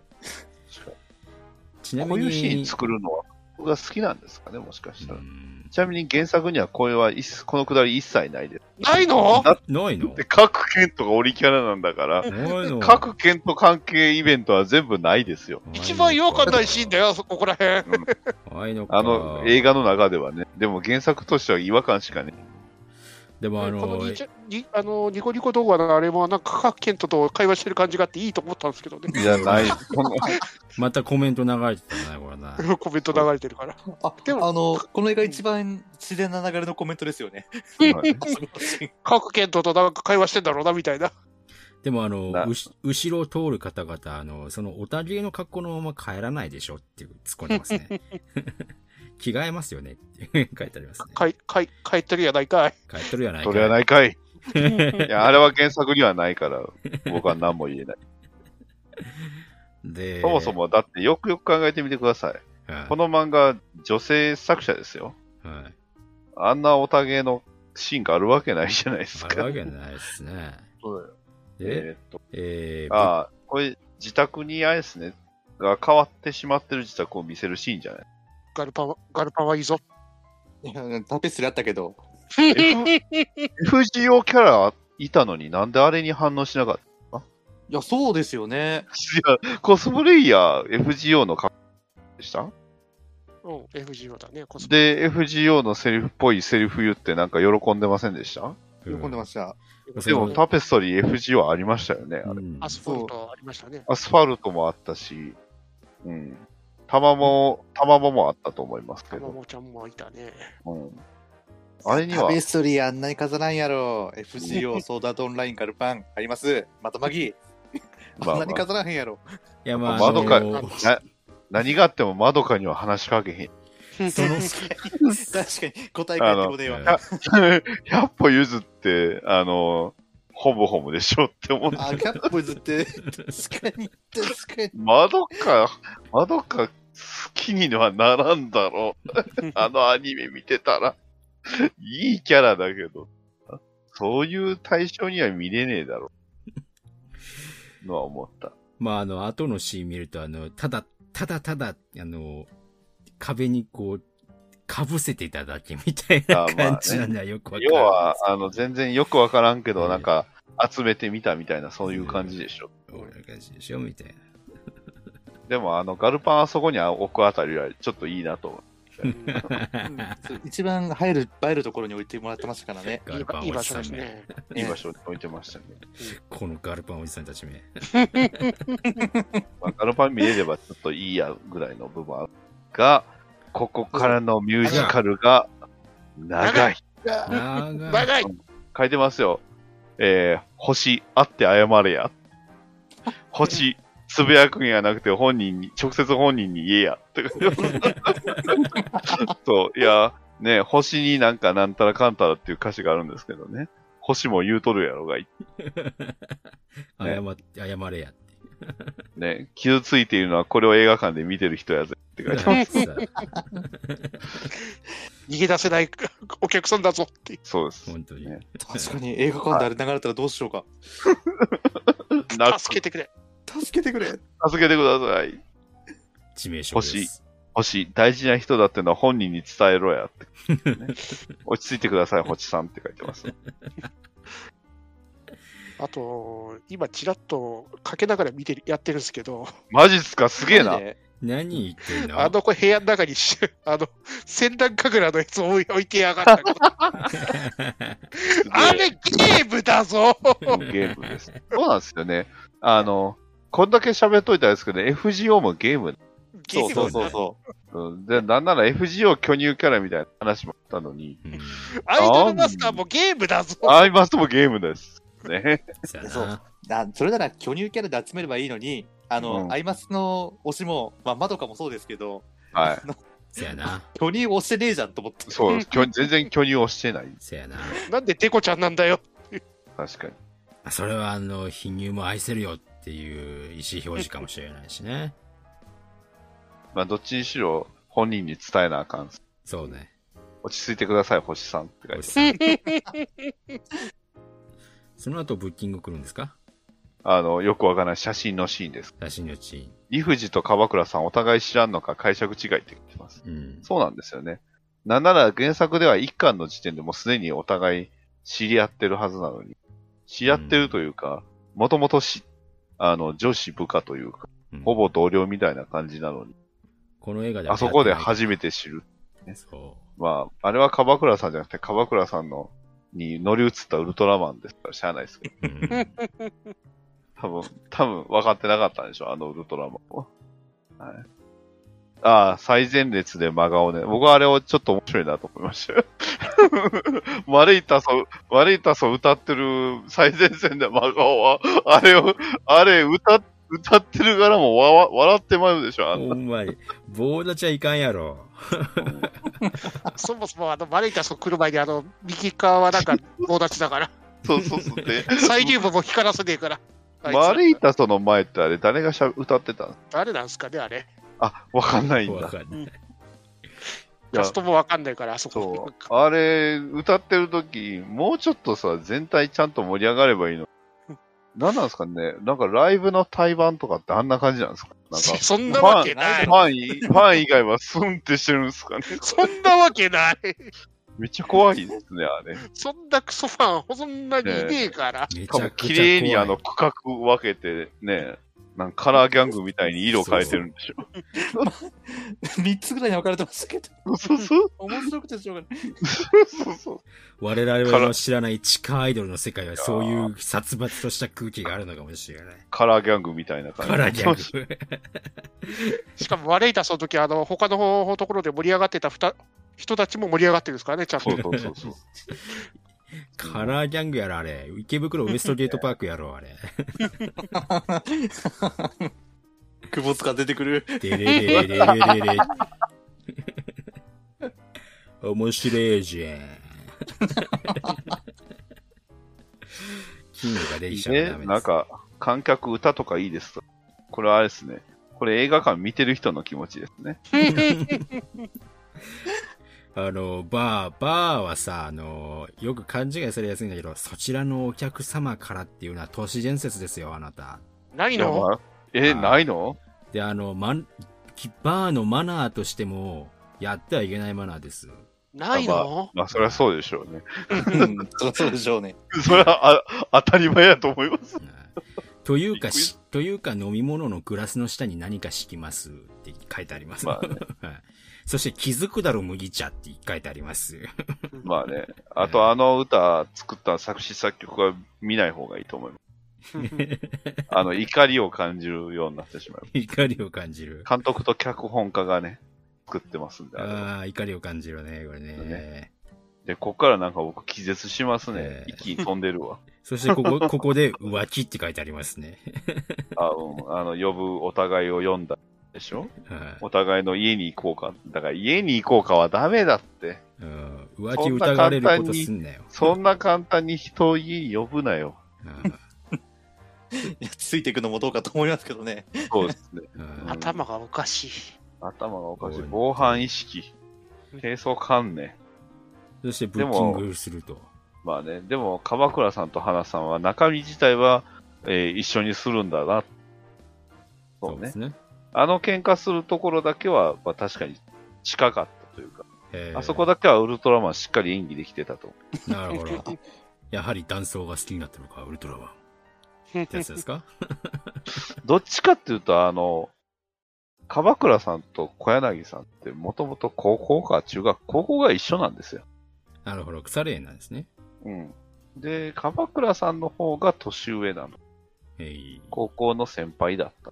Speaker 3: ちな
Speaker 1: こ
Speaker 3: み
Speaker 1: うい
Speaker 3: に、
Speaker 1: うシーン作るのは僕が好きなんですかね、もしかした
Speaker 3: う
Speaker 1: ら。
Speaker 3: ん
Speaker 1: ちなみに原作にはこれは一切このくだり一切ないです。
Speaker 4: ないの
Speaker 3: ないの
Speaker 1: で、各県とがオリキャラなんだから、
Speaker 3: ないの
Speaker 1: 各県と関係イベントは全部ないですよ。
Speaker 4: 一番よくないシーンだよ、そここらへん。
Speaker 3: ないのか。
Speaker 1: あの、映画の中ではね。でも原作としては違和感し かね。
Speaker 3: でもあ
Speaker 4: この
Speaker 3: の、
Speaker 4: ニチャニあのニコニコ動画のあれも、なんか、賀健人と会話してる感じがあっていいと思ったんです けどね。
Speaker 1: じゃ ない。この
Speaker 3: またコメント流れてたね、こ れな。
Speaker 4: コメント流れてるから。
Speaker 2: あ、
Speaker 4: で
Speaker 2: で
Speaker 4: も
Speaker 2: も、あの、この映画一番自然な流れのコメントですよ ね。
Speaker 1: はい
Speaker 4: 賀健人となんか会話してんだろうな、みたいな。
Speaker 3: でもあの
Speaker 1: な、
Speaker 3: うし後ろを通る方々、あの、そのおたげの格好のまま帰らないでしょっていう突っ込んでま すね。着替えますよねっていう書いてあ りますね。
Speaker 4: かいかい帰ってるやないかい。
Speaker 3: 帰っとるやないか。。
Speaker 1: それはないいかい。いや、あれは原作にはないから、僕は何も言え ない。
Speaker 3: で、
Speaker 1: そもそも、だってよくよく考えてみてください。
Speaker 3: はい、
Speaker 1: この漫画、女性作者ですよ。
Speaker 3: はい。
Speaker 1: あんなおたげのシーンがあるわけないじゃないです
Speaker 3: あ
Speaker 1: か。
Speaker 3: るわけないですね。
Speaker 1: そうだよ
Speaker 3: で、
Speaker 1: えーっと、
Speaker 3: えー、
Speaker 1: ああ、これ、自宅にあれですね、が変わってしまってる自宅を見せるシーンじゃない
Speaker 4: ガルパンは、ガルパンはい いぞ。
Speaker 2: いやタペスリーあったけど、
Speaker 1: ?FGO キャラいたのになんであれに反応しなかった
Speaker 2: いや、そうですよね。
Speaker 1: いや、コスプレイヤー FGO の格好でした
Speaker 4: うん、FGO だね、コスプ
Speaker 1: で、FGO のセリフっぽいセリフ言ってなんか喜んでませんでした
Speaker 2: 喜んでました。
Speaker 4: レ
Speaker 1: でも
Speaker 3: そう
Speaker 1: タペストリー FGO ありましたよね。あれ
Speaker 3: うん
Speaker 4: アスファルトありましたね。
Speaker 1: アスファルトもあったし、うん。玉も、玉ももあったと思いますけ
Speaker 4: たま
Speaker 1: ど。
Speaker 4: もちゃんもいたね。
Speaker 1: うん。あれに
Speaker 2: タ
Speaker 1: は、
Speaker 2: ペストリーあんなに飾らんや ろ。FGO、ソーダートオンライン、ガルパン、あります。またまぎ。
Speaker 1: まあまあ
Speaker 2: あんなに飾らへんやろ。
Speaker 3: いや、まあ、
Speaker 1: 窓か
Speaker 3: あの
Speaker 1: な何があってもまどかには話しかけへん。
Speaker 3: その、
Speaker 2: 確かに答え返ってこねえ わ。
Speaker 1: 100歩譲って、あの、ホムホムでしょって思って。
Speaker 7: あ、キャップズって、確かに、確 かに。
Speaker 1: 窓か、窓か好きにはならんだろう。あのアニメ見てたら。いいキャラだけど、そういう対象には見れねえだろう。のは思った。
Speaker 3: まあ、あの、後のシーン見ると、あの、ただ、ただただ、あの、壁にこう、被せていただけみたい
Speaker 1: あま
Speaker 3: な
Speaker 1: あね
Speaker 3: 感じなんだ、よくわかる。
Speaker 1: 要は、あの、全然よくわからんけ
Speaker 3: う
Speaker 1: ど、
Speaker 3: ん
Speaker 1: なんか、集めてみたみたいな、そういう感じでしょ。
Speaker 3: こんな感じでしょみたいな。
Speaker 1: でも、あの、ガルパンあそこに置くあたりは、ちょっといいなと思う。
Speaker 2: そう一番入る、映えるところに置いてもらってましたからね。
Speaker 3: ガルパ
Speaker 4: い
Speaker 3: ン
Speaker 4: い
Speaker 3: お
Speaker 4: 場
Speaker 3: じ
Speaker 4: 所
Speaker 3: さ
Speaker 4: で
Speaker 3: ん
Speaker 4: す
Speaker 3: め。
Speaker 4: ね。
Speaker 1: いい場所に置いてましたね。
Speaker 3: このガルパンおじさんたちめ。
Speaker 1: まあ、ガルパン見れれば、ちょっといいや、ぐらいの部分あるが、ここからのミュージカルが、長い。
Speaker 3: 長い。
Speaker 4: 長い
Speaker 1: 書いてますよ。えー、星あって謝れや。星、つぶやくんやなくて本人に、直接本人に言えや。 って書いてますそう、いや、ね、星になんかなんたらかんたらっていう歌詞があるんですけどね。星も言うとるやろがい、
Speaker 3: 謝って、謝れやって。
Speaker 1: ね、傷ついているのはこれを映画館で見てる人やぜって書いてます。
Speaker 4: 逃げ出せないお客さんだぞっていう。
Speaker 1: そうです。
Speaker 3: 本当に。
Speaker 1: ね
Speaker 2: 確かに映画館であれ流れたらどうしようか。
Speaker 1: な
Speaker 4: 助けてくれ。
Speaker 2: 助けてくれ
Speaker 1: 助けてください。
Speaker 3: 致命傷です。
Speaker 1: 星、大事な人だってのは本人に伝えろや って、ね落ち着いてください、星さんって書いてます。
Speaker 4: あと、今、ちらっとかけながら見てるやってるんですけど、
Speaker 1: マジっすかすげえな。
Speaker 3: 何言ってんの
Speaker 4: あの子、部屋の中にし、 あの、戦乱神楽のやつを置い置いてやがったこと。 あれ、ゲームだぞ
Speaker 1: ゲームです。そうなんですよね。あの、こんだけ喋っといたんですけど、FGO もゲーム。
Speaker 4: ゲーム
Speaker 2: そうそうそ
Speaker 1: うんで、なんなら FGO 巨乳キャラみたいな話もあったのに、
Speaker 3: うん
Speaker 4: アイドルマスターもゲームだぞ
Speaker 1: アイマストもゲームです。ね。
Speaker 3: そうや
Speaker 2: そう
Speaker 3: な。
Speaker 2: う。あそれなら巨乳キャラで集めればいいのに、あの、
Speaker 1: うん
Speaker 2: アイマスの推しも、まあ、窓かもそうですけど、
Speaker 1: はい。
Speaker 3: そうやな。
Speaker 2: 巨乳推してねえじゃんと思って。
Speaker 1: そうです。巨全然巨乳をしてない。
Speaker 3: そうやな。
Speaker 4: なんでデコちゃんなんだ よ
Speaker 1: 確かに。
Speaker 3: それは、あの、貧乳も愛せるよっていう意思表示かもしれないし ね。
Speaker 1: まあ、どっちにしろ本人に伝えなあかん。
Speaker 3: そうね。
Speaker 1: 落ち着いてください、星さんって書いてます。
Speaker 3: その後、ブッキング来るんですか
Speaker 1: あの、よくわからない写真のシーンです。
Speaker 3: 写真のシーン。
Speaker 1: 理不尽と川倉さんお互い知らんのか解釈違いって言ってます。
Speaker 3: うん。
Speaker 1: そうなんですよね。なんなら原作では一巻の時点でもうすでにお互い知り合ってるはずなのに、知り合ってるというか、もともとし、あの、女子部下というか、
Speaker 3: うん
Speaker 1: ほぼ同僚みたいな感じなのに、
Speaker 3: この映画では
Speaker 1: あそこで初
Speaker 3: て
Speaker 1: めて知る。
Speaker 3: ない。そ
Speaker 1: まあ、あれは川倉さんじゃなくて、川倉さんの、に乗り移ったウルトラマンですから、しゃあないですけど、
Speaker 3: う。うん
Speaker 1: 多分、多分分かってなかったんでしょ、あのウルトラマンは。はい。ああ、最前列で真顔ね。僕はあれをちょっと面白いなと思いました よ。悪いたそ、悪いたそ歌ってる最前線で真顔は、あれを、あれ歌、歌ってるからもわわ笑ってまうでしょ、あ の
Speaker 3: ほんまに。棒立ちはいかんやろ。
Speaker 4: そもそもあのマレータスの車にあの右側はなんか棒立ちだ から、
Speaker 1: そうそうそう。で、
Speaker 4: 最入部も光らせねえから。あいつ
Speaker 1: 悪いたその前ってあれ誰がしゃ歌ってたの
Speaker 4: 誰なんすかね、あれ。
Speaker 1: あ、わかんないん
Speaker 3: わ
Speaker 1: だ。
Speaker 3: かんない。
Speaker 1: いや
Speaker 4: ラストもわかんないから、あそ
Speaker 1: そ
Speaker 4: こ。
Speaker 1: う。あれ、歌ってる時、もうちょっとさ、全体ちゃんと盛り上がればいいの。何なんですかねなんかライブの対バンとかってあんな感じなんですかなんか、
Speaker 4: そんなわけ
Speaker 1: フ
Speaker 4: ない。
Speaker 1: ァンい、ファン以外はスンってしてるんですかね
Speaker 4: そんなわけない。
Speaker 1: めっちゃ怖いですね、あれ。
Speaker 4: そんなクソファン、そんなにいねえから。
Speaker 3: め
Speaker 1: し
Speaker 3: ち
Speaker 1: かも
Speaker 3: ゃくち
Speaker 1: 綺
Speaker 3: ゃ
Speaker 1: 麗に
Speaker 3: 怖い
Speaker 1: あの、区画分けてね、なんかカラーギャングみたいに色変えてるんでしょ。
Speaker 2: 3つぐらいに分かれてましたけど、
Speaker 1: そうそう
Speaker 2: 面白くてしょうがない。
Speaker 1: そうそう。
Speaker 3: 我々の知らない地下アイドルの世界はそういう殺伐とした空気があるのかもしれない。
Speaker 1: カラーギャングみたいな感じ。
Speaker 3: カラギャング。
Speaker 4: しかもマレータスの時あの他のところで盛り上がってたふた人たちも盛り上がってるんですからね、ちゃんと
Speaker 1: そ。うそうそうそう。
Speaker 3: カラーギャングやろ、あれ。池袋ウエストゲートパークやろ、あれ。
Speaker 2: 窪塚出てくる。
Speaker 3: でれれれれれれれ。 面白いじゃん。筋肉ができちゃう
Speaker 1: え
Speaker 3: ダメです。
Speaker 1: なんか、観客歌とかいいですと。これはあれですね。これ映画館見てる人の気持ちですね。
Speaker 3: あの、バー、バーはさ、あの、よく勘違いされやすいんだけど、そちらのお客様からっていうのは都市伝説ですよ、あなた。
Speaker 4: ない
Speaker 1: いや
Speaker 4: の
Speaker 1: まあえ、
Speaker 3: あー
Speaker 1: ないの
Speaker 3: で、あの、マンきバーのマナーとしても、やってはいけないマナーです。
Speaker 4: ないの
Speaker 1: まあ、そりゃそうでしょうね。
Speaker 2: うん、 そりゃそうでしょうね。
Speaker 1: それはあ当たり前やと思います。
Speaker 3: というか
Speaker 1: びっくり
Speaker 3: し、というか飲み物のグラスの下に何か敷きますって書いてあります。
Speaker 1: まあ
Speaker 3: はいそして気づくだろ麦茶って書いてあります。
Speaker 1: まあね。あと、あの歌作った作詞作曲は見ない方がいいと思います。あの、怒りを感じるようになってしまう。
Speaker 3: 怒りを感じる。
Speaker 1: 監督と脚本家がね、作ってますんで、あれは
Speaker 3: ああ、怒りを感じるね、これね。
Speaker 1: で、こっからなんか僕気絶しますね
Speaker 3: え。
Speaker 1: 一気に飛んでるわ。
Speaker 3: そしてこ こ、ここで浮気って書いてありますね。
Speaker 1: あうん、あの、呼ぶお互いを呼んだでしょ
Speaker 3: はい
Speaker 1: お互いの家に行こうか。だから家に行こうかはダメだって。
Speaker 3: うん浮気疑われることすんなよ。
Speaker 1: そんな簡単に人を家に呼ぶなよ。
Speaker 2: いやついていくのもどうかと思いますけどね。
Speaker 1: そうですね。
Speaker 3: うんうん
Speaker 4: 頭がおかしい。
Speaker 1: 頭がおかしい
Speaker 3: おい。
Speaker 1: 防犯意識。低層観念。
Speaker 3: そしてブッキングすると。
Speaker 1: まあね、でも、鎌倉さんと花さんは中身自体は、えー一緒にするんだな。そ
Speaker 3: そうう
Speaker 1: ね
Speaker 3: で。すね。
Speaker 1: あの喧嘩するところだけは、まあ、確かに近かったというか、
Speaker 3: えー
Speaker 1: あそこだけはウルトラマンしっかり演技できてたと思う。
Speaker 3: なるほど。 やはり男装が好きになったのか、ウルトラマン。ってやつで すか
Speaker 1: どっちかっていうと、あの、鎌倉さんと小柳さんってもともと高校か中学、高校が一緒なんですよ。
Speaker 3: なるほど。腐れ縁なんですね。
Speaker 1: うん。で、鎌倉さんの方が年上なの。
Speaker 3: えい
Speaker 1: 高校の先輩だった。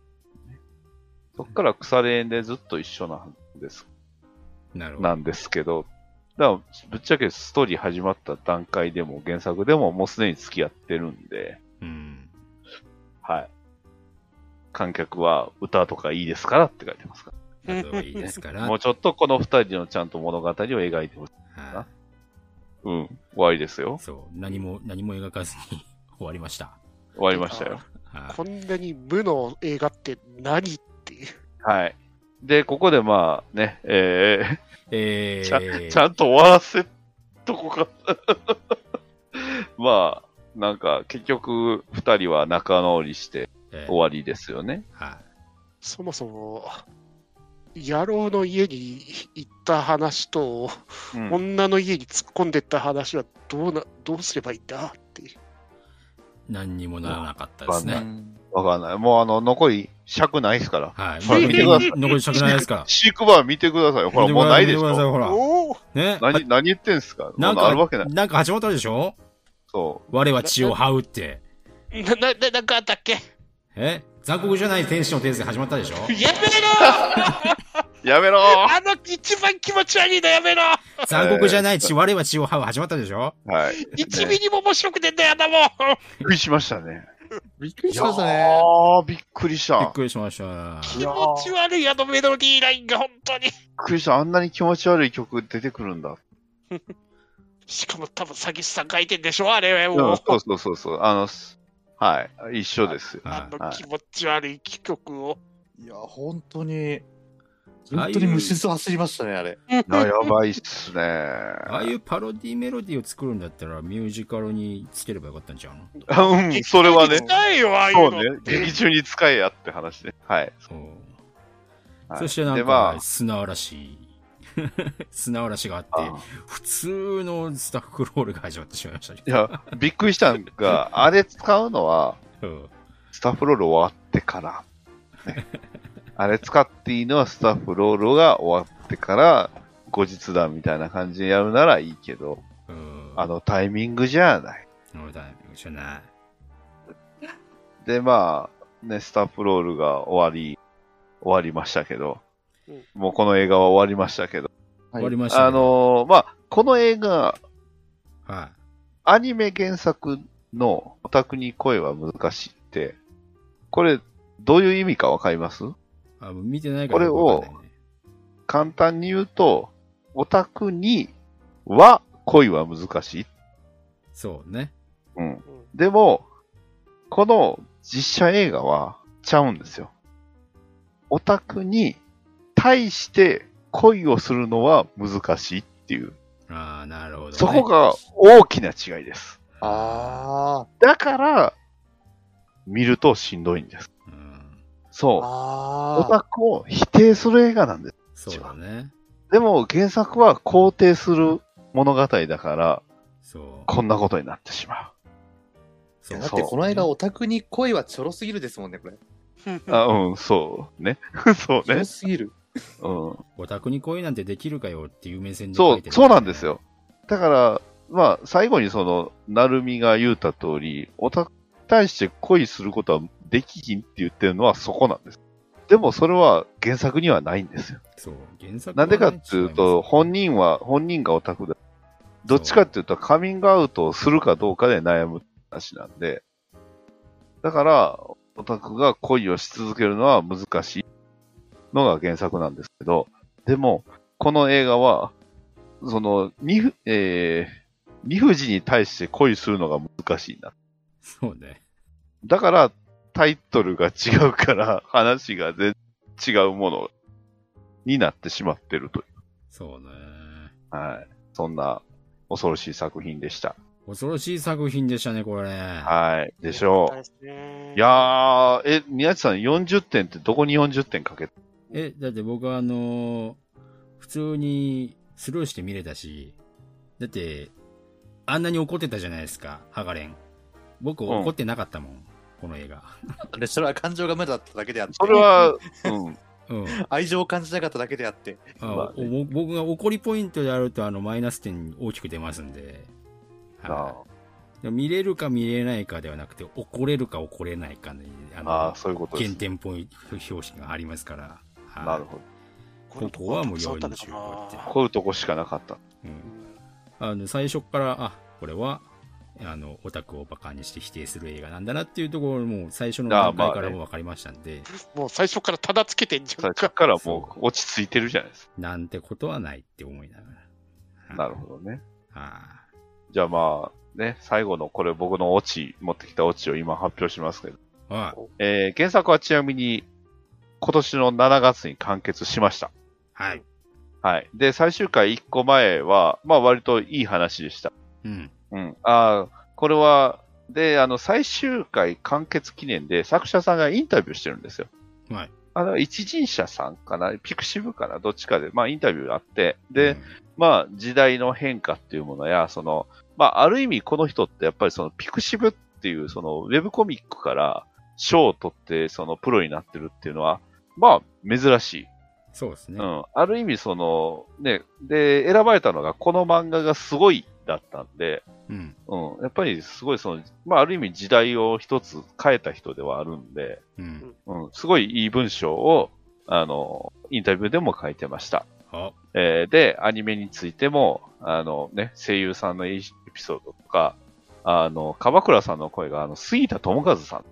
Speaker 1: そっから腐れ縁でずっと一緒なんです
Speaker 3: なるほど。
Speaker 1: なんですけど、だからぶっちゃけストーリー始まった段階でも原作でももうすでに付き合ってるんで、
Speaker 3: うん。
Speaker 1: はい。観客は歌とかいいですからって書いてますか。
Speaker 3: などいいですから ら。
Speaker 1: もうちょっとこの二人のちゃんと物語を描いてほしい。
Speaker 3: は
Speaker 1: うん。終わりです
Speaker 3: い
Speaker 1: よ。
Speaker 3: そう。何も、何も描かずに終わりました。
Speaker 1: 終わりましたよ。
Speaker 3: は
Speaker 4: こんなに無の映画って何っていう。
Speaker 1: はい。で、ここでまあね、え
Speaker 3: い。え
Speaker 1: ーちゃ
Speaker 3: ー、
Speaker 1: ちゃんと終わらせとこか。 まあ、なんか結局二人は仲直りして
Speaker 3: えー
Speaker 1: 終わりですよね。
Speaker 3: は
Speaker 4: そもそも、野郎の家に行った話と、
Speaker 1: うん
Speaker 4: 女の家に突っ込んでった話はどうな、どうすればいいんだっていう。
Speaker 3: い。何にもならなかったです
Speaker 1: わか
Speaker 3: ね。
Speaker 1: わかんない。もうあの、残り尺ないですから。
Speaker 3: はい。
Speaker 1: まあ見てください
Speaker 3: 残り尺ないですから。
Speaker 1: シークバー見てくださいよ。ほら、
Speaker 3: 見て
Speaker 1: もう
Speaker 3: くだ
Speaker 1: な
Speaker 3: さ
Speaker 1: いでし
Speaker 3: 見てくださ
Speaker 1: ょ。
Speaker 3: ほら。
Speaker 4: おお
Speaker 3: ね。
Speaker 1: 何、何言ってんすかな
Speaker 3: な
Speaker 1: んんか
Speaker 3: か、
Speaker 1: あるわけない。
Speaker 3: なんか始まったでしょ
Speaker 1: そ
Speaker 3: 我は血を這うって。
Speaker 4: な、な、ななんかあったっけ
Speaker 3: え残酷じゃない天使の天使始まったでしょ
Speaker 4: やめ ろ
Speaker 1: う。やめろー
Speaker 4: あの一番気持ち悪いのやめろ
Speaker 3: 残酷じゃない血、我は血を這う始まったでしょ
Speaker 1: はい。
Speaker 4: 一ミリも面白くねえんだよ、あんなもん
Speaker 1: びっくりしましたね。
Speaker 2: びっくり
Speaker 1: い
Speaker 2: し
Speaker 1: や
Speaker 2: ましたね。
Speaker 1: ー、びっくりし
Speaker 3: び
Speaker 1: た。び
Speaker 3: っ
Speaker 1: っ
Speaker 3: くりしました。
Speaker 4: 気持ち悪い、あのメロディーラインが本当に。
Speaker 1: くりした。あんなに気持ち悪い曲出てくるんだ。
Speaker 4: しかも多分詐欺師さん書いてんでしょあれは
Speaker 1: う
Speaker 4: も
Speaker 1: ん
Speaker 4: う。
Speaker 1: そうそうそうそう。あの、すはい。一緒ですよ。
Speaker 4: あ
Speaker 3: は
Speaker 4: の気持ち悪い曲を。
Speaker 2: いや、本当に、
Speaker 3: ああ
Speaker 2: 本
Speaker 3: いう
Speaker 2: 当に無視ず走りましたね、あれ。
Speaker 1: いややばいっすね。
Speaker 3: い。ああいうパロディメロディを作るんだったらミュージカルにつければよかったんちゃうの
Speaker 1: うん、それはね。
Speaker 4: 使えよ、ああいう
Speaker 1: そう
Speaker 4: の。
Speaker 1: ね。劇中に使えやって話ね。はい。
Speaker 3: そう。
Speaker 1: はい
Speaker 3: そしてなん
Speaker 1: で
Speaker 3: か、
Speaker 1: まあ
Speaker 3: 砂嵐。 砂嵐があって、
Speaker 1: あー
Speaker 3: 普通のスタッフロールが始まってしまいましたけ
Speaker 1: い
Speaker 3: ど。
Speaker 1: や、びっくりしたんが、 あれ使うのは、
Speaker 3: うん
Speaker 1: スタッフロール終わってから、ねあれ使っていいのはスタッフロールが終わってから、後日談みたいな感じでやるならいいけど、
Speaker 3: うん。
Speaker 1: あのタイミングじゃない。
Speaker 3: そうだよじゃない。
Speaker 1: で、まあ、ね、スタッフロールが終わり、終わりましたけど
Speaker 4: うん、
Speaker 1: もうこの映画は終わりましたけど、
Speaker 2: は
Speaker 3: 終わり
Speaker 2: い、
Speaker 3: ましたね。
Speaker 1: あのーまあ、この映画、
Speaker 3: は
Speaker 1: アニメ原作のオタクに声は難しいって、これ、どういう意味かわかります
Speaker 3: い。あもう見てないからよくわかんないね、
Speaker 1: 簡単に言うと、オタクには恋は難しい。
Speaker 3: そうね。
Speaker 1: うん。でも、この実写映画はちゃうんですよ。オタクに対して恋をするのは難しいっていう、
Speaker 3: ああ、なるほど、ね。
Speaker 1: そこが大きな違いです。
Speaker 2: あ
Speaker 1: だから、見るとしんどいんです。
Speaker 3: うん。
Speaker 2: あ。
Speaker 1: そう。オ
Speaker 2: ああ。
Speaker 1: タクを否定する映画なんです。
Speaker 3: そうだね。
Speaker 1: でも原作は肯定する物語だから、
Speaker 3: そう。
Speaker 1: こんなことになってしま
Speaker 2: い
Speaker 3: そう
Speaker 2: やだってこの間オタクに恋はちょろすぎるですもんね、これ。
Speaker 1: う。あ、うん、そうね。 そう
Speaker 2: ちょ
Speaker 1: ね
Speaker 2: ろ。すぎる。
Speaker 1: うん。
Speaker 3: オタクに恋なんてできるかよっていう目線で書
Speaker 1: そ
Speaker 3: いうて、る
Speaker 1: そうなんですよ。。だから、まあ、最後にその、なるみが言うた通り、オタクに対して恋することはできひんって言ってるのはそこなんです。でもそれは原作にはないんですよ。
Speaker 3: そう。原作はね
Speaker 1: なんでかっていうと、本。人は、本人がオタクだ。どっちかっていうと、カミングアウトをするかどうかで悩む話なんで、だから、オタクが恋をし続けるのは難しいのが原作なんですけど、でも、この映画は、その、にふ、えー、理不尽に対して恋するのが難しいな。
Speaker 3: そうね。
Speaker 1: だから、タイトルが違うから、話が全然違うものになってしまってるという
Speaker 3: そうね。
Speaker 1: はい。そんな恐ろしい作品でした。
Speaker 3: 恐ろしい作品でしたね、これ。
Speaker 1: はい。でしょう。
Speaker 4: う
Speaker 1: いやー、え、宮地さん40点ってどこに40点かけた
Speaker 3: え、だって僕はあのー普通にスルーして見れたし、だって、あんなに怒ってたじゃないですか、ハガレン。僕
Speaker 1: ん
Speaker 3: 怒ってなかったもん、この映画。
Speaker 2: あれ、それは感情が無だっただけであって。
Speaker 1: それは、うん。
Speaker 3: うん。
Speaker 2: 愛情を感じなかっただけであって。
Speaker 3: あ
Speaker 1: まあね
Speaker 3: お僕が怒りポイントであると、あの、マイナス点大きく出ますんで。
Speaker 1: あ
Speaker 3: はいでも見れるか見れないかではなくて、怒れるか怒れないかに、あの、
Speaker 1: あー、そういうことで
Speaker 3: 原
Speaker 1: す。
Speaker 3: 点ポイント表紙がありますから。はい
Speaker 1: なるほど。
Speaker 3: ここはもう45って
Speaker 1: こういうとこしかなかった。
Speaker 3: うんあの最初からあこれはあのオタクをバカにして否定する映画なんだなっていうところも最初の
Speaker 1: ああ
Speaker 3: 段階
Speaker 1: まあ
Speaker 3: から
Speaker 1: ね
Speaker 3: もう分かりましたんで、
Speaker 4: もう最初からただつけてんじゃ
Speaker 1: 最
Speaker 4: ん
Speaker 1: 初
Speaker 4: か。
Speaker 1: からもう落ち着いてるじゃないです
Speaker 3: なんてことはないって思いなが
Speaker 1: か。
Speaker 3: ら
Speaker 1: なるほどね。
Speaker 3: どああ
Speaker 1: じゃあまあ、ね、最後のこれ僕のオチ、持ってきたオチを今発表しますけど。
Speaker 3: あ
Speaker 1: えー、原作はちなみに今年の7月に完結しました。
Speaker 3: はい
Speaker 1: はい。で、最終回1個前は、まあ割といい話でした。
Speaker 3: うん
Speaker 1: うん。ああ、これは、で、あの、最終回完結記念で作者さんがインタビューしてるんですよ。
Speaker 3: はい
Speaker 1: あの、一人者さんかな、ピクシブかな、どっちかで、まあインタビューがあって、で、
Speaker 3: うん
Speaker 1: まあ時代の変化っていうものや、その、まあある意味この人ってやっぱりそのピクシブっていうそのウェブコミックから賞を取ってそのプロになってるっていうのは、まあ珍しい。
Speaker 3: そうですね、
Speaker 1: うん、ある意味その、ね、で、選ばれたのがこの漫画がすごいだったんで、
Speaker 3: うん
Speaker 1: うん、やっぱりすごいその、まあある意味時代を一つ変えた人ではあるんで、
Speaker 3: うん
Speaker 1: うん、すごいいい文章を、あの、インタビューでも書いてました。
Speaker 3: あ
Speaker 1: えーで、アニメについても、あのね、声優さんのエピソードとか、あの、鎌倉さんの声が、あの、杉田智和さん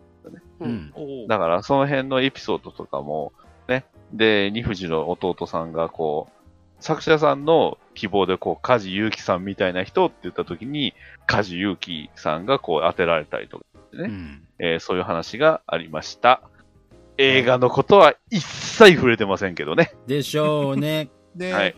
Speaker 3: う。ん
Speaker 2: お
Speaker 1: だから、その辺のエピソードとかも、ね、で、二藤の弟さんが、こう、作者さんの希望で、こう、梶裕貴さんみたいな人って言った時に、梶裕貴さんが、こう、当てられたりとか、
Speaker 3: う
Speaker 1: ね
Speaker 3: ん
Speaker 1: えーそういう話がありました。映画のことは一切触れてませんけどね。
Speaker 3: でしょうね
Speaker 2: ね
Speaker 1: はい。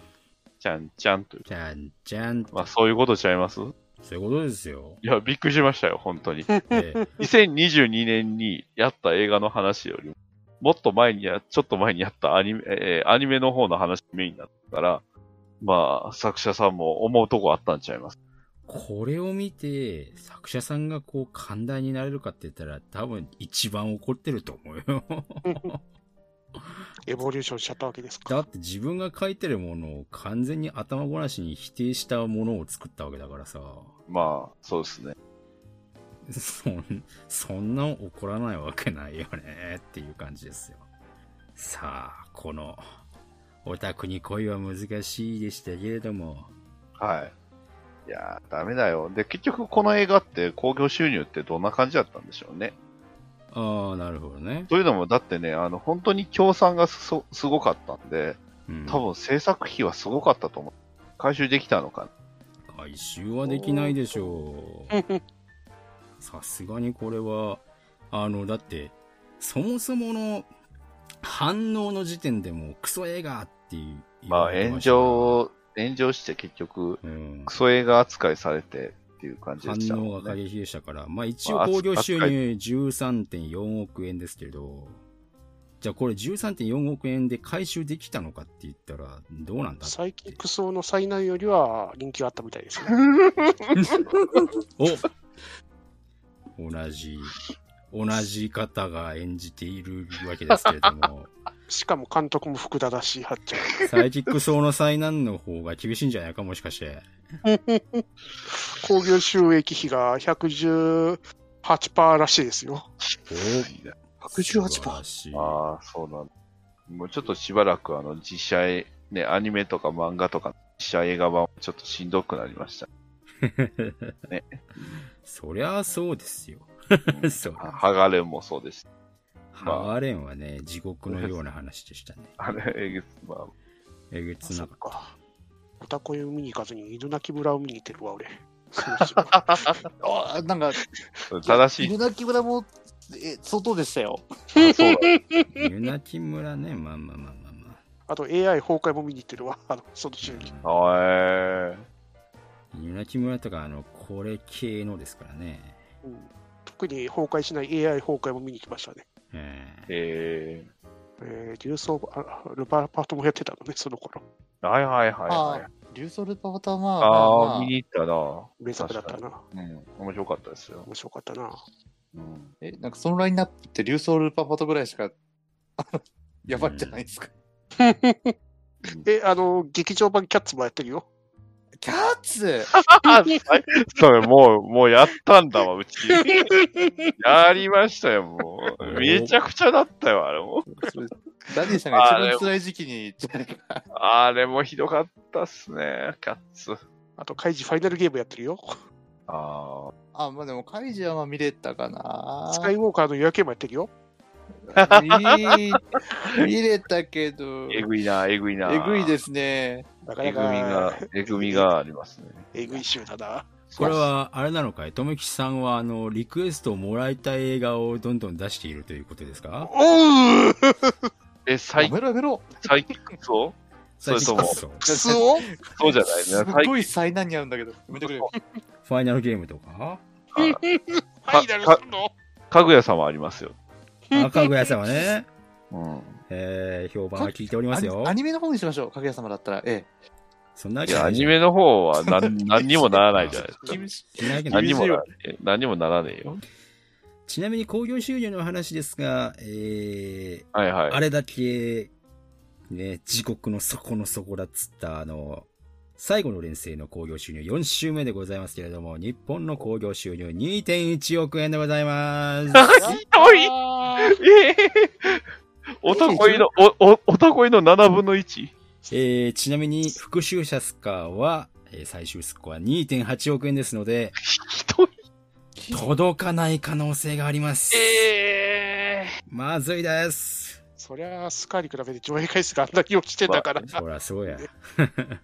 Speaker 1: ちゃんちゃんという。
Speaker 3: ちゃんちゃん
Speaker 1: まあ、そういうことちゃいますい
Speaker 3: そういうことですよ
Speaker 1: や、びっくりしましたよ、本当に。
Speaker 3: ええ
Speaker 1: 2022年にやった映画の話よりも、もっと前にや、ちょっと前にやったアニメ、えーアニメの方の話メインだったから、まあ、作者さんも思うとこあったんちゃいます。
Speaker 3: これを見て作者さんがこう寛大になれるかって言ったら多分一番怒ってると思うよ
Speaker 4: エボリューションしちゃったわけです
Speaker 3: だ
Speaker 4: か。
Speaker 3: って自分が書いてるものを完全に頭ごなしに否定したものを作ったわけだからさ、
Speaker 1: まあ、そうですね。
Speaker 3: そん、そんなん怒らないわけないよねっていう感じですよ。さあ、この、オタクに恋は難しいでしたけれども、
Speaker 1: はい。いやー、ダメだよ。で、結局この映画って興行収入ってどんな感じだったんでしょうね。
Speaker 3: ああ、なるほどね。
Speaker 1: というのも、だってね、あの、本当に協賛がそすごかったんで、
Speaker 3: うん、
Speaker 1: 多分制作費はすごかったと思う。回収できたのかな。
Speaker 3: 回収はできないでしょう。さすがにこれは、あの、だって、そもそもの反応の時点でもうクソ映画っていう。
Speaker 1: まあ、炎上を、炎上して結局、
Speaker 3: うん
Speaker 1: クソ映画扱いされてっていう感じで
Speaker 3: 反
Speaker 1: したもんね
Speaker 3: 応が過激でしたから、まあ一応
Speaker 1: まあ
Speaker 3: 興行収入13.4億円ですけど、じゃあこれ13.4億円で回収できたのかって言ったら、どうなんだ
Speaker 4: サイキック層の災難よりは人気があったみたいですね。
Speaker 3: お同じ、同じ方が演じているわけですけれども、
Speaker 4: しかも監督も福田だし、はっちゃん。
Speaker 3: サイキック層の災難の方が厳しいんじゃないか、もしかして。
Speaker 4: 興行収益比が118%らしいですよ。
Speaker 3: お
Speaker 2: 118%
Speaker 3: 素晴らしい
Speaker 1: ああ、そうなんだ。もうちょっとしばらくあの実写映ね、アニメとか漫画とか実写映画版ちょっとしんどくなりました。ね
Speaker 3: そりゃそうですよ。 そう。
Speaker 1: あハガレンもそうです。
Speaker 3: ハワレンはね、地獄のような話でしたね。
Speaker 1: あれ、えげつ、ま
Speaker 3: えげつ
Speaker 4: そ
Speaker 3: な
Speaker 4: っ
Speaker 3: かっ
Speaker 4: か。おたこ湯見に行かずに、犬鳴き村を見に行ってるわ、俺。そうですよあ
Speaker 2: あなんか、
Speaker 1: あ、正 しい。
Speaker 2: 犬鳴村も、え、外でしたよ。
Speaker 1: あそうだ。
Speaker 3: た。ユナキ村ね、まあまあまあまあまあ。
Speaker 4: と AI 崩壊も見に行ってるわ、あのその週に。
Speaker 1: おえ
Speaker 3: ユナキ村とか、あの、これ系のですからね。
Speaker 4: うん特に崩壊しない AI 崩壊も見に来ましたね。
Speaker 3: え
Speaker 1: ー、え
Speaker 4: えー、リュースオブあルパパートもやってたのね、その頃。
Speaker 1: ー、はいはいはいはい。
Speaker 2: リュウソルパータはまあ、まあ
Speaker 1: ああ、
Speaker 2: まあ
Speaker 1: 見に行ったな。
Speaker 4: 名作だったな。
Speaker 1: うん、面白かったですよ。
Speaker 4: 面白かったな。
Speaker 1: うん、
Speaker 2: え、なんかそのラインナップってリュウソルパータぐらいしか、 あのやばいんじゃないで すか。
Speaker 4: え、あの、劇場版キャッツもやってるよ。
Speaker 2: キャッツ
Speaker 1: あはい それもう、もうやったんだわ、うち。やりましたよ、もう。めちゃくちゃだったよ、あれも。
Speaker 2: それダディさんが一番辛い時期 に、じゃないか
Speaker 1: あれもひどかったっすね、キャッツ。
Speaker 4: あと、カイジファイナルゲームやってるよ。
Speaker 1: あ
Speaker 2: あ、まあでも、カイジはまあ見れたかな。
Speaker 4: スカイウォーカーの夜明けもやってるよ。
Speaker 2: 見見れたけど、
Speaker 1: え
Speaker 2: え
Speaker 1: ぐいな、えぐいな。。
Speaker 2: ぐいですすね。
Speaker 4: なか
Speaker 1: え
Speaker 4: な
Speaker 1: ぐみが
Speaker 4: か、、
Speaker 1: えぐみがありますね。
Speaker 4: えぐい週だな。
Speaker 3: ーこれは、あれなのかいとめきさんは、あの、リクエストをもらいたい映画をどんどん出しているということですか
Speaker 4: おう
Speaker 1: え、
Speaker 2: や
Speaker 1: 最
Speaker 2: めろやめろ。
Speaker 1: 最近そうそれとも
Speaker 3: 最近そう
Speaker 4: ク ソ
Speaker 1: そうじゃないね。
Speaker 2: す
Speaker 1: 最
Speaker 2: っ
Speaker 1: 近
Speaker 2: ごい災難にあうんだけど、やめてくれよ。
Speaker 3: ファイナルゲームとか
Speaker 4: ファイナルすんの
Speaker 1: かぐや様ありますよ。
Speaker 3: 赤ぐやさんはね、
Speaker 1: うん。
Speaker 3: えー、評判は聞いておりますよ
Speaker 2: アニア。ニメの方にしましょう、かぐや様だったら。え
Speaker 3: そんなわ
Speaker 1: い
Speaker 3: けな
Speaker 1: や、ア
Speaker 3: いじ
Speaker 1: ニ
Speaker 3: ゃん
Speaker 1: メの方は何何にもならないじゃないです
Speaker 2: え。
Speaker 1: か。
Speaker 2: 厳し
Speaker 3: そんなわけない
Speaker 1: 何にもならない。何にもならねえよ。
Speaker 3: ちなみに興行収入の話ですが、えー、
Speaker 1: はいはい。
Speaker 3: あれだけ、ね、地獄の底の底だっつった、あの、最後の連成の興行収入4週目でございますけれども、日本の興行収入2.1億円でございます。
Speaker 1: おいえー、おたこいの、お、お、おたこいの7分の 1?
Speaker 3: えー、ちなみに復讐者スカーは、えー最終スコア2.8億円ですので、
Speaker 1: ひどい。
Speaker 3: 届かない可能性があります。まずいです。
Speaker 4: そりゃ、スカーに比べて上映回数があんなに落ちてんだから。
Speaker 3: ほら、そうや。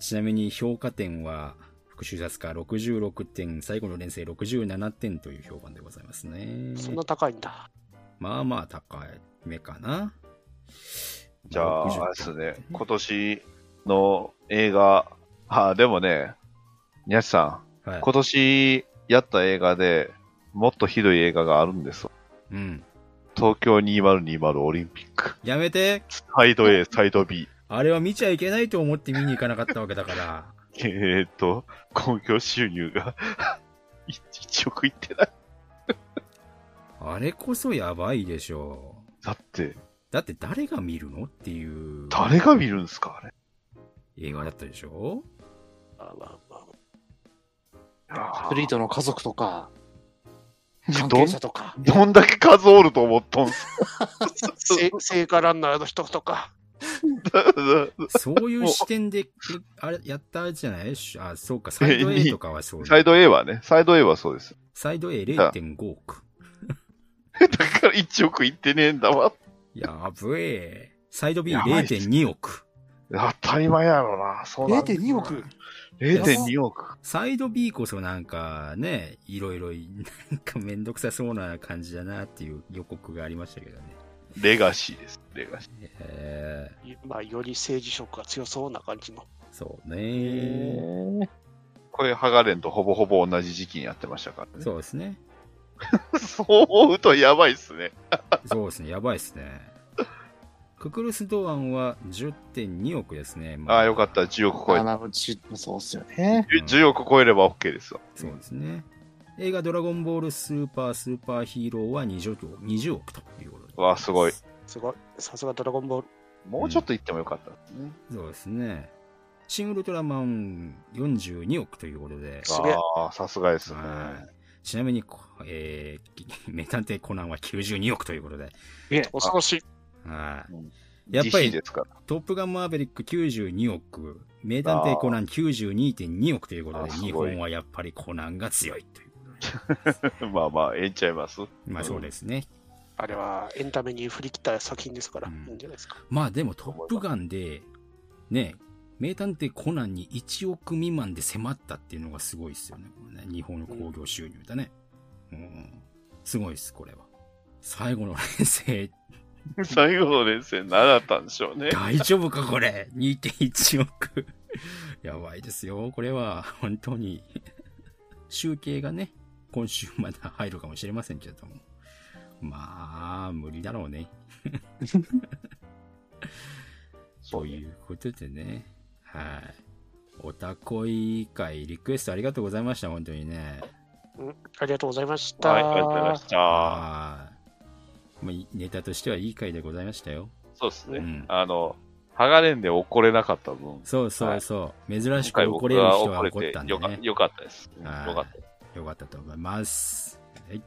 Speaker 3: ちなみに評価点は、復讐者スカー66点、最後の連成67点という評判でございますね。
Speaker 4: そんな高いんだ。
Speaker 3: まあまあ高い目かな。
Speaker 1: じゃあ、
Speaker 3: 60
Speaker 1: あれですね、今年の映画、あー、でもね、にゃしさ
Speaker 3: はい
Speaker 1: ん、今年やった映画でもっとひどい映画があるんですよ。
Speaker 3: うん。
Speaker 1: 東京2020オリンピック。
Speaker 3: やめて
Speaker 1: サイド A、サイド B。
Speaker 3: あれは見ちゃいけないと思って見に行かなかったわけだから。
Speaker 1: えーっと、興行収入が 1億いってない。
Speaker 3: あれこそやばいでしょう。
Speaker 1: だって、
Speaker 3: だって誰が見るのっていう
Speaker 1: 誰が見るんですか、あれ。
Speaker 3: 映画だったでしょ
Speaker 4: まあまあまあ
Speaker 2: アスリートの家族とか、関
Speaker 1: ど
Speaker 2: 係
Speaker 1: ん
Speaker 2: 者とか。
Speaker 1: どんだけ数おると思っとんす
Speaker 4: せ聖火ランナーの人とか。
Speaker 1: か
Speaker 3: そういう視点で、あれ、やったじゃないしあ、そうか、サイド A とかはそうだ
Speaker 1: サイド A はね、サイド A はそうです。
Speaker 3: サイド A0.5 億。
Speaker 1: だから1億いってねえんだわ。
Speaker 3: やべえ。サイド
Speaker 1: やばいっす
Speaker 3: B0.2 億。
Speaker 1: 当たり前やろな、そうなんだ
Speaker 2: 0.2億。
Speaker 1: 0.2億。
Speaker 3: サイド B こそなんかね、いろいろ、なんかめんどくさそうな感じだなっていう予告がありましたけどね。
Speaker 1: レガシーです。レガシー。
Speaker 3: え
Speaker 4: まあ、より政治色が強そうな感じの。
Speaker 3: ー、そうね。
Speaker 1: これ、ハガレンとほぼほぼ同じ時期にやってましたからね。
Speaker 3: そうですね。
Speaker 1: そう思うとやばいっすね。
Speaker 3: そうですね。やばいですね。ククルス・ドアンは10.2億ですね。ま
Speaker 1: ああ、よかった。。10億超え
Speaker 2: あ、まあ、うちそうっすよね。
Speaker 3: ん
Speaker 1: 10億超えれば OK ですよ。
Speaker 3: そうですね。映画ドラゴンボールスーパースーパーヒーローは20億 ,20 億ということで。
Speaker 1: わあ、すごい。
Speaker 4: すごい。さすがドラゴンボール。
Speaker 1: もうちょっと行ってもよかったですね。
Speaker 3: そうですね。シン・ウルトラマン42億ということで。
Speaker 4: すげえ
Speaker 1: ああ、さすがですね。
Speaker 3: はいちなみにこ、え ー、名探偵コナンは92億ということで。
Speaker 4: 恐ろしい。
Speaker 3: は
Speaker 1: うん
Speaker 3: い。やっぱ
Speaker 1: DC
Speaker 3: り
Speaker 1: で、すから。
Speaker 3: トップガンマーベリック92億、名探偵コナン92.2億ということ
Speaker 1: あ
Speaker 3: で、
Speaker 1: ーすごい
Speaker 3: 日本はやっぱりコナンが強いという。
Speaker 1: まあまあ、ええんちゃいます。
Speaker 3: まあそうですね。
Speaker 4: あれはエンタメに振り切った作品ですから、
Speaker 3: うん
Speaker 4: いいんじゃないですか。
Speaker 3: まあでもトップガンで、ね、名探偵コナンに1億未満で迫ったっていうのがすごいですよね。これね日本の興行収入だね。うん。すごいです、これは。最後の 連戦、
Speaker 1: 最後の連戦何だったんでしょ うね。
Speaker 3: 大丈夫かこれ ?2.1 億。やばいですよ、これは。本当に。集計がね、今週まだ入るかもしれませんけれども。まあ、無理だろうね。
Speaker 1: そ
Speaker 3: と
Speaker 1: ういう。
Speaker 3: いうことでね。はい。おたこい会リクエストありがとうございました、本当にね。
Speaker 4: うん、ありがとうございました。
Speaker 1: はい、ありがとうございました。
Speaker 3: はいまあいネタとしてはいい回でございましたよ。
Speaker 1: そうです
Speaker 3: う
Speaker 1: ね。
Speaker 3: ん。
Speaker 1: あの、剥がれんで怒れなかった分、
Speaker 3: そうそうそう。珍し
Speaker 1: 今
Speaker 3: く
Speaker 1: 回
Speaker 3: 怒
Speaker 1: 僕
Speaker 3: れる
Speaker 1: は
Speaker 3: 人は
Speaker 1: 怒れ
Speaker 3: 怒ってたんで
Speaker 1: よか
Speaker 3: ね。
Speaker 1: よかったです。うんよ
Speaker 3: はい
Speaker 1: かったです。
Speaker 3: よかったと思います。はい。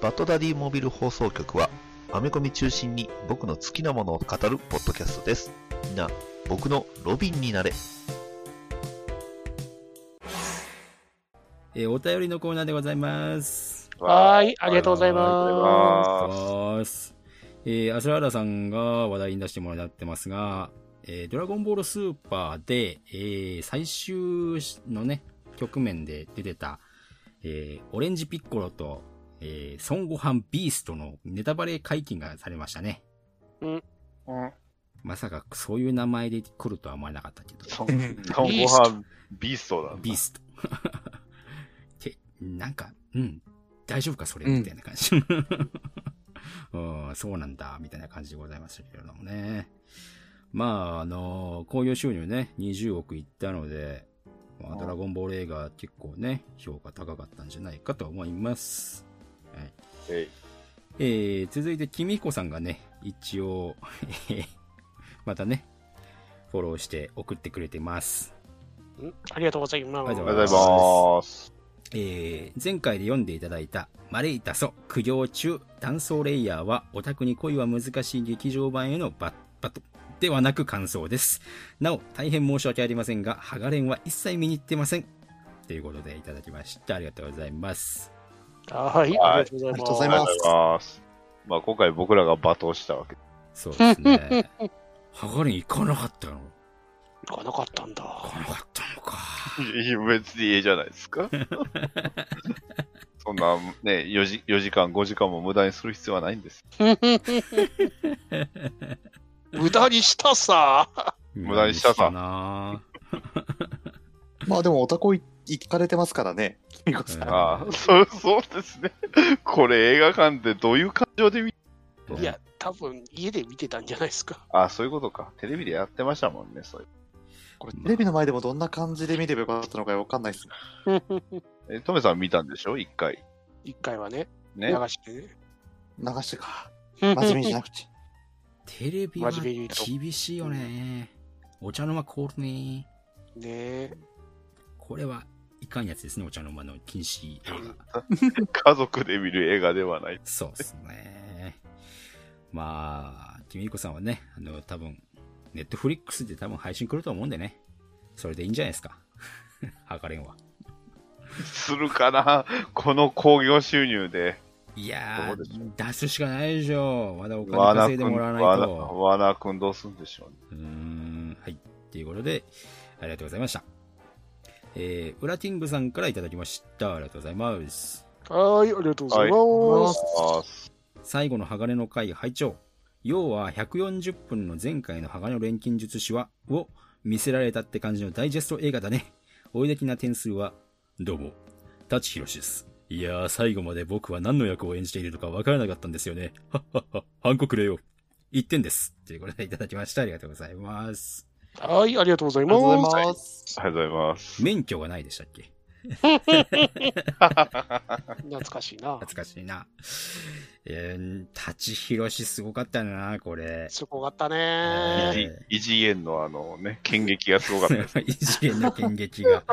Speaker 8: バッドダディモビル放送局は、アメコミ中心に僕の好きなものを語るポッドキャストです。みんな、僕のロビンになれ。
Speaker 3: えーお便りのコーナーでございます。
Speaker 4: はーい、ありがとうございま
Speaker 1: あ
Speaker 3: そうっすえー、アスラーラさんが話題に出してもらってますが、えードラゴンボールスーパーで、えー最終のね、局面で出てた、えーオレンジピッコロと、えー、孫悟飯ビーストのネタバレ解禁がされましたね。
Speaker 9: うん。
Speaker 3: まさかそういう名前で来るとは思わなかったけど。
Speaker 1: そ孫悟飯ビーストなんだ
Speaker 3: ビース ト。て、なんか、うん、大丈夫か、それ、
Speaker 2: うん
Speaker 3: みたいな感じ。 うん、そうなんだ、みたいな感じでございましたけれどもね。まあ、あの、興行収入ね、20億いったので、まあ、ドラゴンボール映画結構ね、評価高かったんじゃないかと思います。はい。
Speaker 1: えい
Speaker 3: えー、続いて、きみこさんがね、一応、 えーまたね、フォローして送ってくれてます。
Speaker 4: す。うんありがとうございます。
Speaker 3: あり
Speaker 1: おはよ
Speaker 3: がとう
Speaker 1: う
Speaker 3: ご
Speaker 1: ご
Speaker 3: ざいま
Speaker 1: ざいます。
Speaker 3: えー前回で読んでいただいた「マレイタソ苦行中断層レイヤー」はオタクに恋は難しい劇場版へのバッバトではなく感想ですなお大変申し訳ありませんがハガレンは一切見に行ってませんということでいただきましたありがとうございます
Speaker 4: はい、ありがとうございます。
Speaker 9: ありがとうござい
Speaker 1: ありが
Speaker 9: ま
Speaker 1: とう
Speaker 9: す
Speaker 1: ございます。まあ今回僕らが罵倒した わけ。
Speaker 3: そうですねハガレン行かなかったの
Speaker 4: 行かなかったんだ
Speaker 3: 行。かなかったのか
Speaker 1: いや別にええじゃないです か。そんなね、4時 ,4 時間、5時間も無駄にする必要はないんです。
Speaker 4: 無駄にしたさ。
Speaker 1: 無駄にしたさ
Speaker 3: な
Speaker 2: まあでも、おたこい行かれてますからね。キミコさん。
Speaker 1: ああ、そう、そうですね。これ映画館ってどういう感情で見
Speaker 3: うん
Speaker 4: いや、多分家で見てたんじゃないですか。
Speaker 1: ああ、そういうことか。テレビでやってましたもんね、そういう。
Speaker 2: これ、テレビの前でもどんな感じで見ればよかったのかわかんないっす。
Speaker 1: え、トメさん見たんでしょ一回。
Speaker 4: 一回はね、流
Speaker 1: ね。
Speaker 4: してね。
Speaker 2: 流して か。真面目にじゃなくて。
Speaker 3: テレビは
Speaker 4: 真面目に言うと
Speaker 3: 厳しいよねお茶の間凍るね
Speaker 4: ねえ。
Speaker 3: これはいかんやつですね、お茶の間の禁止映画。
Speaker 1: 家族で見る映画ではない。
Speaker 3: そうですね。まあ、きみこさんはね、あの、多分、ネットフリックスで多分配信来ると思うんでね。それでいいんじゃないですか。 はかれんは。
Speaker 1: するかなこの興行収入で。
Speaker 3: いや
Speaker 10: どうでしょ
Speaker 3: ー、出すしかないでしょ。まだお金
Speaker 1: わな
Speaker 3: 稼い
Speaker 1: く
Speaker 3: で
Speaker 1: ん、
Speaker 3: もらわ
Speaker 1: わ
Speaker 3: ない
Speaker 1: な、
Speaker 3: と。
Speaker 1: わなくんどうするんでし ょうね。
Speaker 3: うーん、はい。ということで、ありがとうございました。えー、ウラティングさんからいただきました。ありがとうございます。
Speaker 4: はーい、ありがとうござい
Speaker 2: は
Speaker 4: ま
Speaker 2: い
Speaker 1: あ
Speaker 4: す。
Speaker 3: 最後の鋼の回、拝聴要は140分の前回の鋼の錬金術師は、を見せられたって感じのダイジェスト映画だね。おいできな点数は、どうも、舘ひろしです。いやー、最後まで僕は何の役を演じているのかわからなかったんですよね。はっはっは、反告れよ。1点です。ということでいただきました。ありがとうございます。
Speaker 4: はい、ありがとうござい
Speaker 2: りがとうございま
Speaker 4: ます。
Speaker 2: す。
Speaker 1: りがとうございます。
Speaker 3: 免許がないでしたっけ
Speaker 4: 懐かしいな。
Speaker 3: 懐かしいな。えー、舘ひろしすごかったな、これ。
Speaker 4: すごかった
Speaker 3: は
Speaker 4: ね
Speaker 3: い。
Speaker 1: 異次元のあの ね、剣撃がすごかったです。
Speaker 3: 異次元の剣劇が。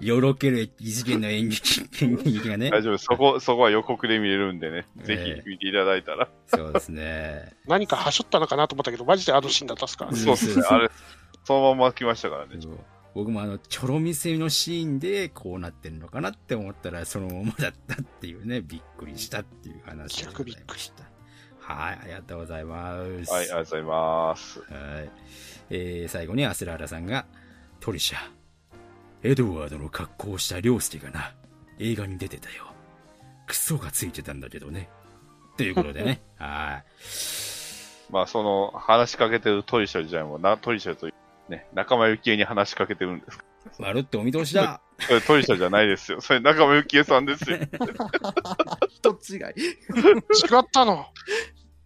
Speaker 3: よろける異次元の演劇、剣劇がね。
Speaker 1: 大丈夫です。そこ、そこは予告で見れるんでね。ぜ
Speaker 3: え
Speaker 1: ひ見ていただいたら。
Speaker 3: そうですね。
Speaker 4: 何かはしょったのかなと思ったけど、マジであのシーンだったっすから
Speaker 3: え
Speaker 4: ね。
Speaker 1: そうですね。あれ、そのまま来ましたからね。
Speaker 3: そう僕もあの、ちょろ見せのシーンでこうなってんのかなって思ったら、そのままだったっていうね、びっくりしたっていう話でございました。はい、ありがとうございます。
Speaker 1: はい、ありがとうございます。
Speaker 3: はい。えー最後にアスラーラさんが、トリシャ、エドワードの格好をした凌介がな、映画に出てたよ。クソがついてたんだけどね。ということで ね。はい。
Speaker 1: まあ、その、話しかけてるトリショルじゃないもんな、トリショルと、ね、仲間由紀恵に話しかけてるんですか
Speaker 3: まるっとお見通しだ。
Speaker 1: それトリショルじゃないですよ。それ仲間由紀恵さんですよ。
Speaker 11: 人違い。
Speaker 4: 違ったの。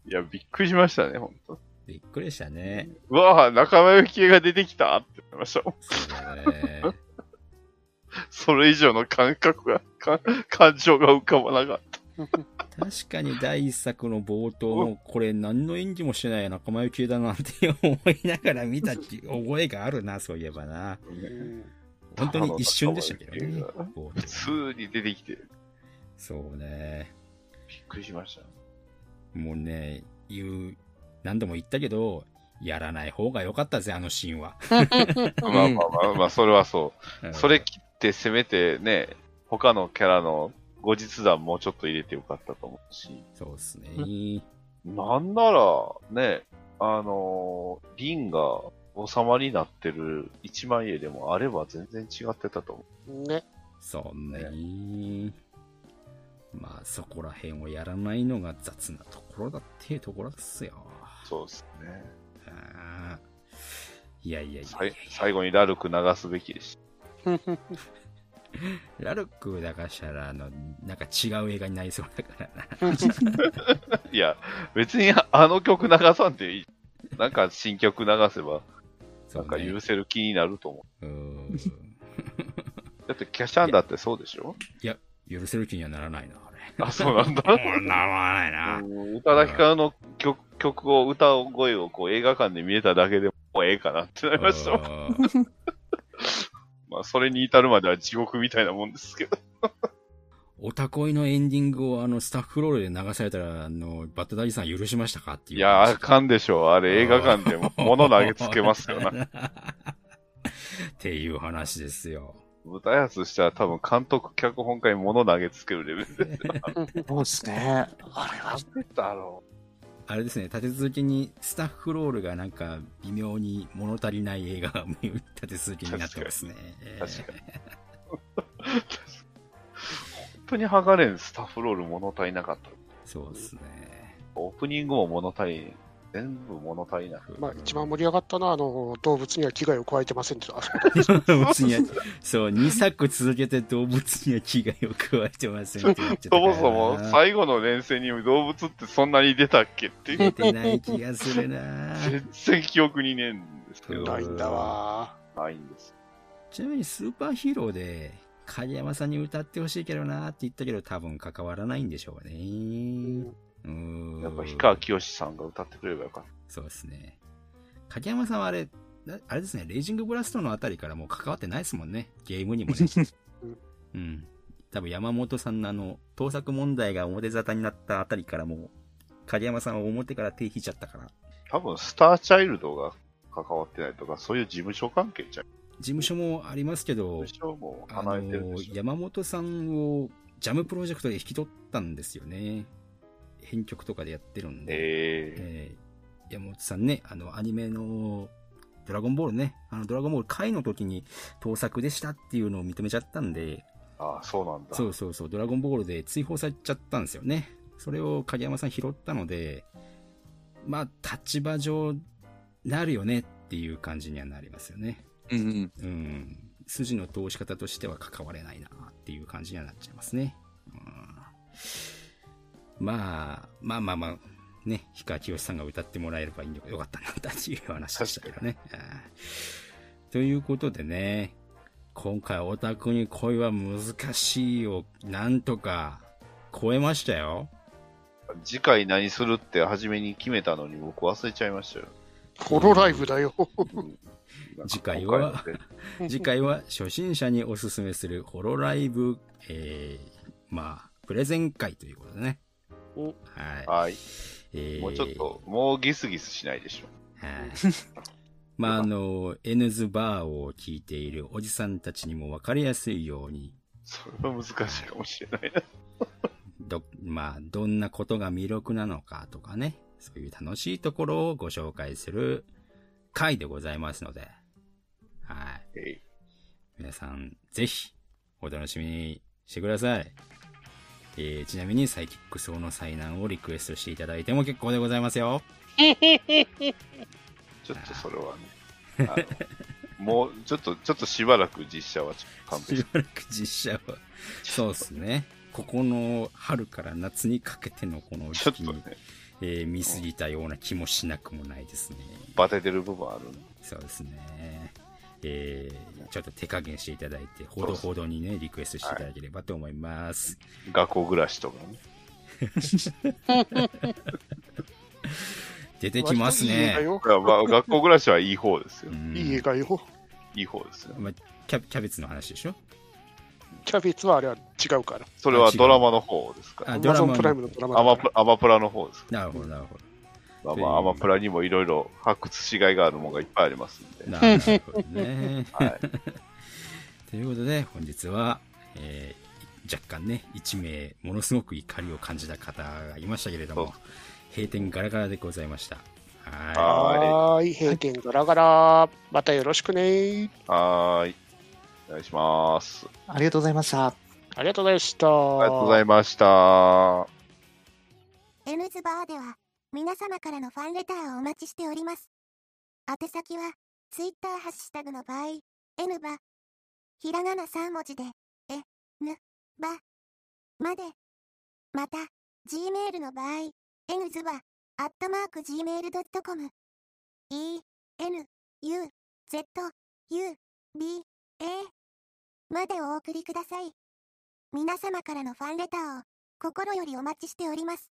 Speaker 1: いや、びっくりしましたね、ほんと。
Speaker 3: びっくりしたね。
Speaker 1: うわぁ、仲間由紀恵が出てきたって思いました。
Speaker 3: えー
Speaker 1: それ以上の感覚が、か感情が浮かばなかった。
Speaker 3: 確かに第一作の冒頭も、これ何の演技もしてない仲間由紀恵だなって思いながら見たっていう覚えがあるな、そういえ ばな。本当に一瞬でしたけどね。冒頭
Speaker 1: 普通に出てきて、びっ
Speaker 3: そうね。
Speaker 1: くりしました。
Speaker 3: もうね、言う、何度も言ったけど、やらない方が良かったぜ、あのシーンは。
Speaker 1: まあまあまあまあ、それはそう。それ
Speaker 3: うん、
Speaker 1: 切ってせめてね、他のキャラの後日談もうちょっと入れてよかったと思うし、
Speaker 3: そうっすね。
Speaker 1: なんならね、あのーリンが王様になってる一枚絵でもあれば全然違ってたと思
Speaker 4: ね。
Speaker 3: そんなに。まあ、そこら辺をやらないのが雑なところだっていうところっすよ。
Speaker 1: う。そうですね。
Speaker 3: あーいやいやいや
Speaker 1: さ
Speaker 3: い
Speaker 1: い
Speaker 3: や。
Speaker 1: 最後にラルク流すべきでし
Speaker 3: ラルクだからしたら、あの、なんか違う映画になりそう だからな。
Speaker 1: た。いや、別にああの曲流さんでいい。なんか新曲流せば、
Speaker 3: そ
Speaker 1: な
Speaker 3: うん
Speaker 1: か
Speaker 3: ね
Speaker 1: 許せる気になると思
Speaker 3: うーん。
Speaker 1: う。だってキャシャンだってそうでしょ
Speaker 3: いや、許せる気にはならないな、あれ。
Speaker 1: あ、そうなんだ。
Speaker 3: ならないな。
Speaker 1: うん宇多田ヒカルの曲曲を、歌声をこう映画館で見れただけでもうええかなってなりました。
Speaker 3: うん
Speaker 1: まあ、それに至るまでは地獄みたいなもんですけど。
Speaker 3: おたこいのエンディングをあのスタッフロールで流されたら、あの、バッタダディさん許しましたかっていう。
Speaker 1: いや、あかんでしょう。あれ映画館でも物投げつけますよな。
Speaker 3: っていう話ですよ。
Speaker 1: 歌やつしたら多分監督、脚本家に物投げつけるレベルですよ。
Speaker 2: そうですね。あれは。
Speaker 1: だろ
Speaker 3: あれですね、立て続けにスタッフロールがなんか微妙に物足りない映画が立て続けになってますね。
Speaker 1: う。確かに。本当にハガレンスタッフロール物足りなかった。
Speaker 3: そうですね。
Speaker 1: オープニングも物足り、全部物足りなく。
Speaker 4: まあ、一番盛り上がったのは、あの、動物には危害を加えてませんって、あそこだ
Speaker 3: 動物には、そう、2作続けて動物には危害を加えてませんって言ってたか
Speaker 1: そも
Speaker 3: ら
Speaker 1: そも最後の連戦に動物ってそんなに出たっけっていう
Speaker 3: 出。てない気がするな
Speaker 1: 全然記憶にねえんですけど、
Speaker 4: ないんだわ。
Speaker 1: ないんです。
Speaker 3: ちなみにスーパーヒーローで、影山さんに歌ってほしいけどなーって言ったけど、多分関わらないんでしょうね。うーん。
Speaker 1: やっぱ氷川きよしさんが歌ってくればよかっ
Speaker 3: そうですね。影山さんはあれ、なあれですね、レイジングブラストのあたりからもう関わってないですもんね。ゲームに もね。うん。多分山本さんのあの、盗作問題が表沙汰になったあたりからもう、影山さんは表から手引いちゃったから。
Speaker 1: た。多分、スターチャイルドが関わってないとか、そういう事務所関係じゃん。
Speaker 3: 事務所もありますけど
Speaker 1: 事、務所も
Speaker 3: あ
Speaker 1: 離
Speaker 3: の
Speaker 1: れてるでしょ。
Speaker 3: 山本さんをジャムプロジェクトで引き取ったんですよね。編曲とかでやってるんで、
Speaker 12: え
Speaker 3: えー山本さんね、あの、アニメの、ドラゴンボールね、あの、ドラゴンボール回の時に盗作でしたっていうのを認めちゃったんで、
Speaker 12: ー、ああ、そうなんだ。
Speaker 3: そうそうそう、ドラゴンボールで追放されちゃったんですよね。それを影山さん拾ったので、まあ、立場上、なるよねっていう感じにはなりますよね。
Speaker 2: うんうん。
Speaker 3: うん。筋の通し方としては関われないなっていう感じにはなっちゃいますね。うん、まあ、まあまあまあ、ね、氷川きよしさんが歌ってもらえればいいのよかったなっていう話でしたけどね。うんということでね、今回オタクに恋は難しいをなんとか超えましたよ。
Speaker 1: 次回何するって初めに決めたのに僕忘れちゃいましたよ。
Speaker 4: ホロライブだよ。
Speaker 3: 次回は
Speaker 1: 今回ので
Speaker 3: 次回は初心者におすすめするホロライブ、えー、まあ、プレゼン会ということでね。
Speaker 4: お
Speaker 3: はい。
Speaker 1: はい。
Speaker 3: えー
Speaker 1: もうちょっと、もうギスギスしないでしょ。
Speaker 3: はい。まあ、あの、N ズバーを聞いているおじさんたちにも分かりやすいように、
Speaker 1: それは難しいかもしれない
Speaker 3: ど、まあ、どんなことが魅力なのかとかね、そういう楽しいところをご紹介する回でございますので、はい。
Speaker 1: な。え
Speaker 3: 皆さん、ぜひ、お楽しみにしてください。えーちなみに、サイキック層の災難をリクエストしていただいても結構でございますよ。
Speaker 1: いちょっとそれはね。あの もう、ちょっと、ちょっとしばらく実写はちょっと勘
Speaker 3: し
Speaker 1: 弁
Speaker 3: ばらく実写は。そうっすね。ここの春から夏にかけてのこの
Speaker 1: ちょ
Speaker 3: 時
Speaker 1: っ
Speaker 3: 期
Speaker 1: と
Speaker 3: に、
Speaker 1: ね、
Speaker 3: えー見過ぎたような気もしなくもないですね。
Speaker 1: バテてる部分あるね
Speaker 3: そうですね。えーちょっと手加減していただいて、ほどほどにね、リクエストしていただければと思います。
Speaker 1: 学校暮らしとかね。
Speaker 3: 出てきます
Speaker 4: いい映画
Speaker 3: ね。
Speaker 4: よ
Speaker 1: い。やまあ、学校暮らしはいい方ですよ
Speaker 3: う。ん
Speaker 4: いい映画よ。
Speaker 1: いい方ですよ。
Speaker 3: まあキャキャベツの話でしょ
Speaker 4: キャベツはあれは違うから。
Speaker 1: それはドラマの方ですから。
Speaker 3: あ
Speaker 4: Amazon
Speaker 3: ドラマの
Speaker 4: プライムのドラマ
Speaker 1: ア
Speaker 4: だ
Speaker 1: マ
Speaker 4: か
Speaker 1: プラアマプラの方ですか
Speaker 3: なるほど、なるほ
Speaker 1: まあまあ、アマプラにもいろいろ発掘しがいがあるものがいっぱいありますんで
Speaker 3: ど。。なるほどね。
Speaker 1: はい、
Speaker 3: ということで、本日は、えー若干ね、1名、ものすごく怒りを感じた方がいましたけれども
Speaker 1: そ、
Speaker 3: 閉店ガラガラでございました。
Speaker 4: ら。
Speaker 3: は
Speaker 1: はい
Speaker 4: はーい。閉店ガラガラ。またよろしくね
Speaker 1: はーい。お願いします。
Speaker 2: ありがとうございました。
Speaker 4: ありがとうございました。
Speaker 1: ありがとうございました。
Speaker 6: N ズバーでは皆様からのファンレターをお待ちしております。宛先は Twitter ハッシュタグの場合、N バ、ひらがな3文字で、え、ぬ、ば、まで。また、Gmail の場合、N ズバ、アットマーク Gmail.com。E, N, U, Z, U, B, A までお送りください。皆様からのファンレターを心よりお待ちしております。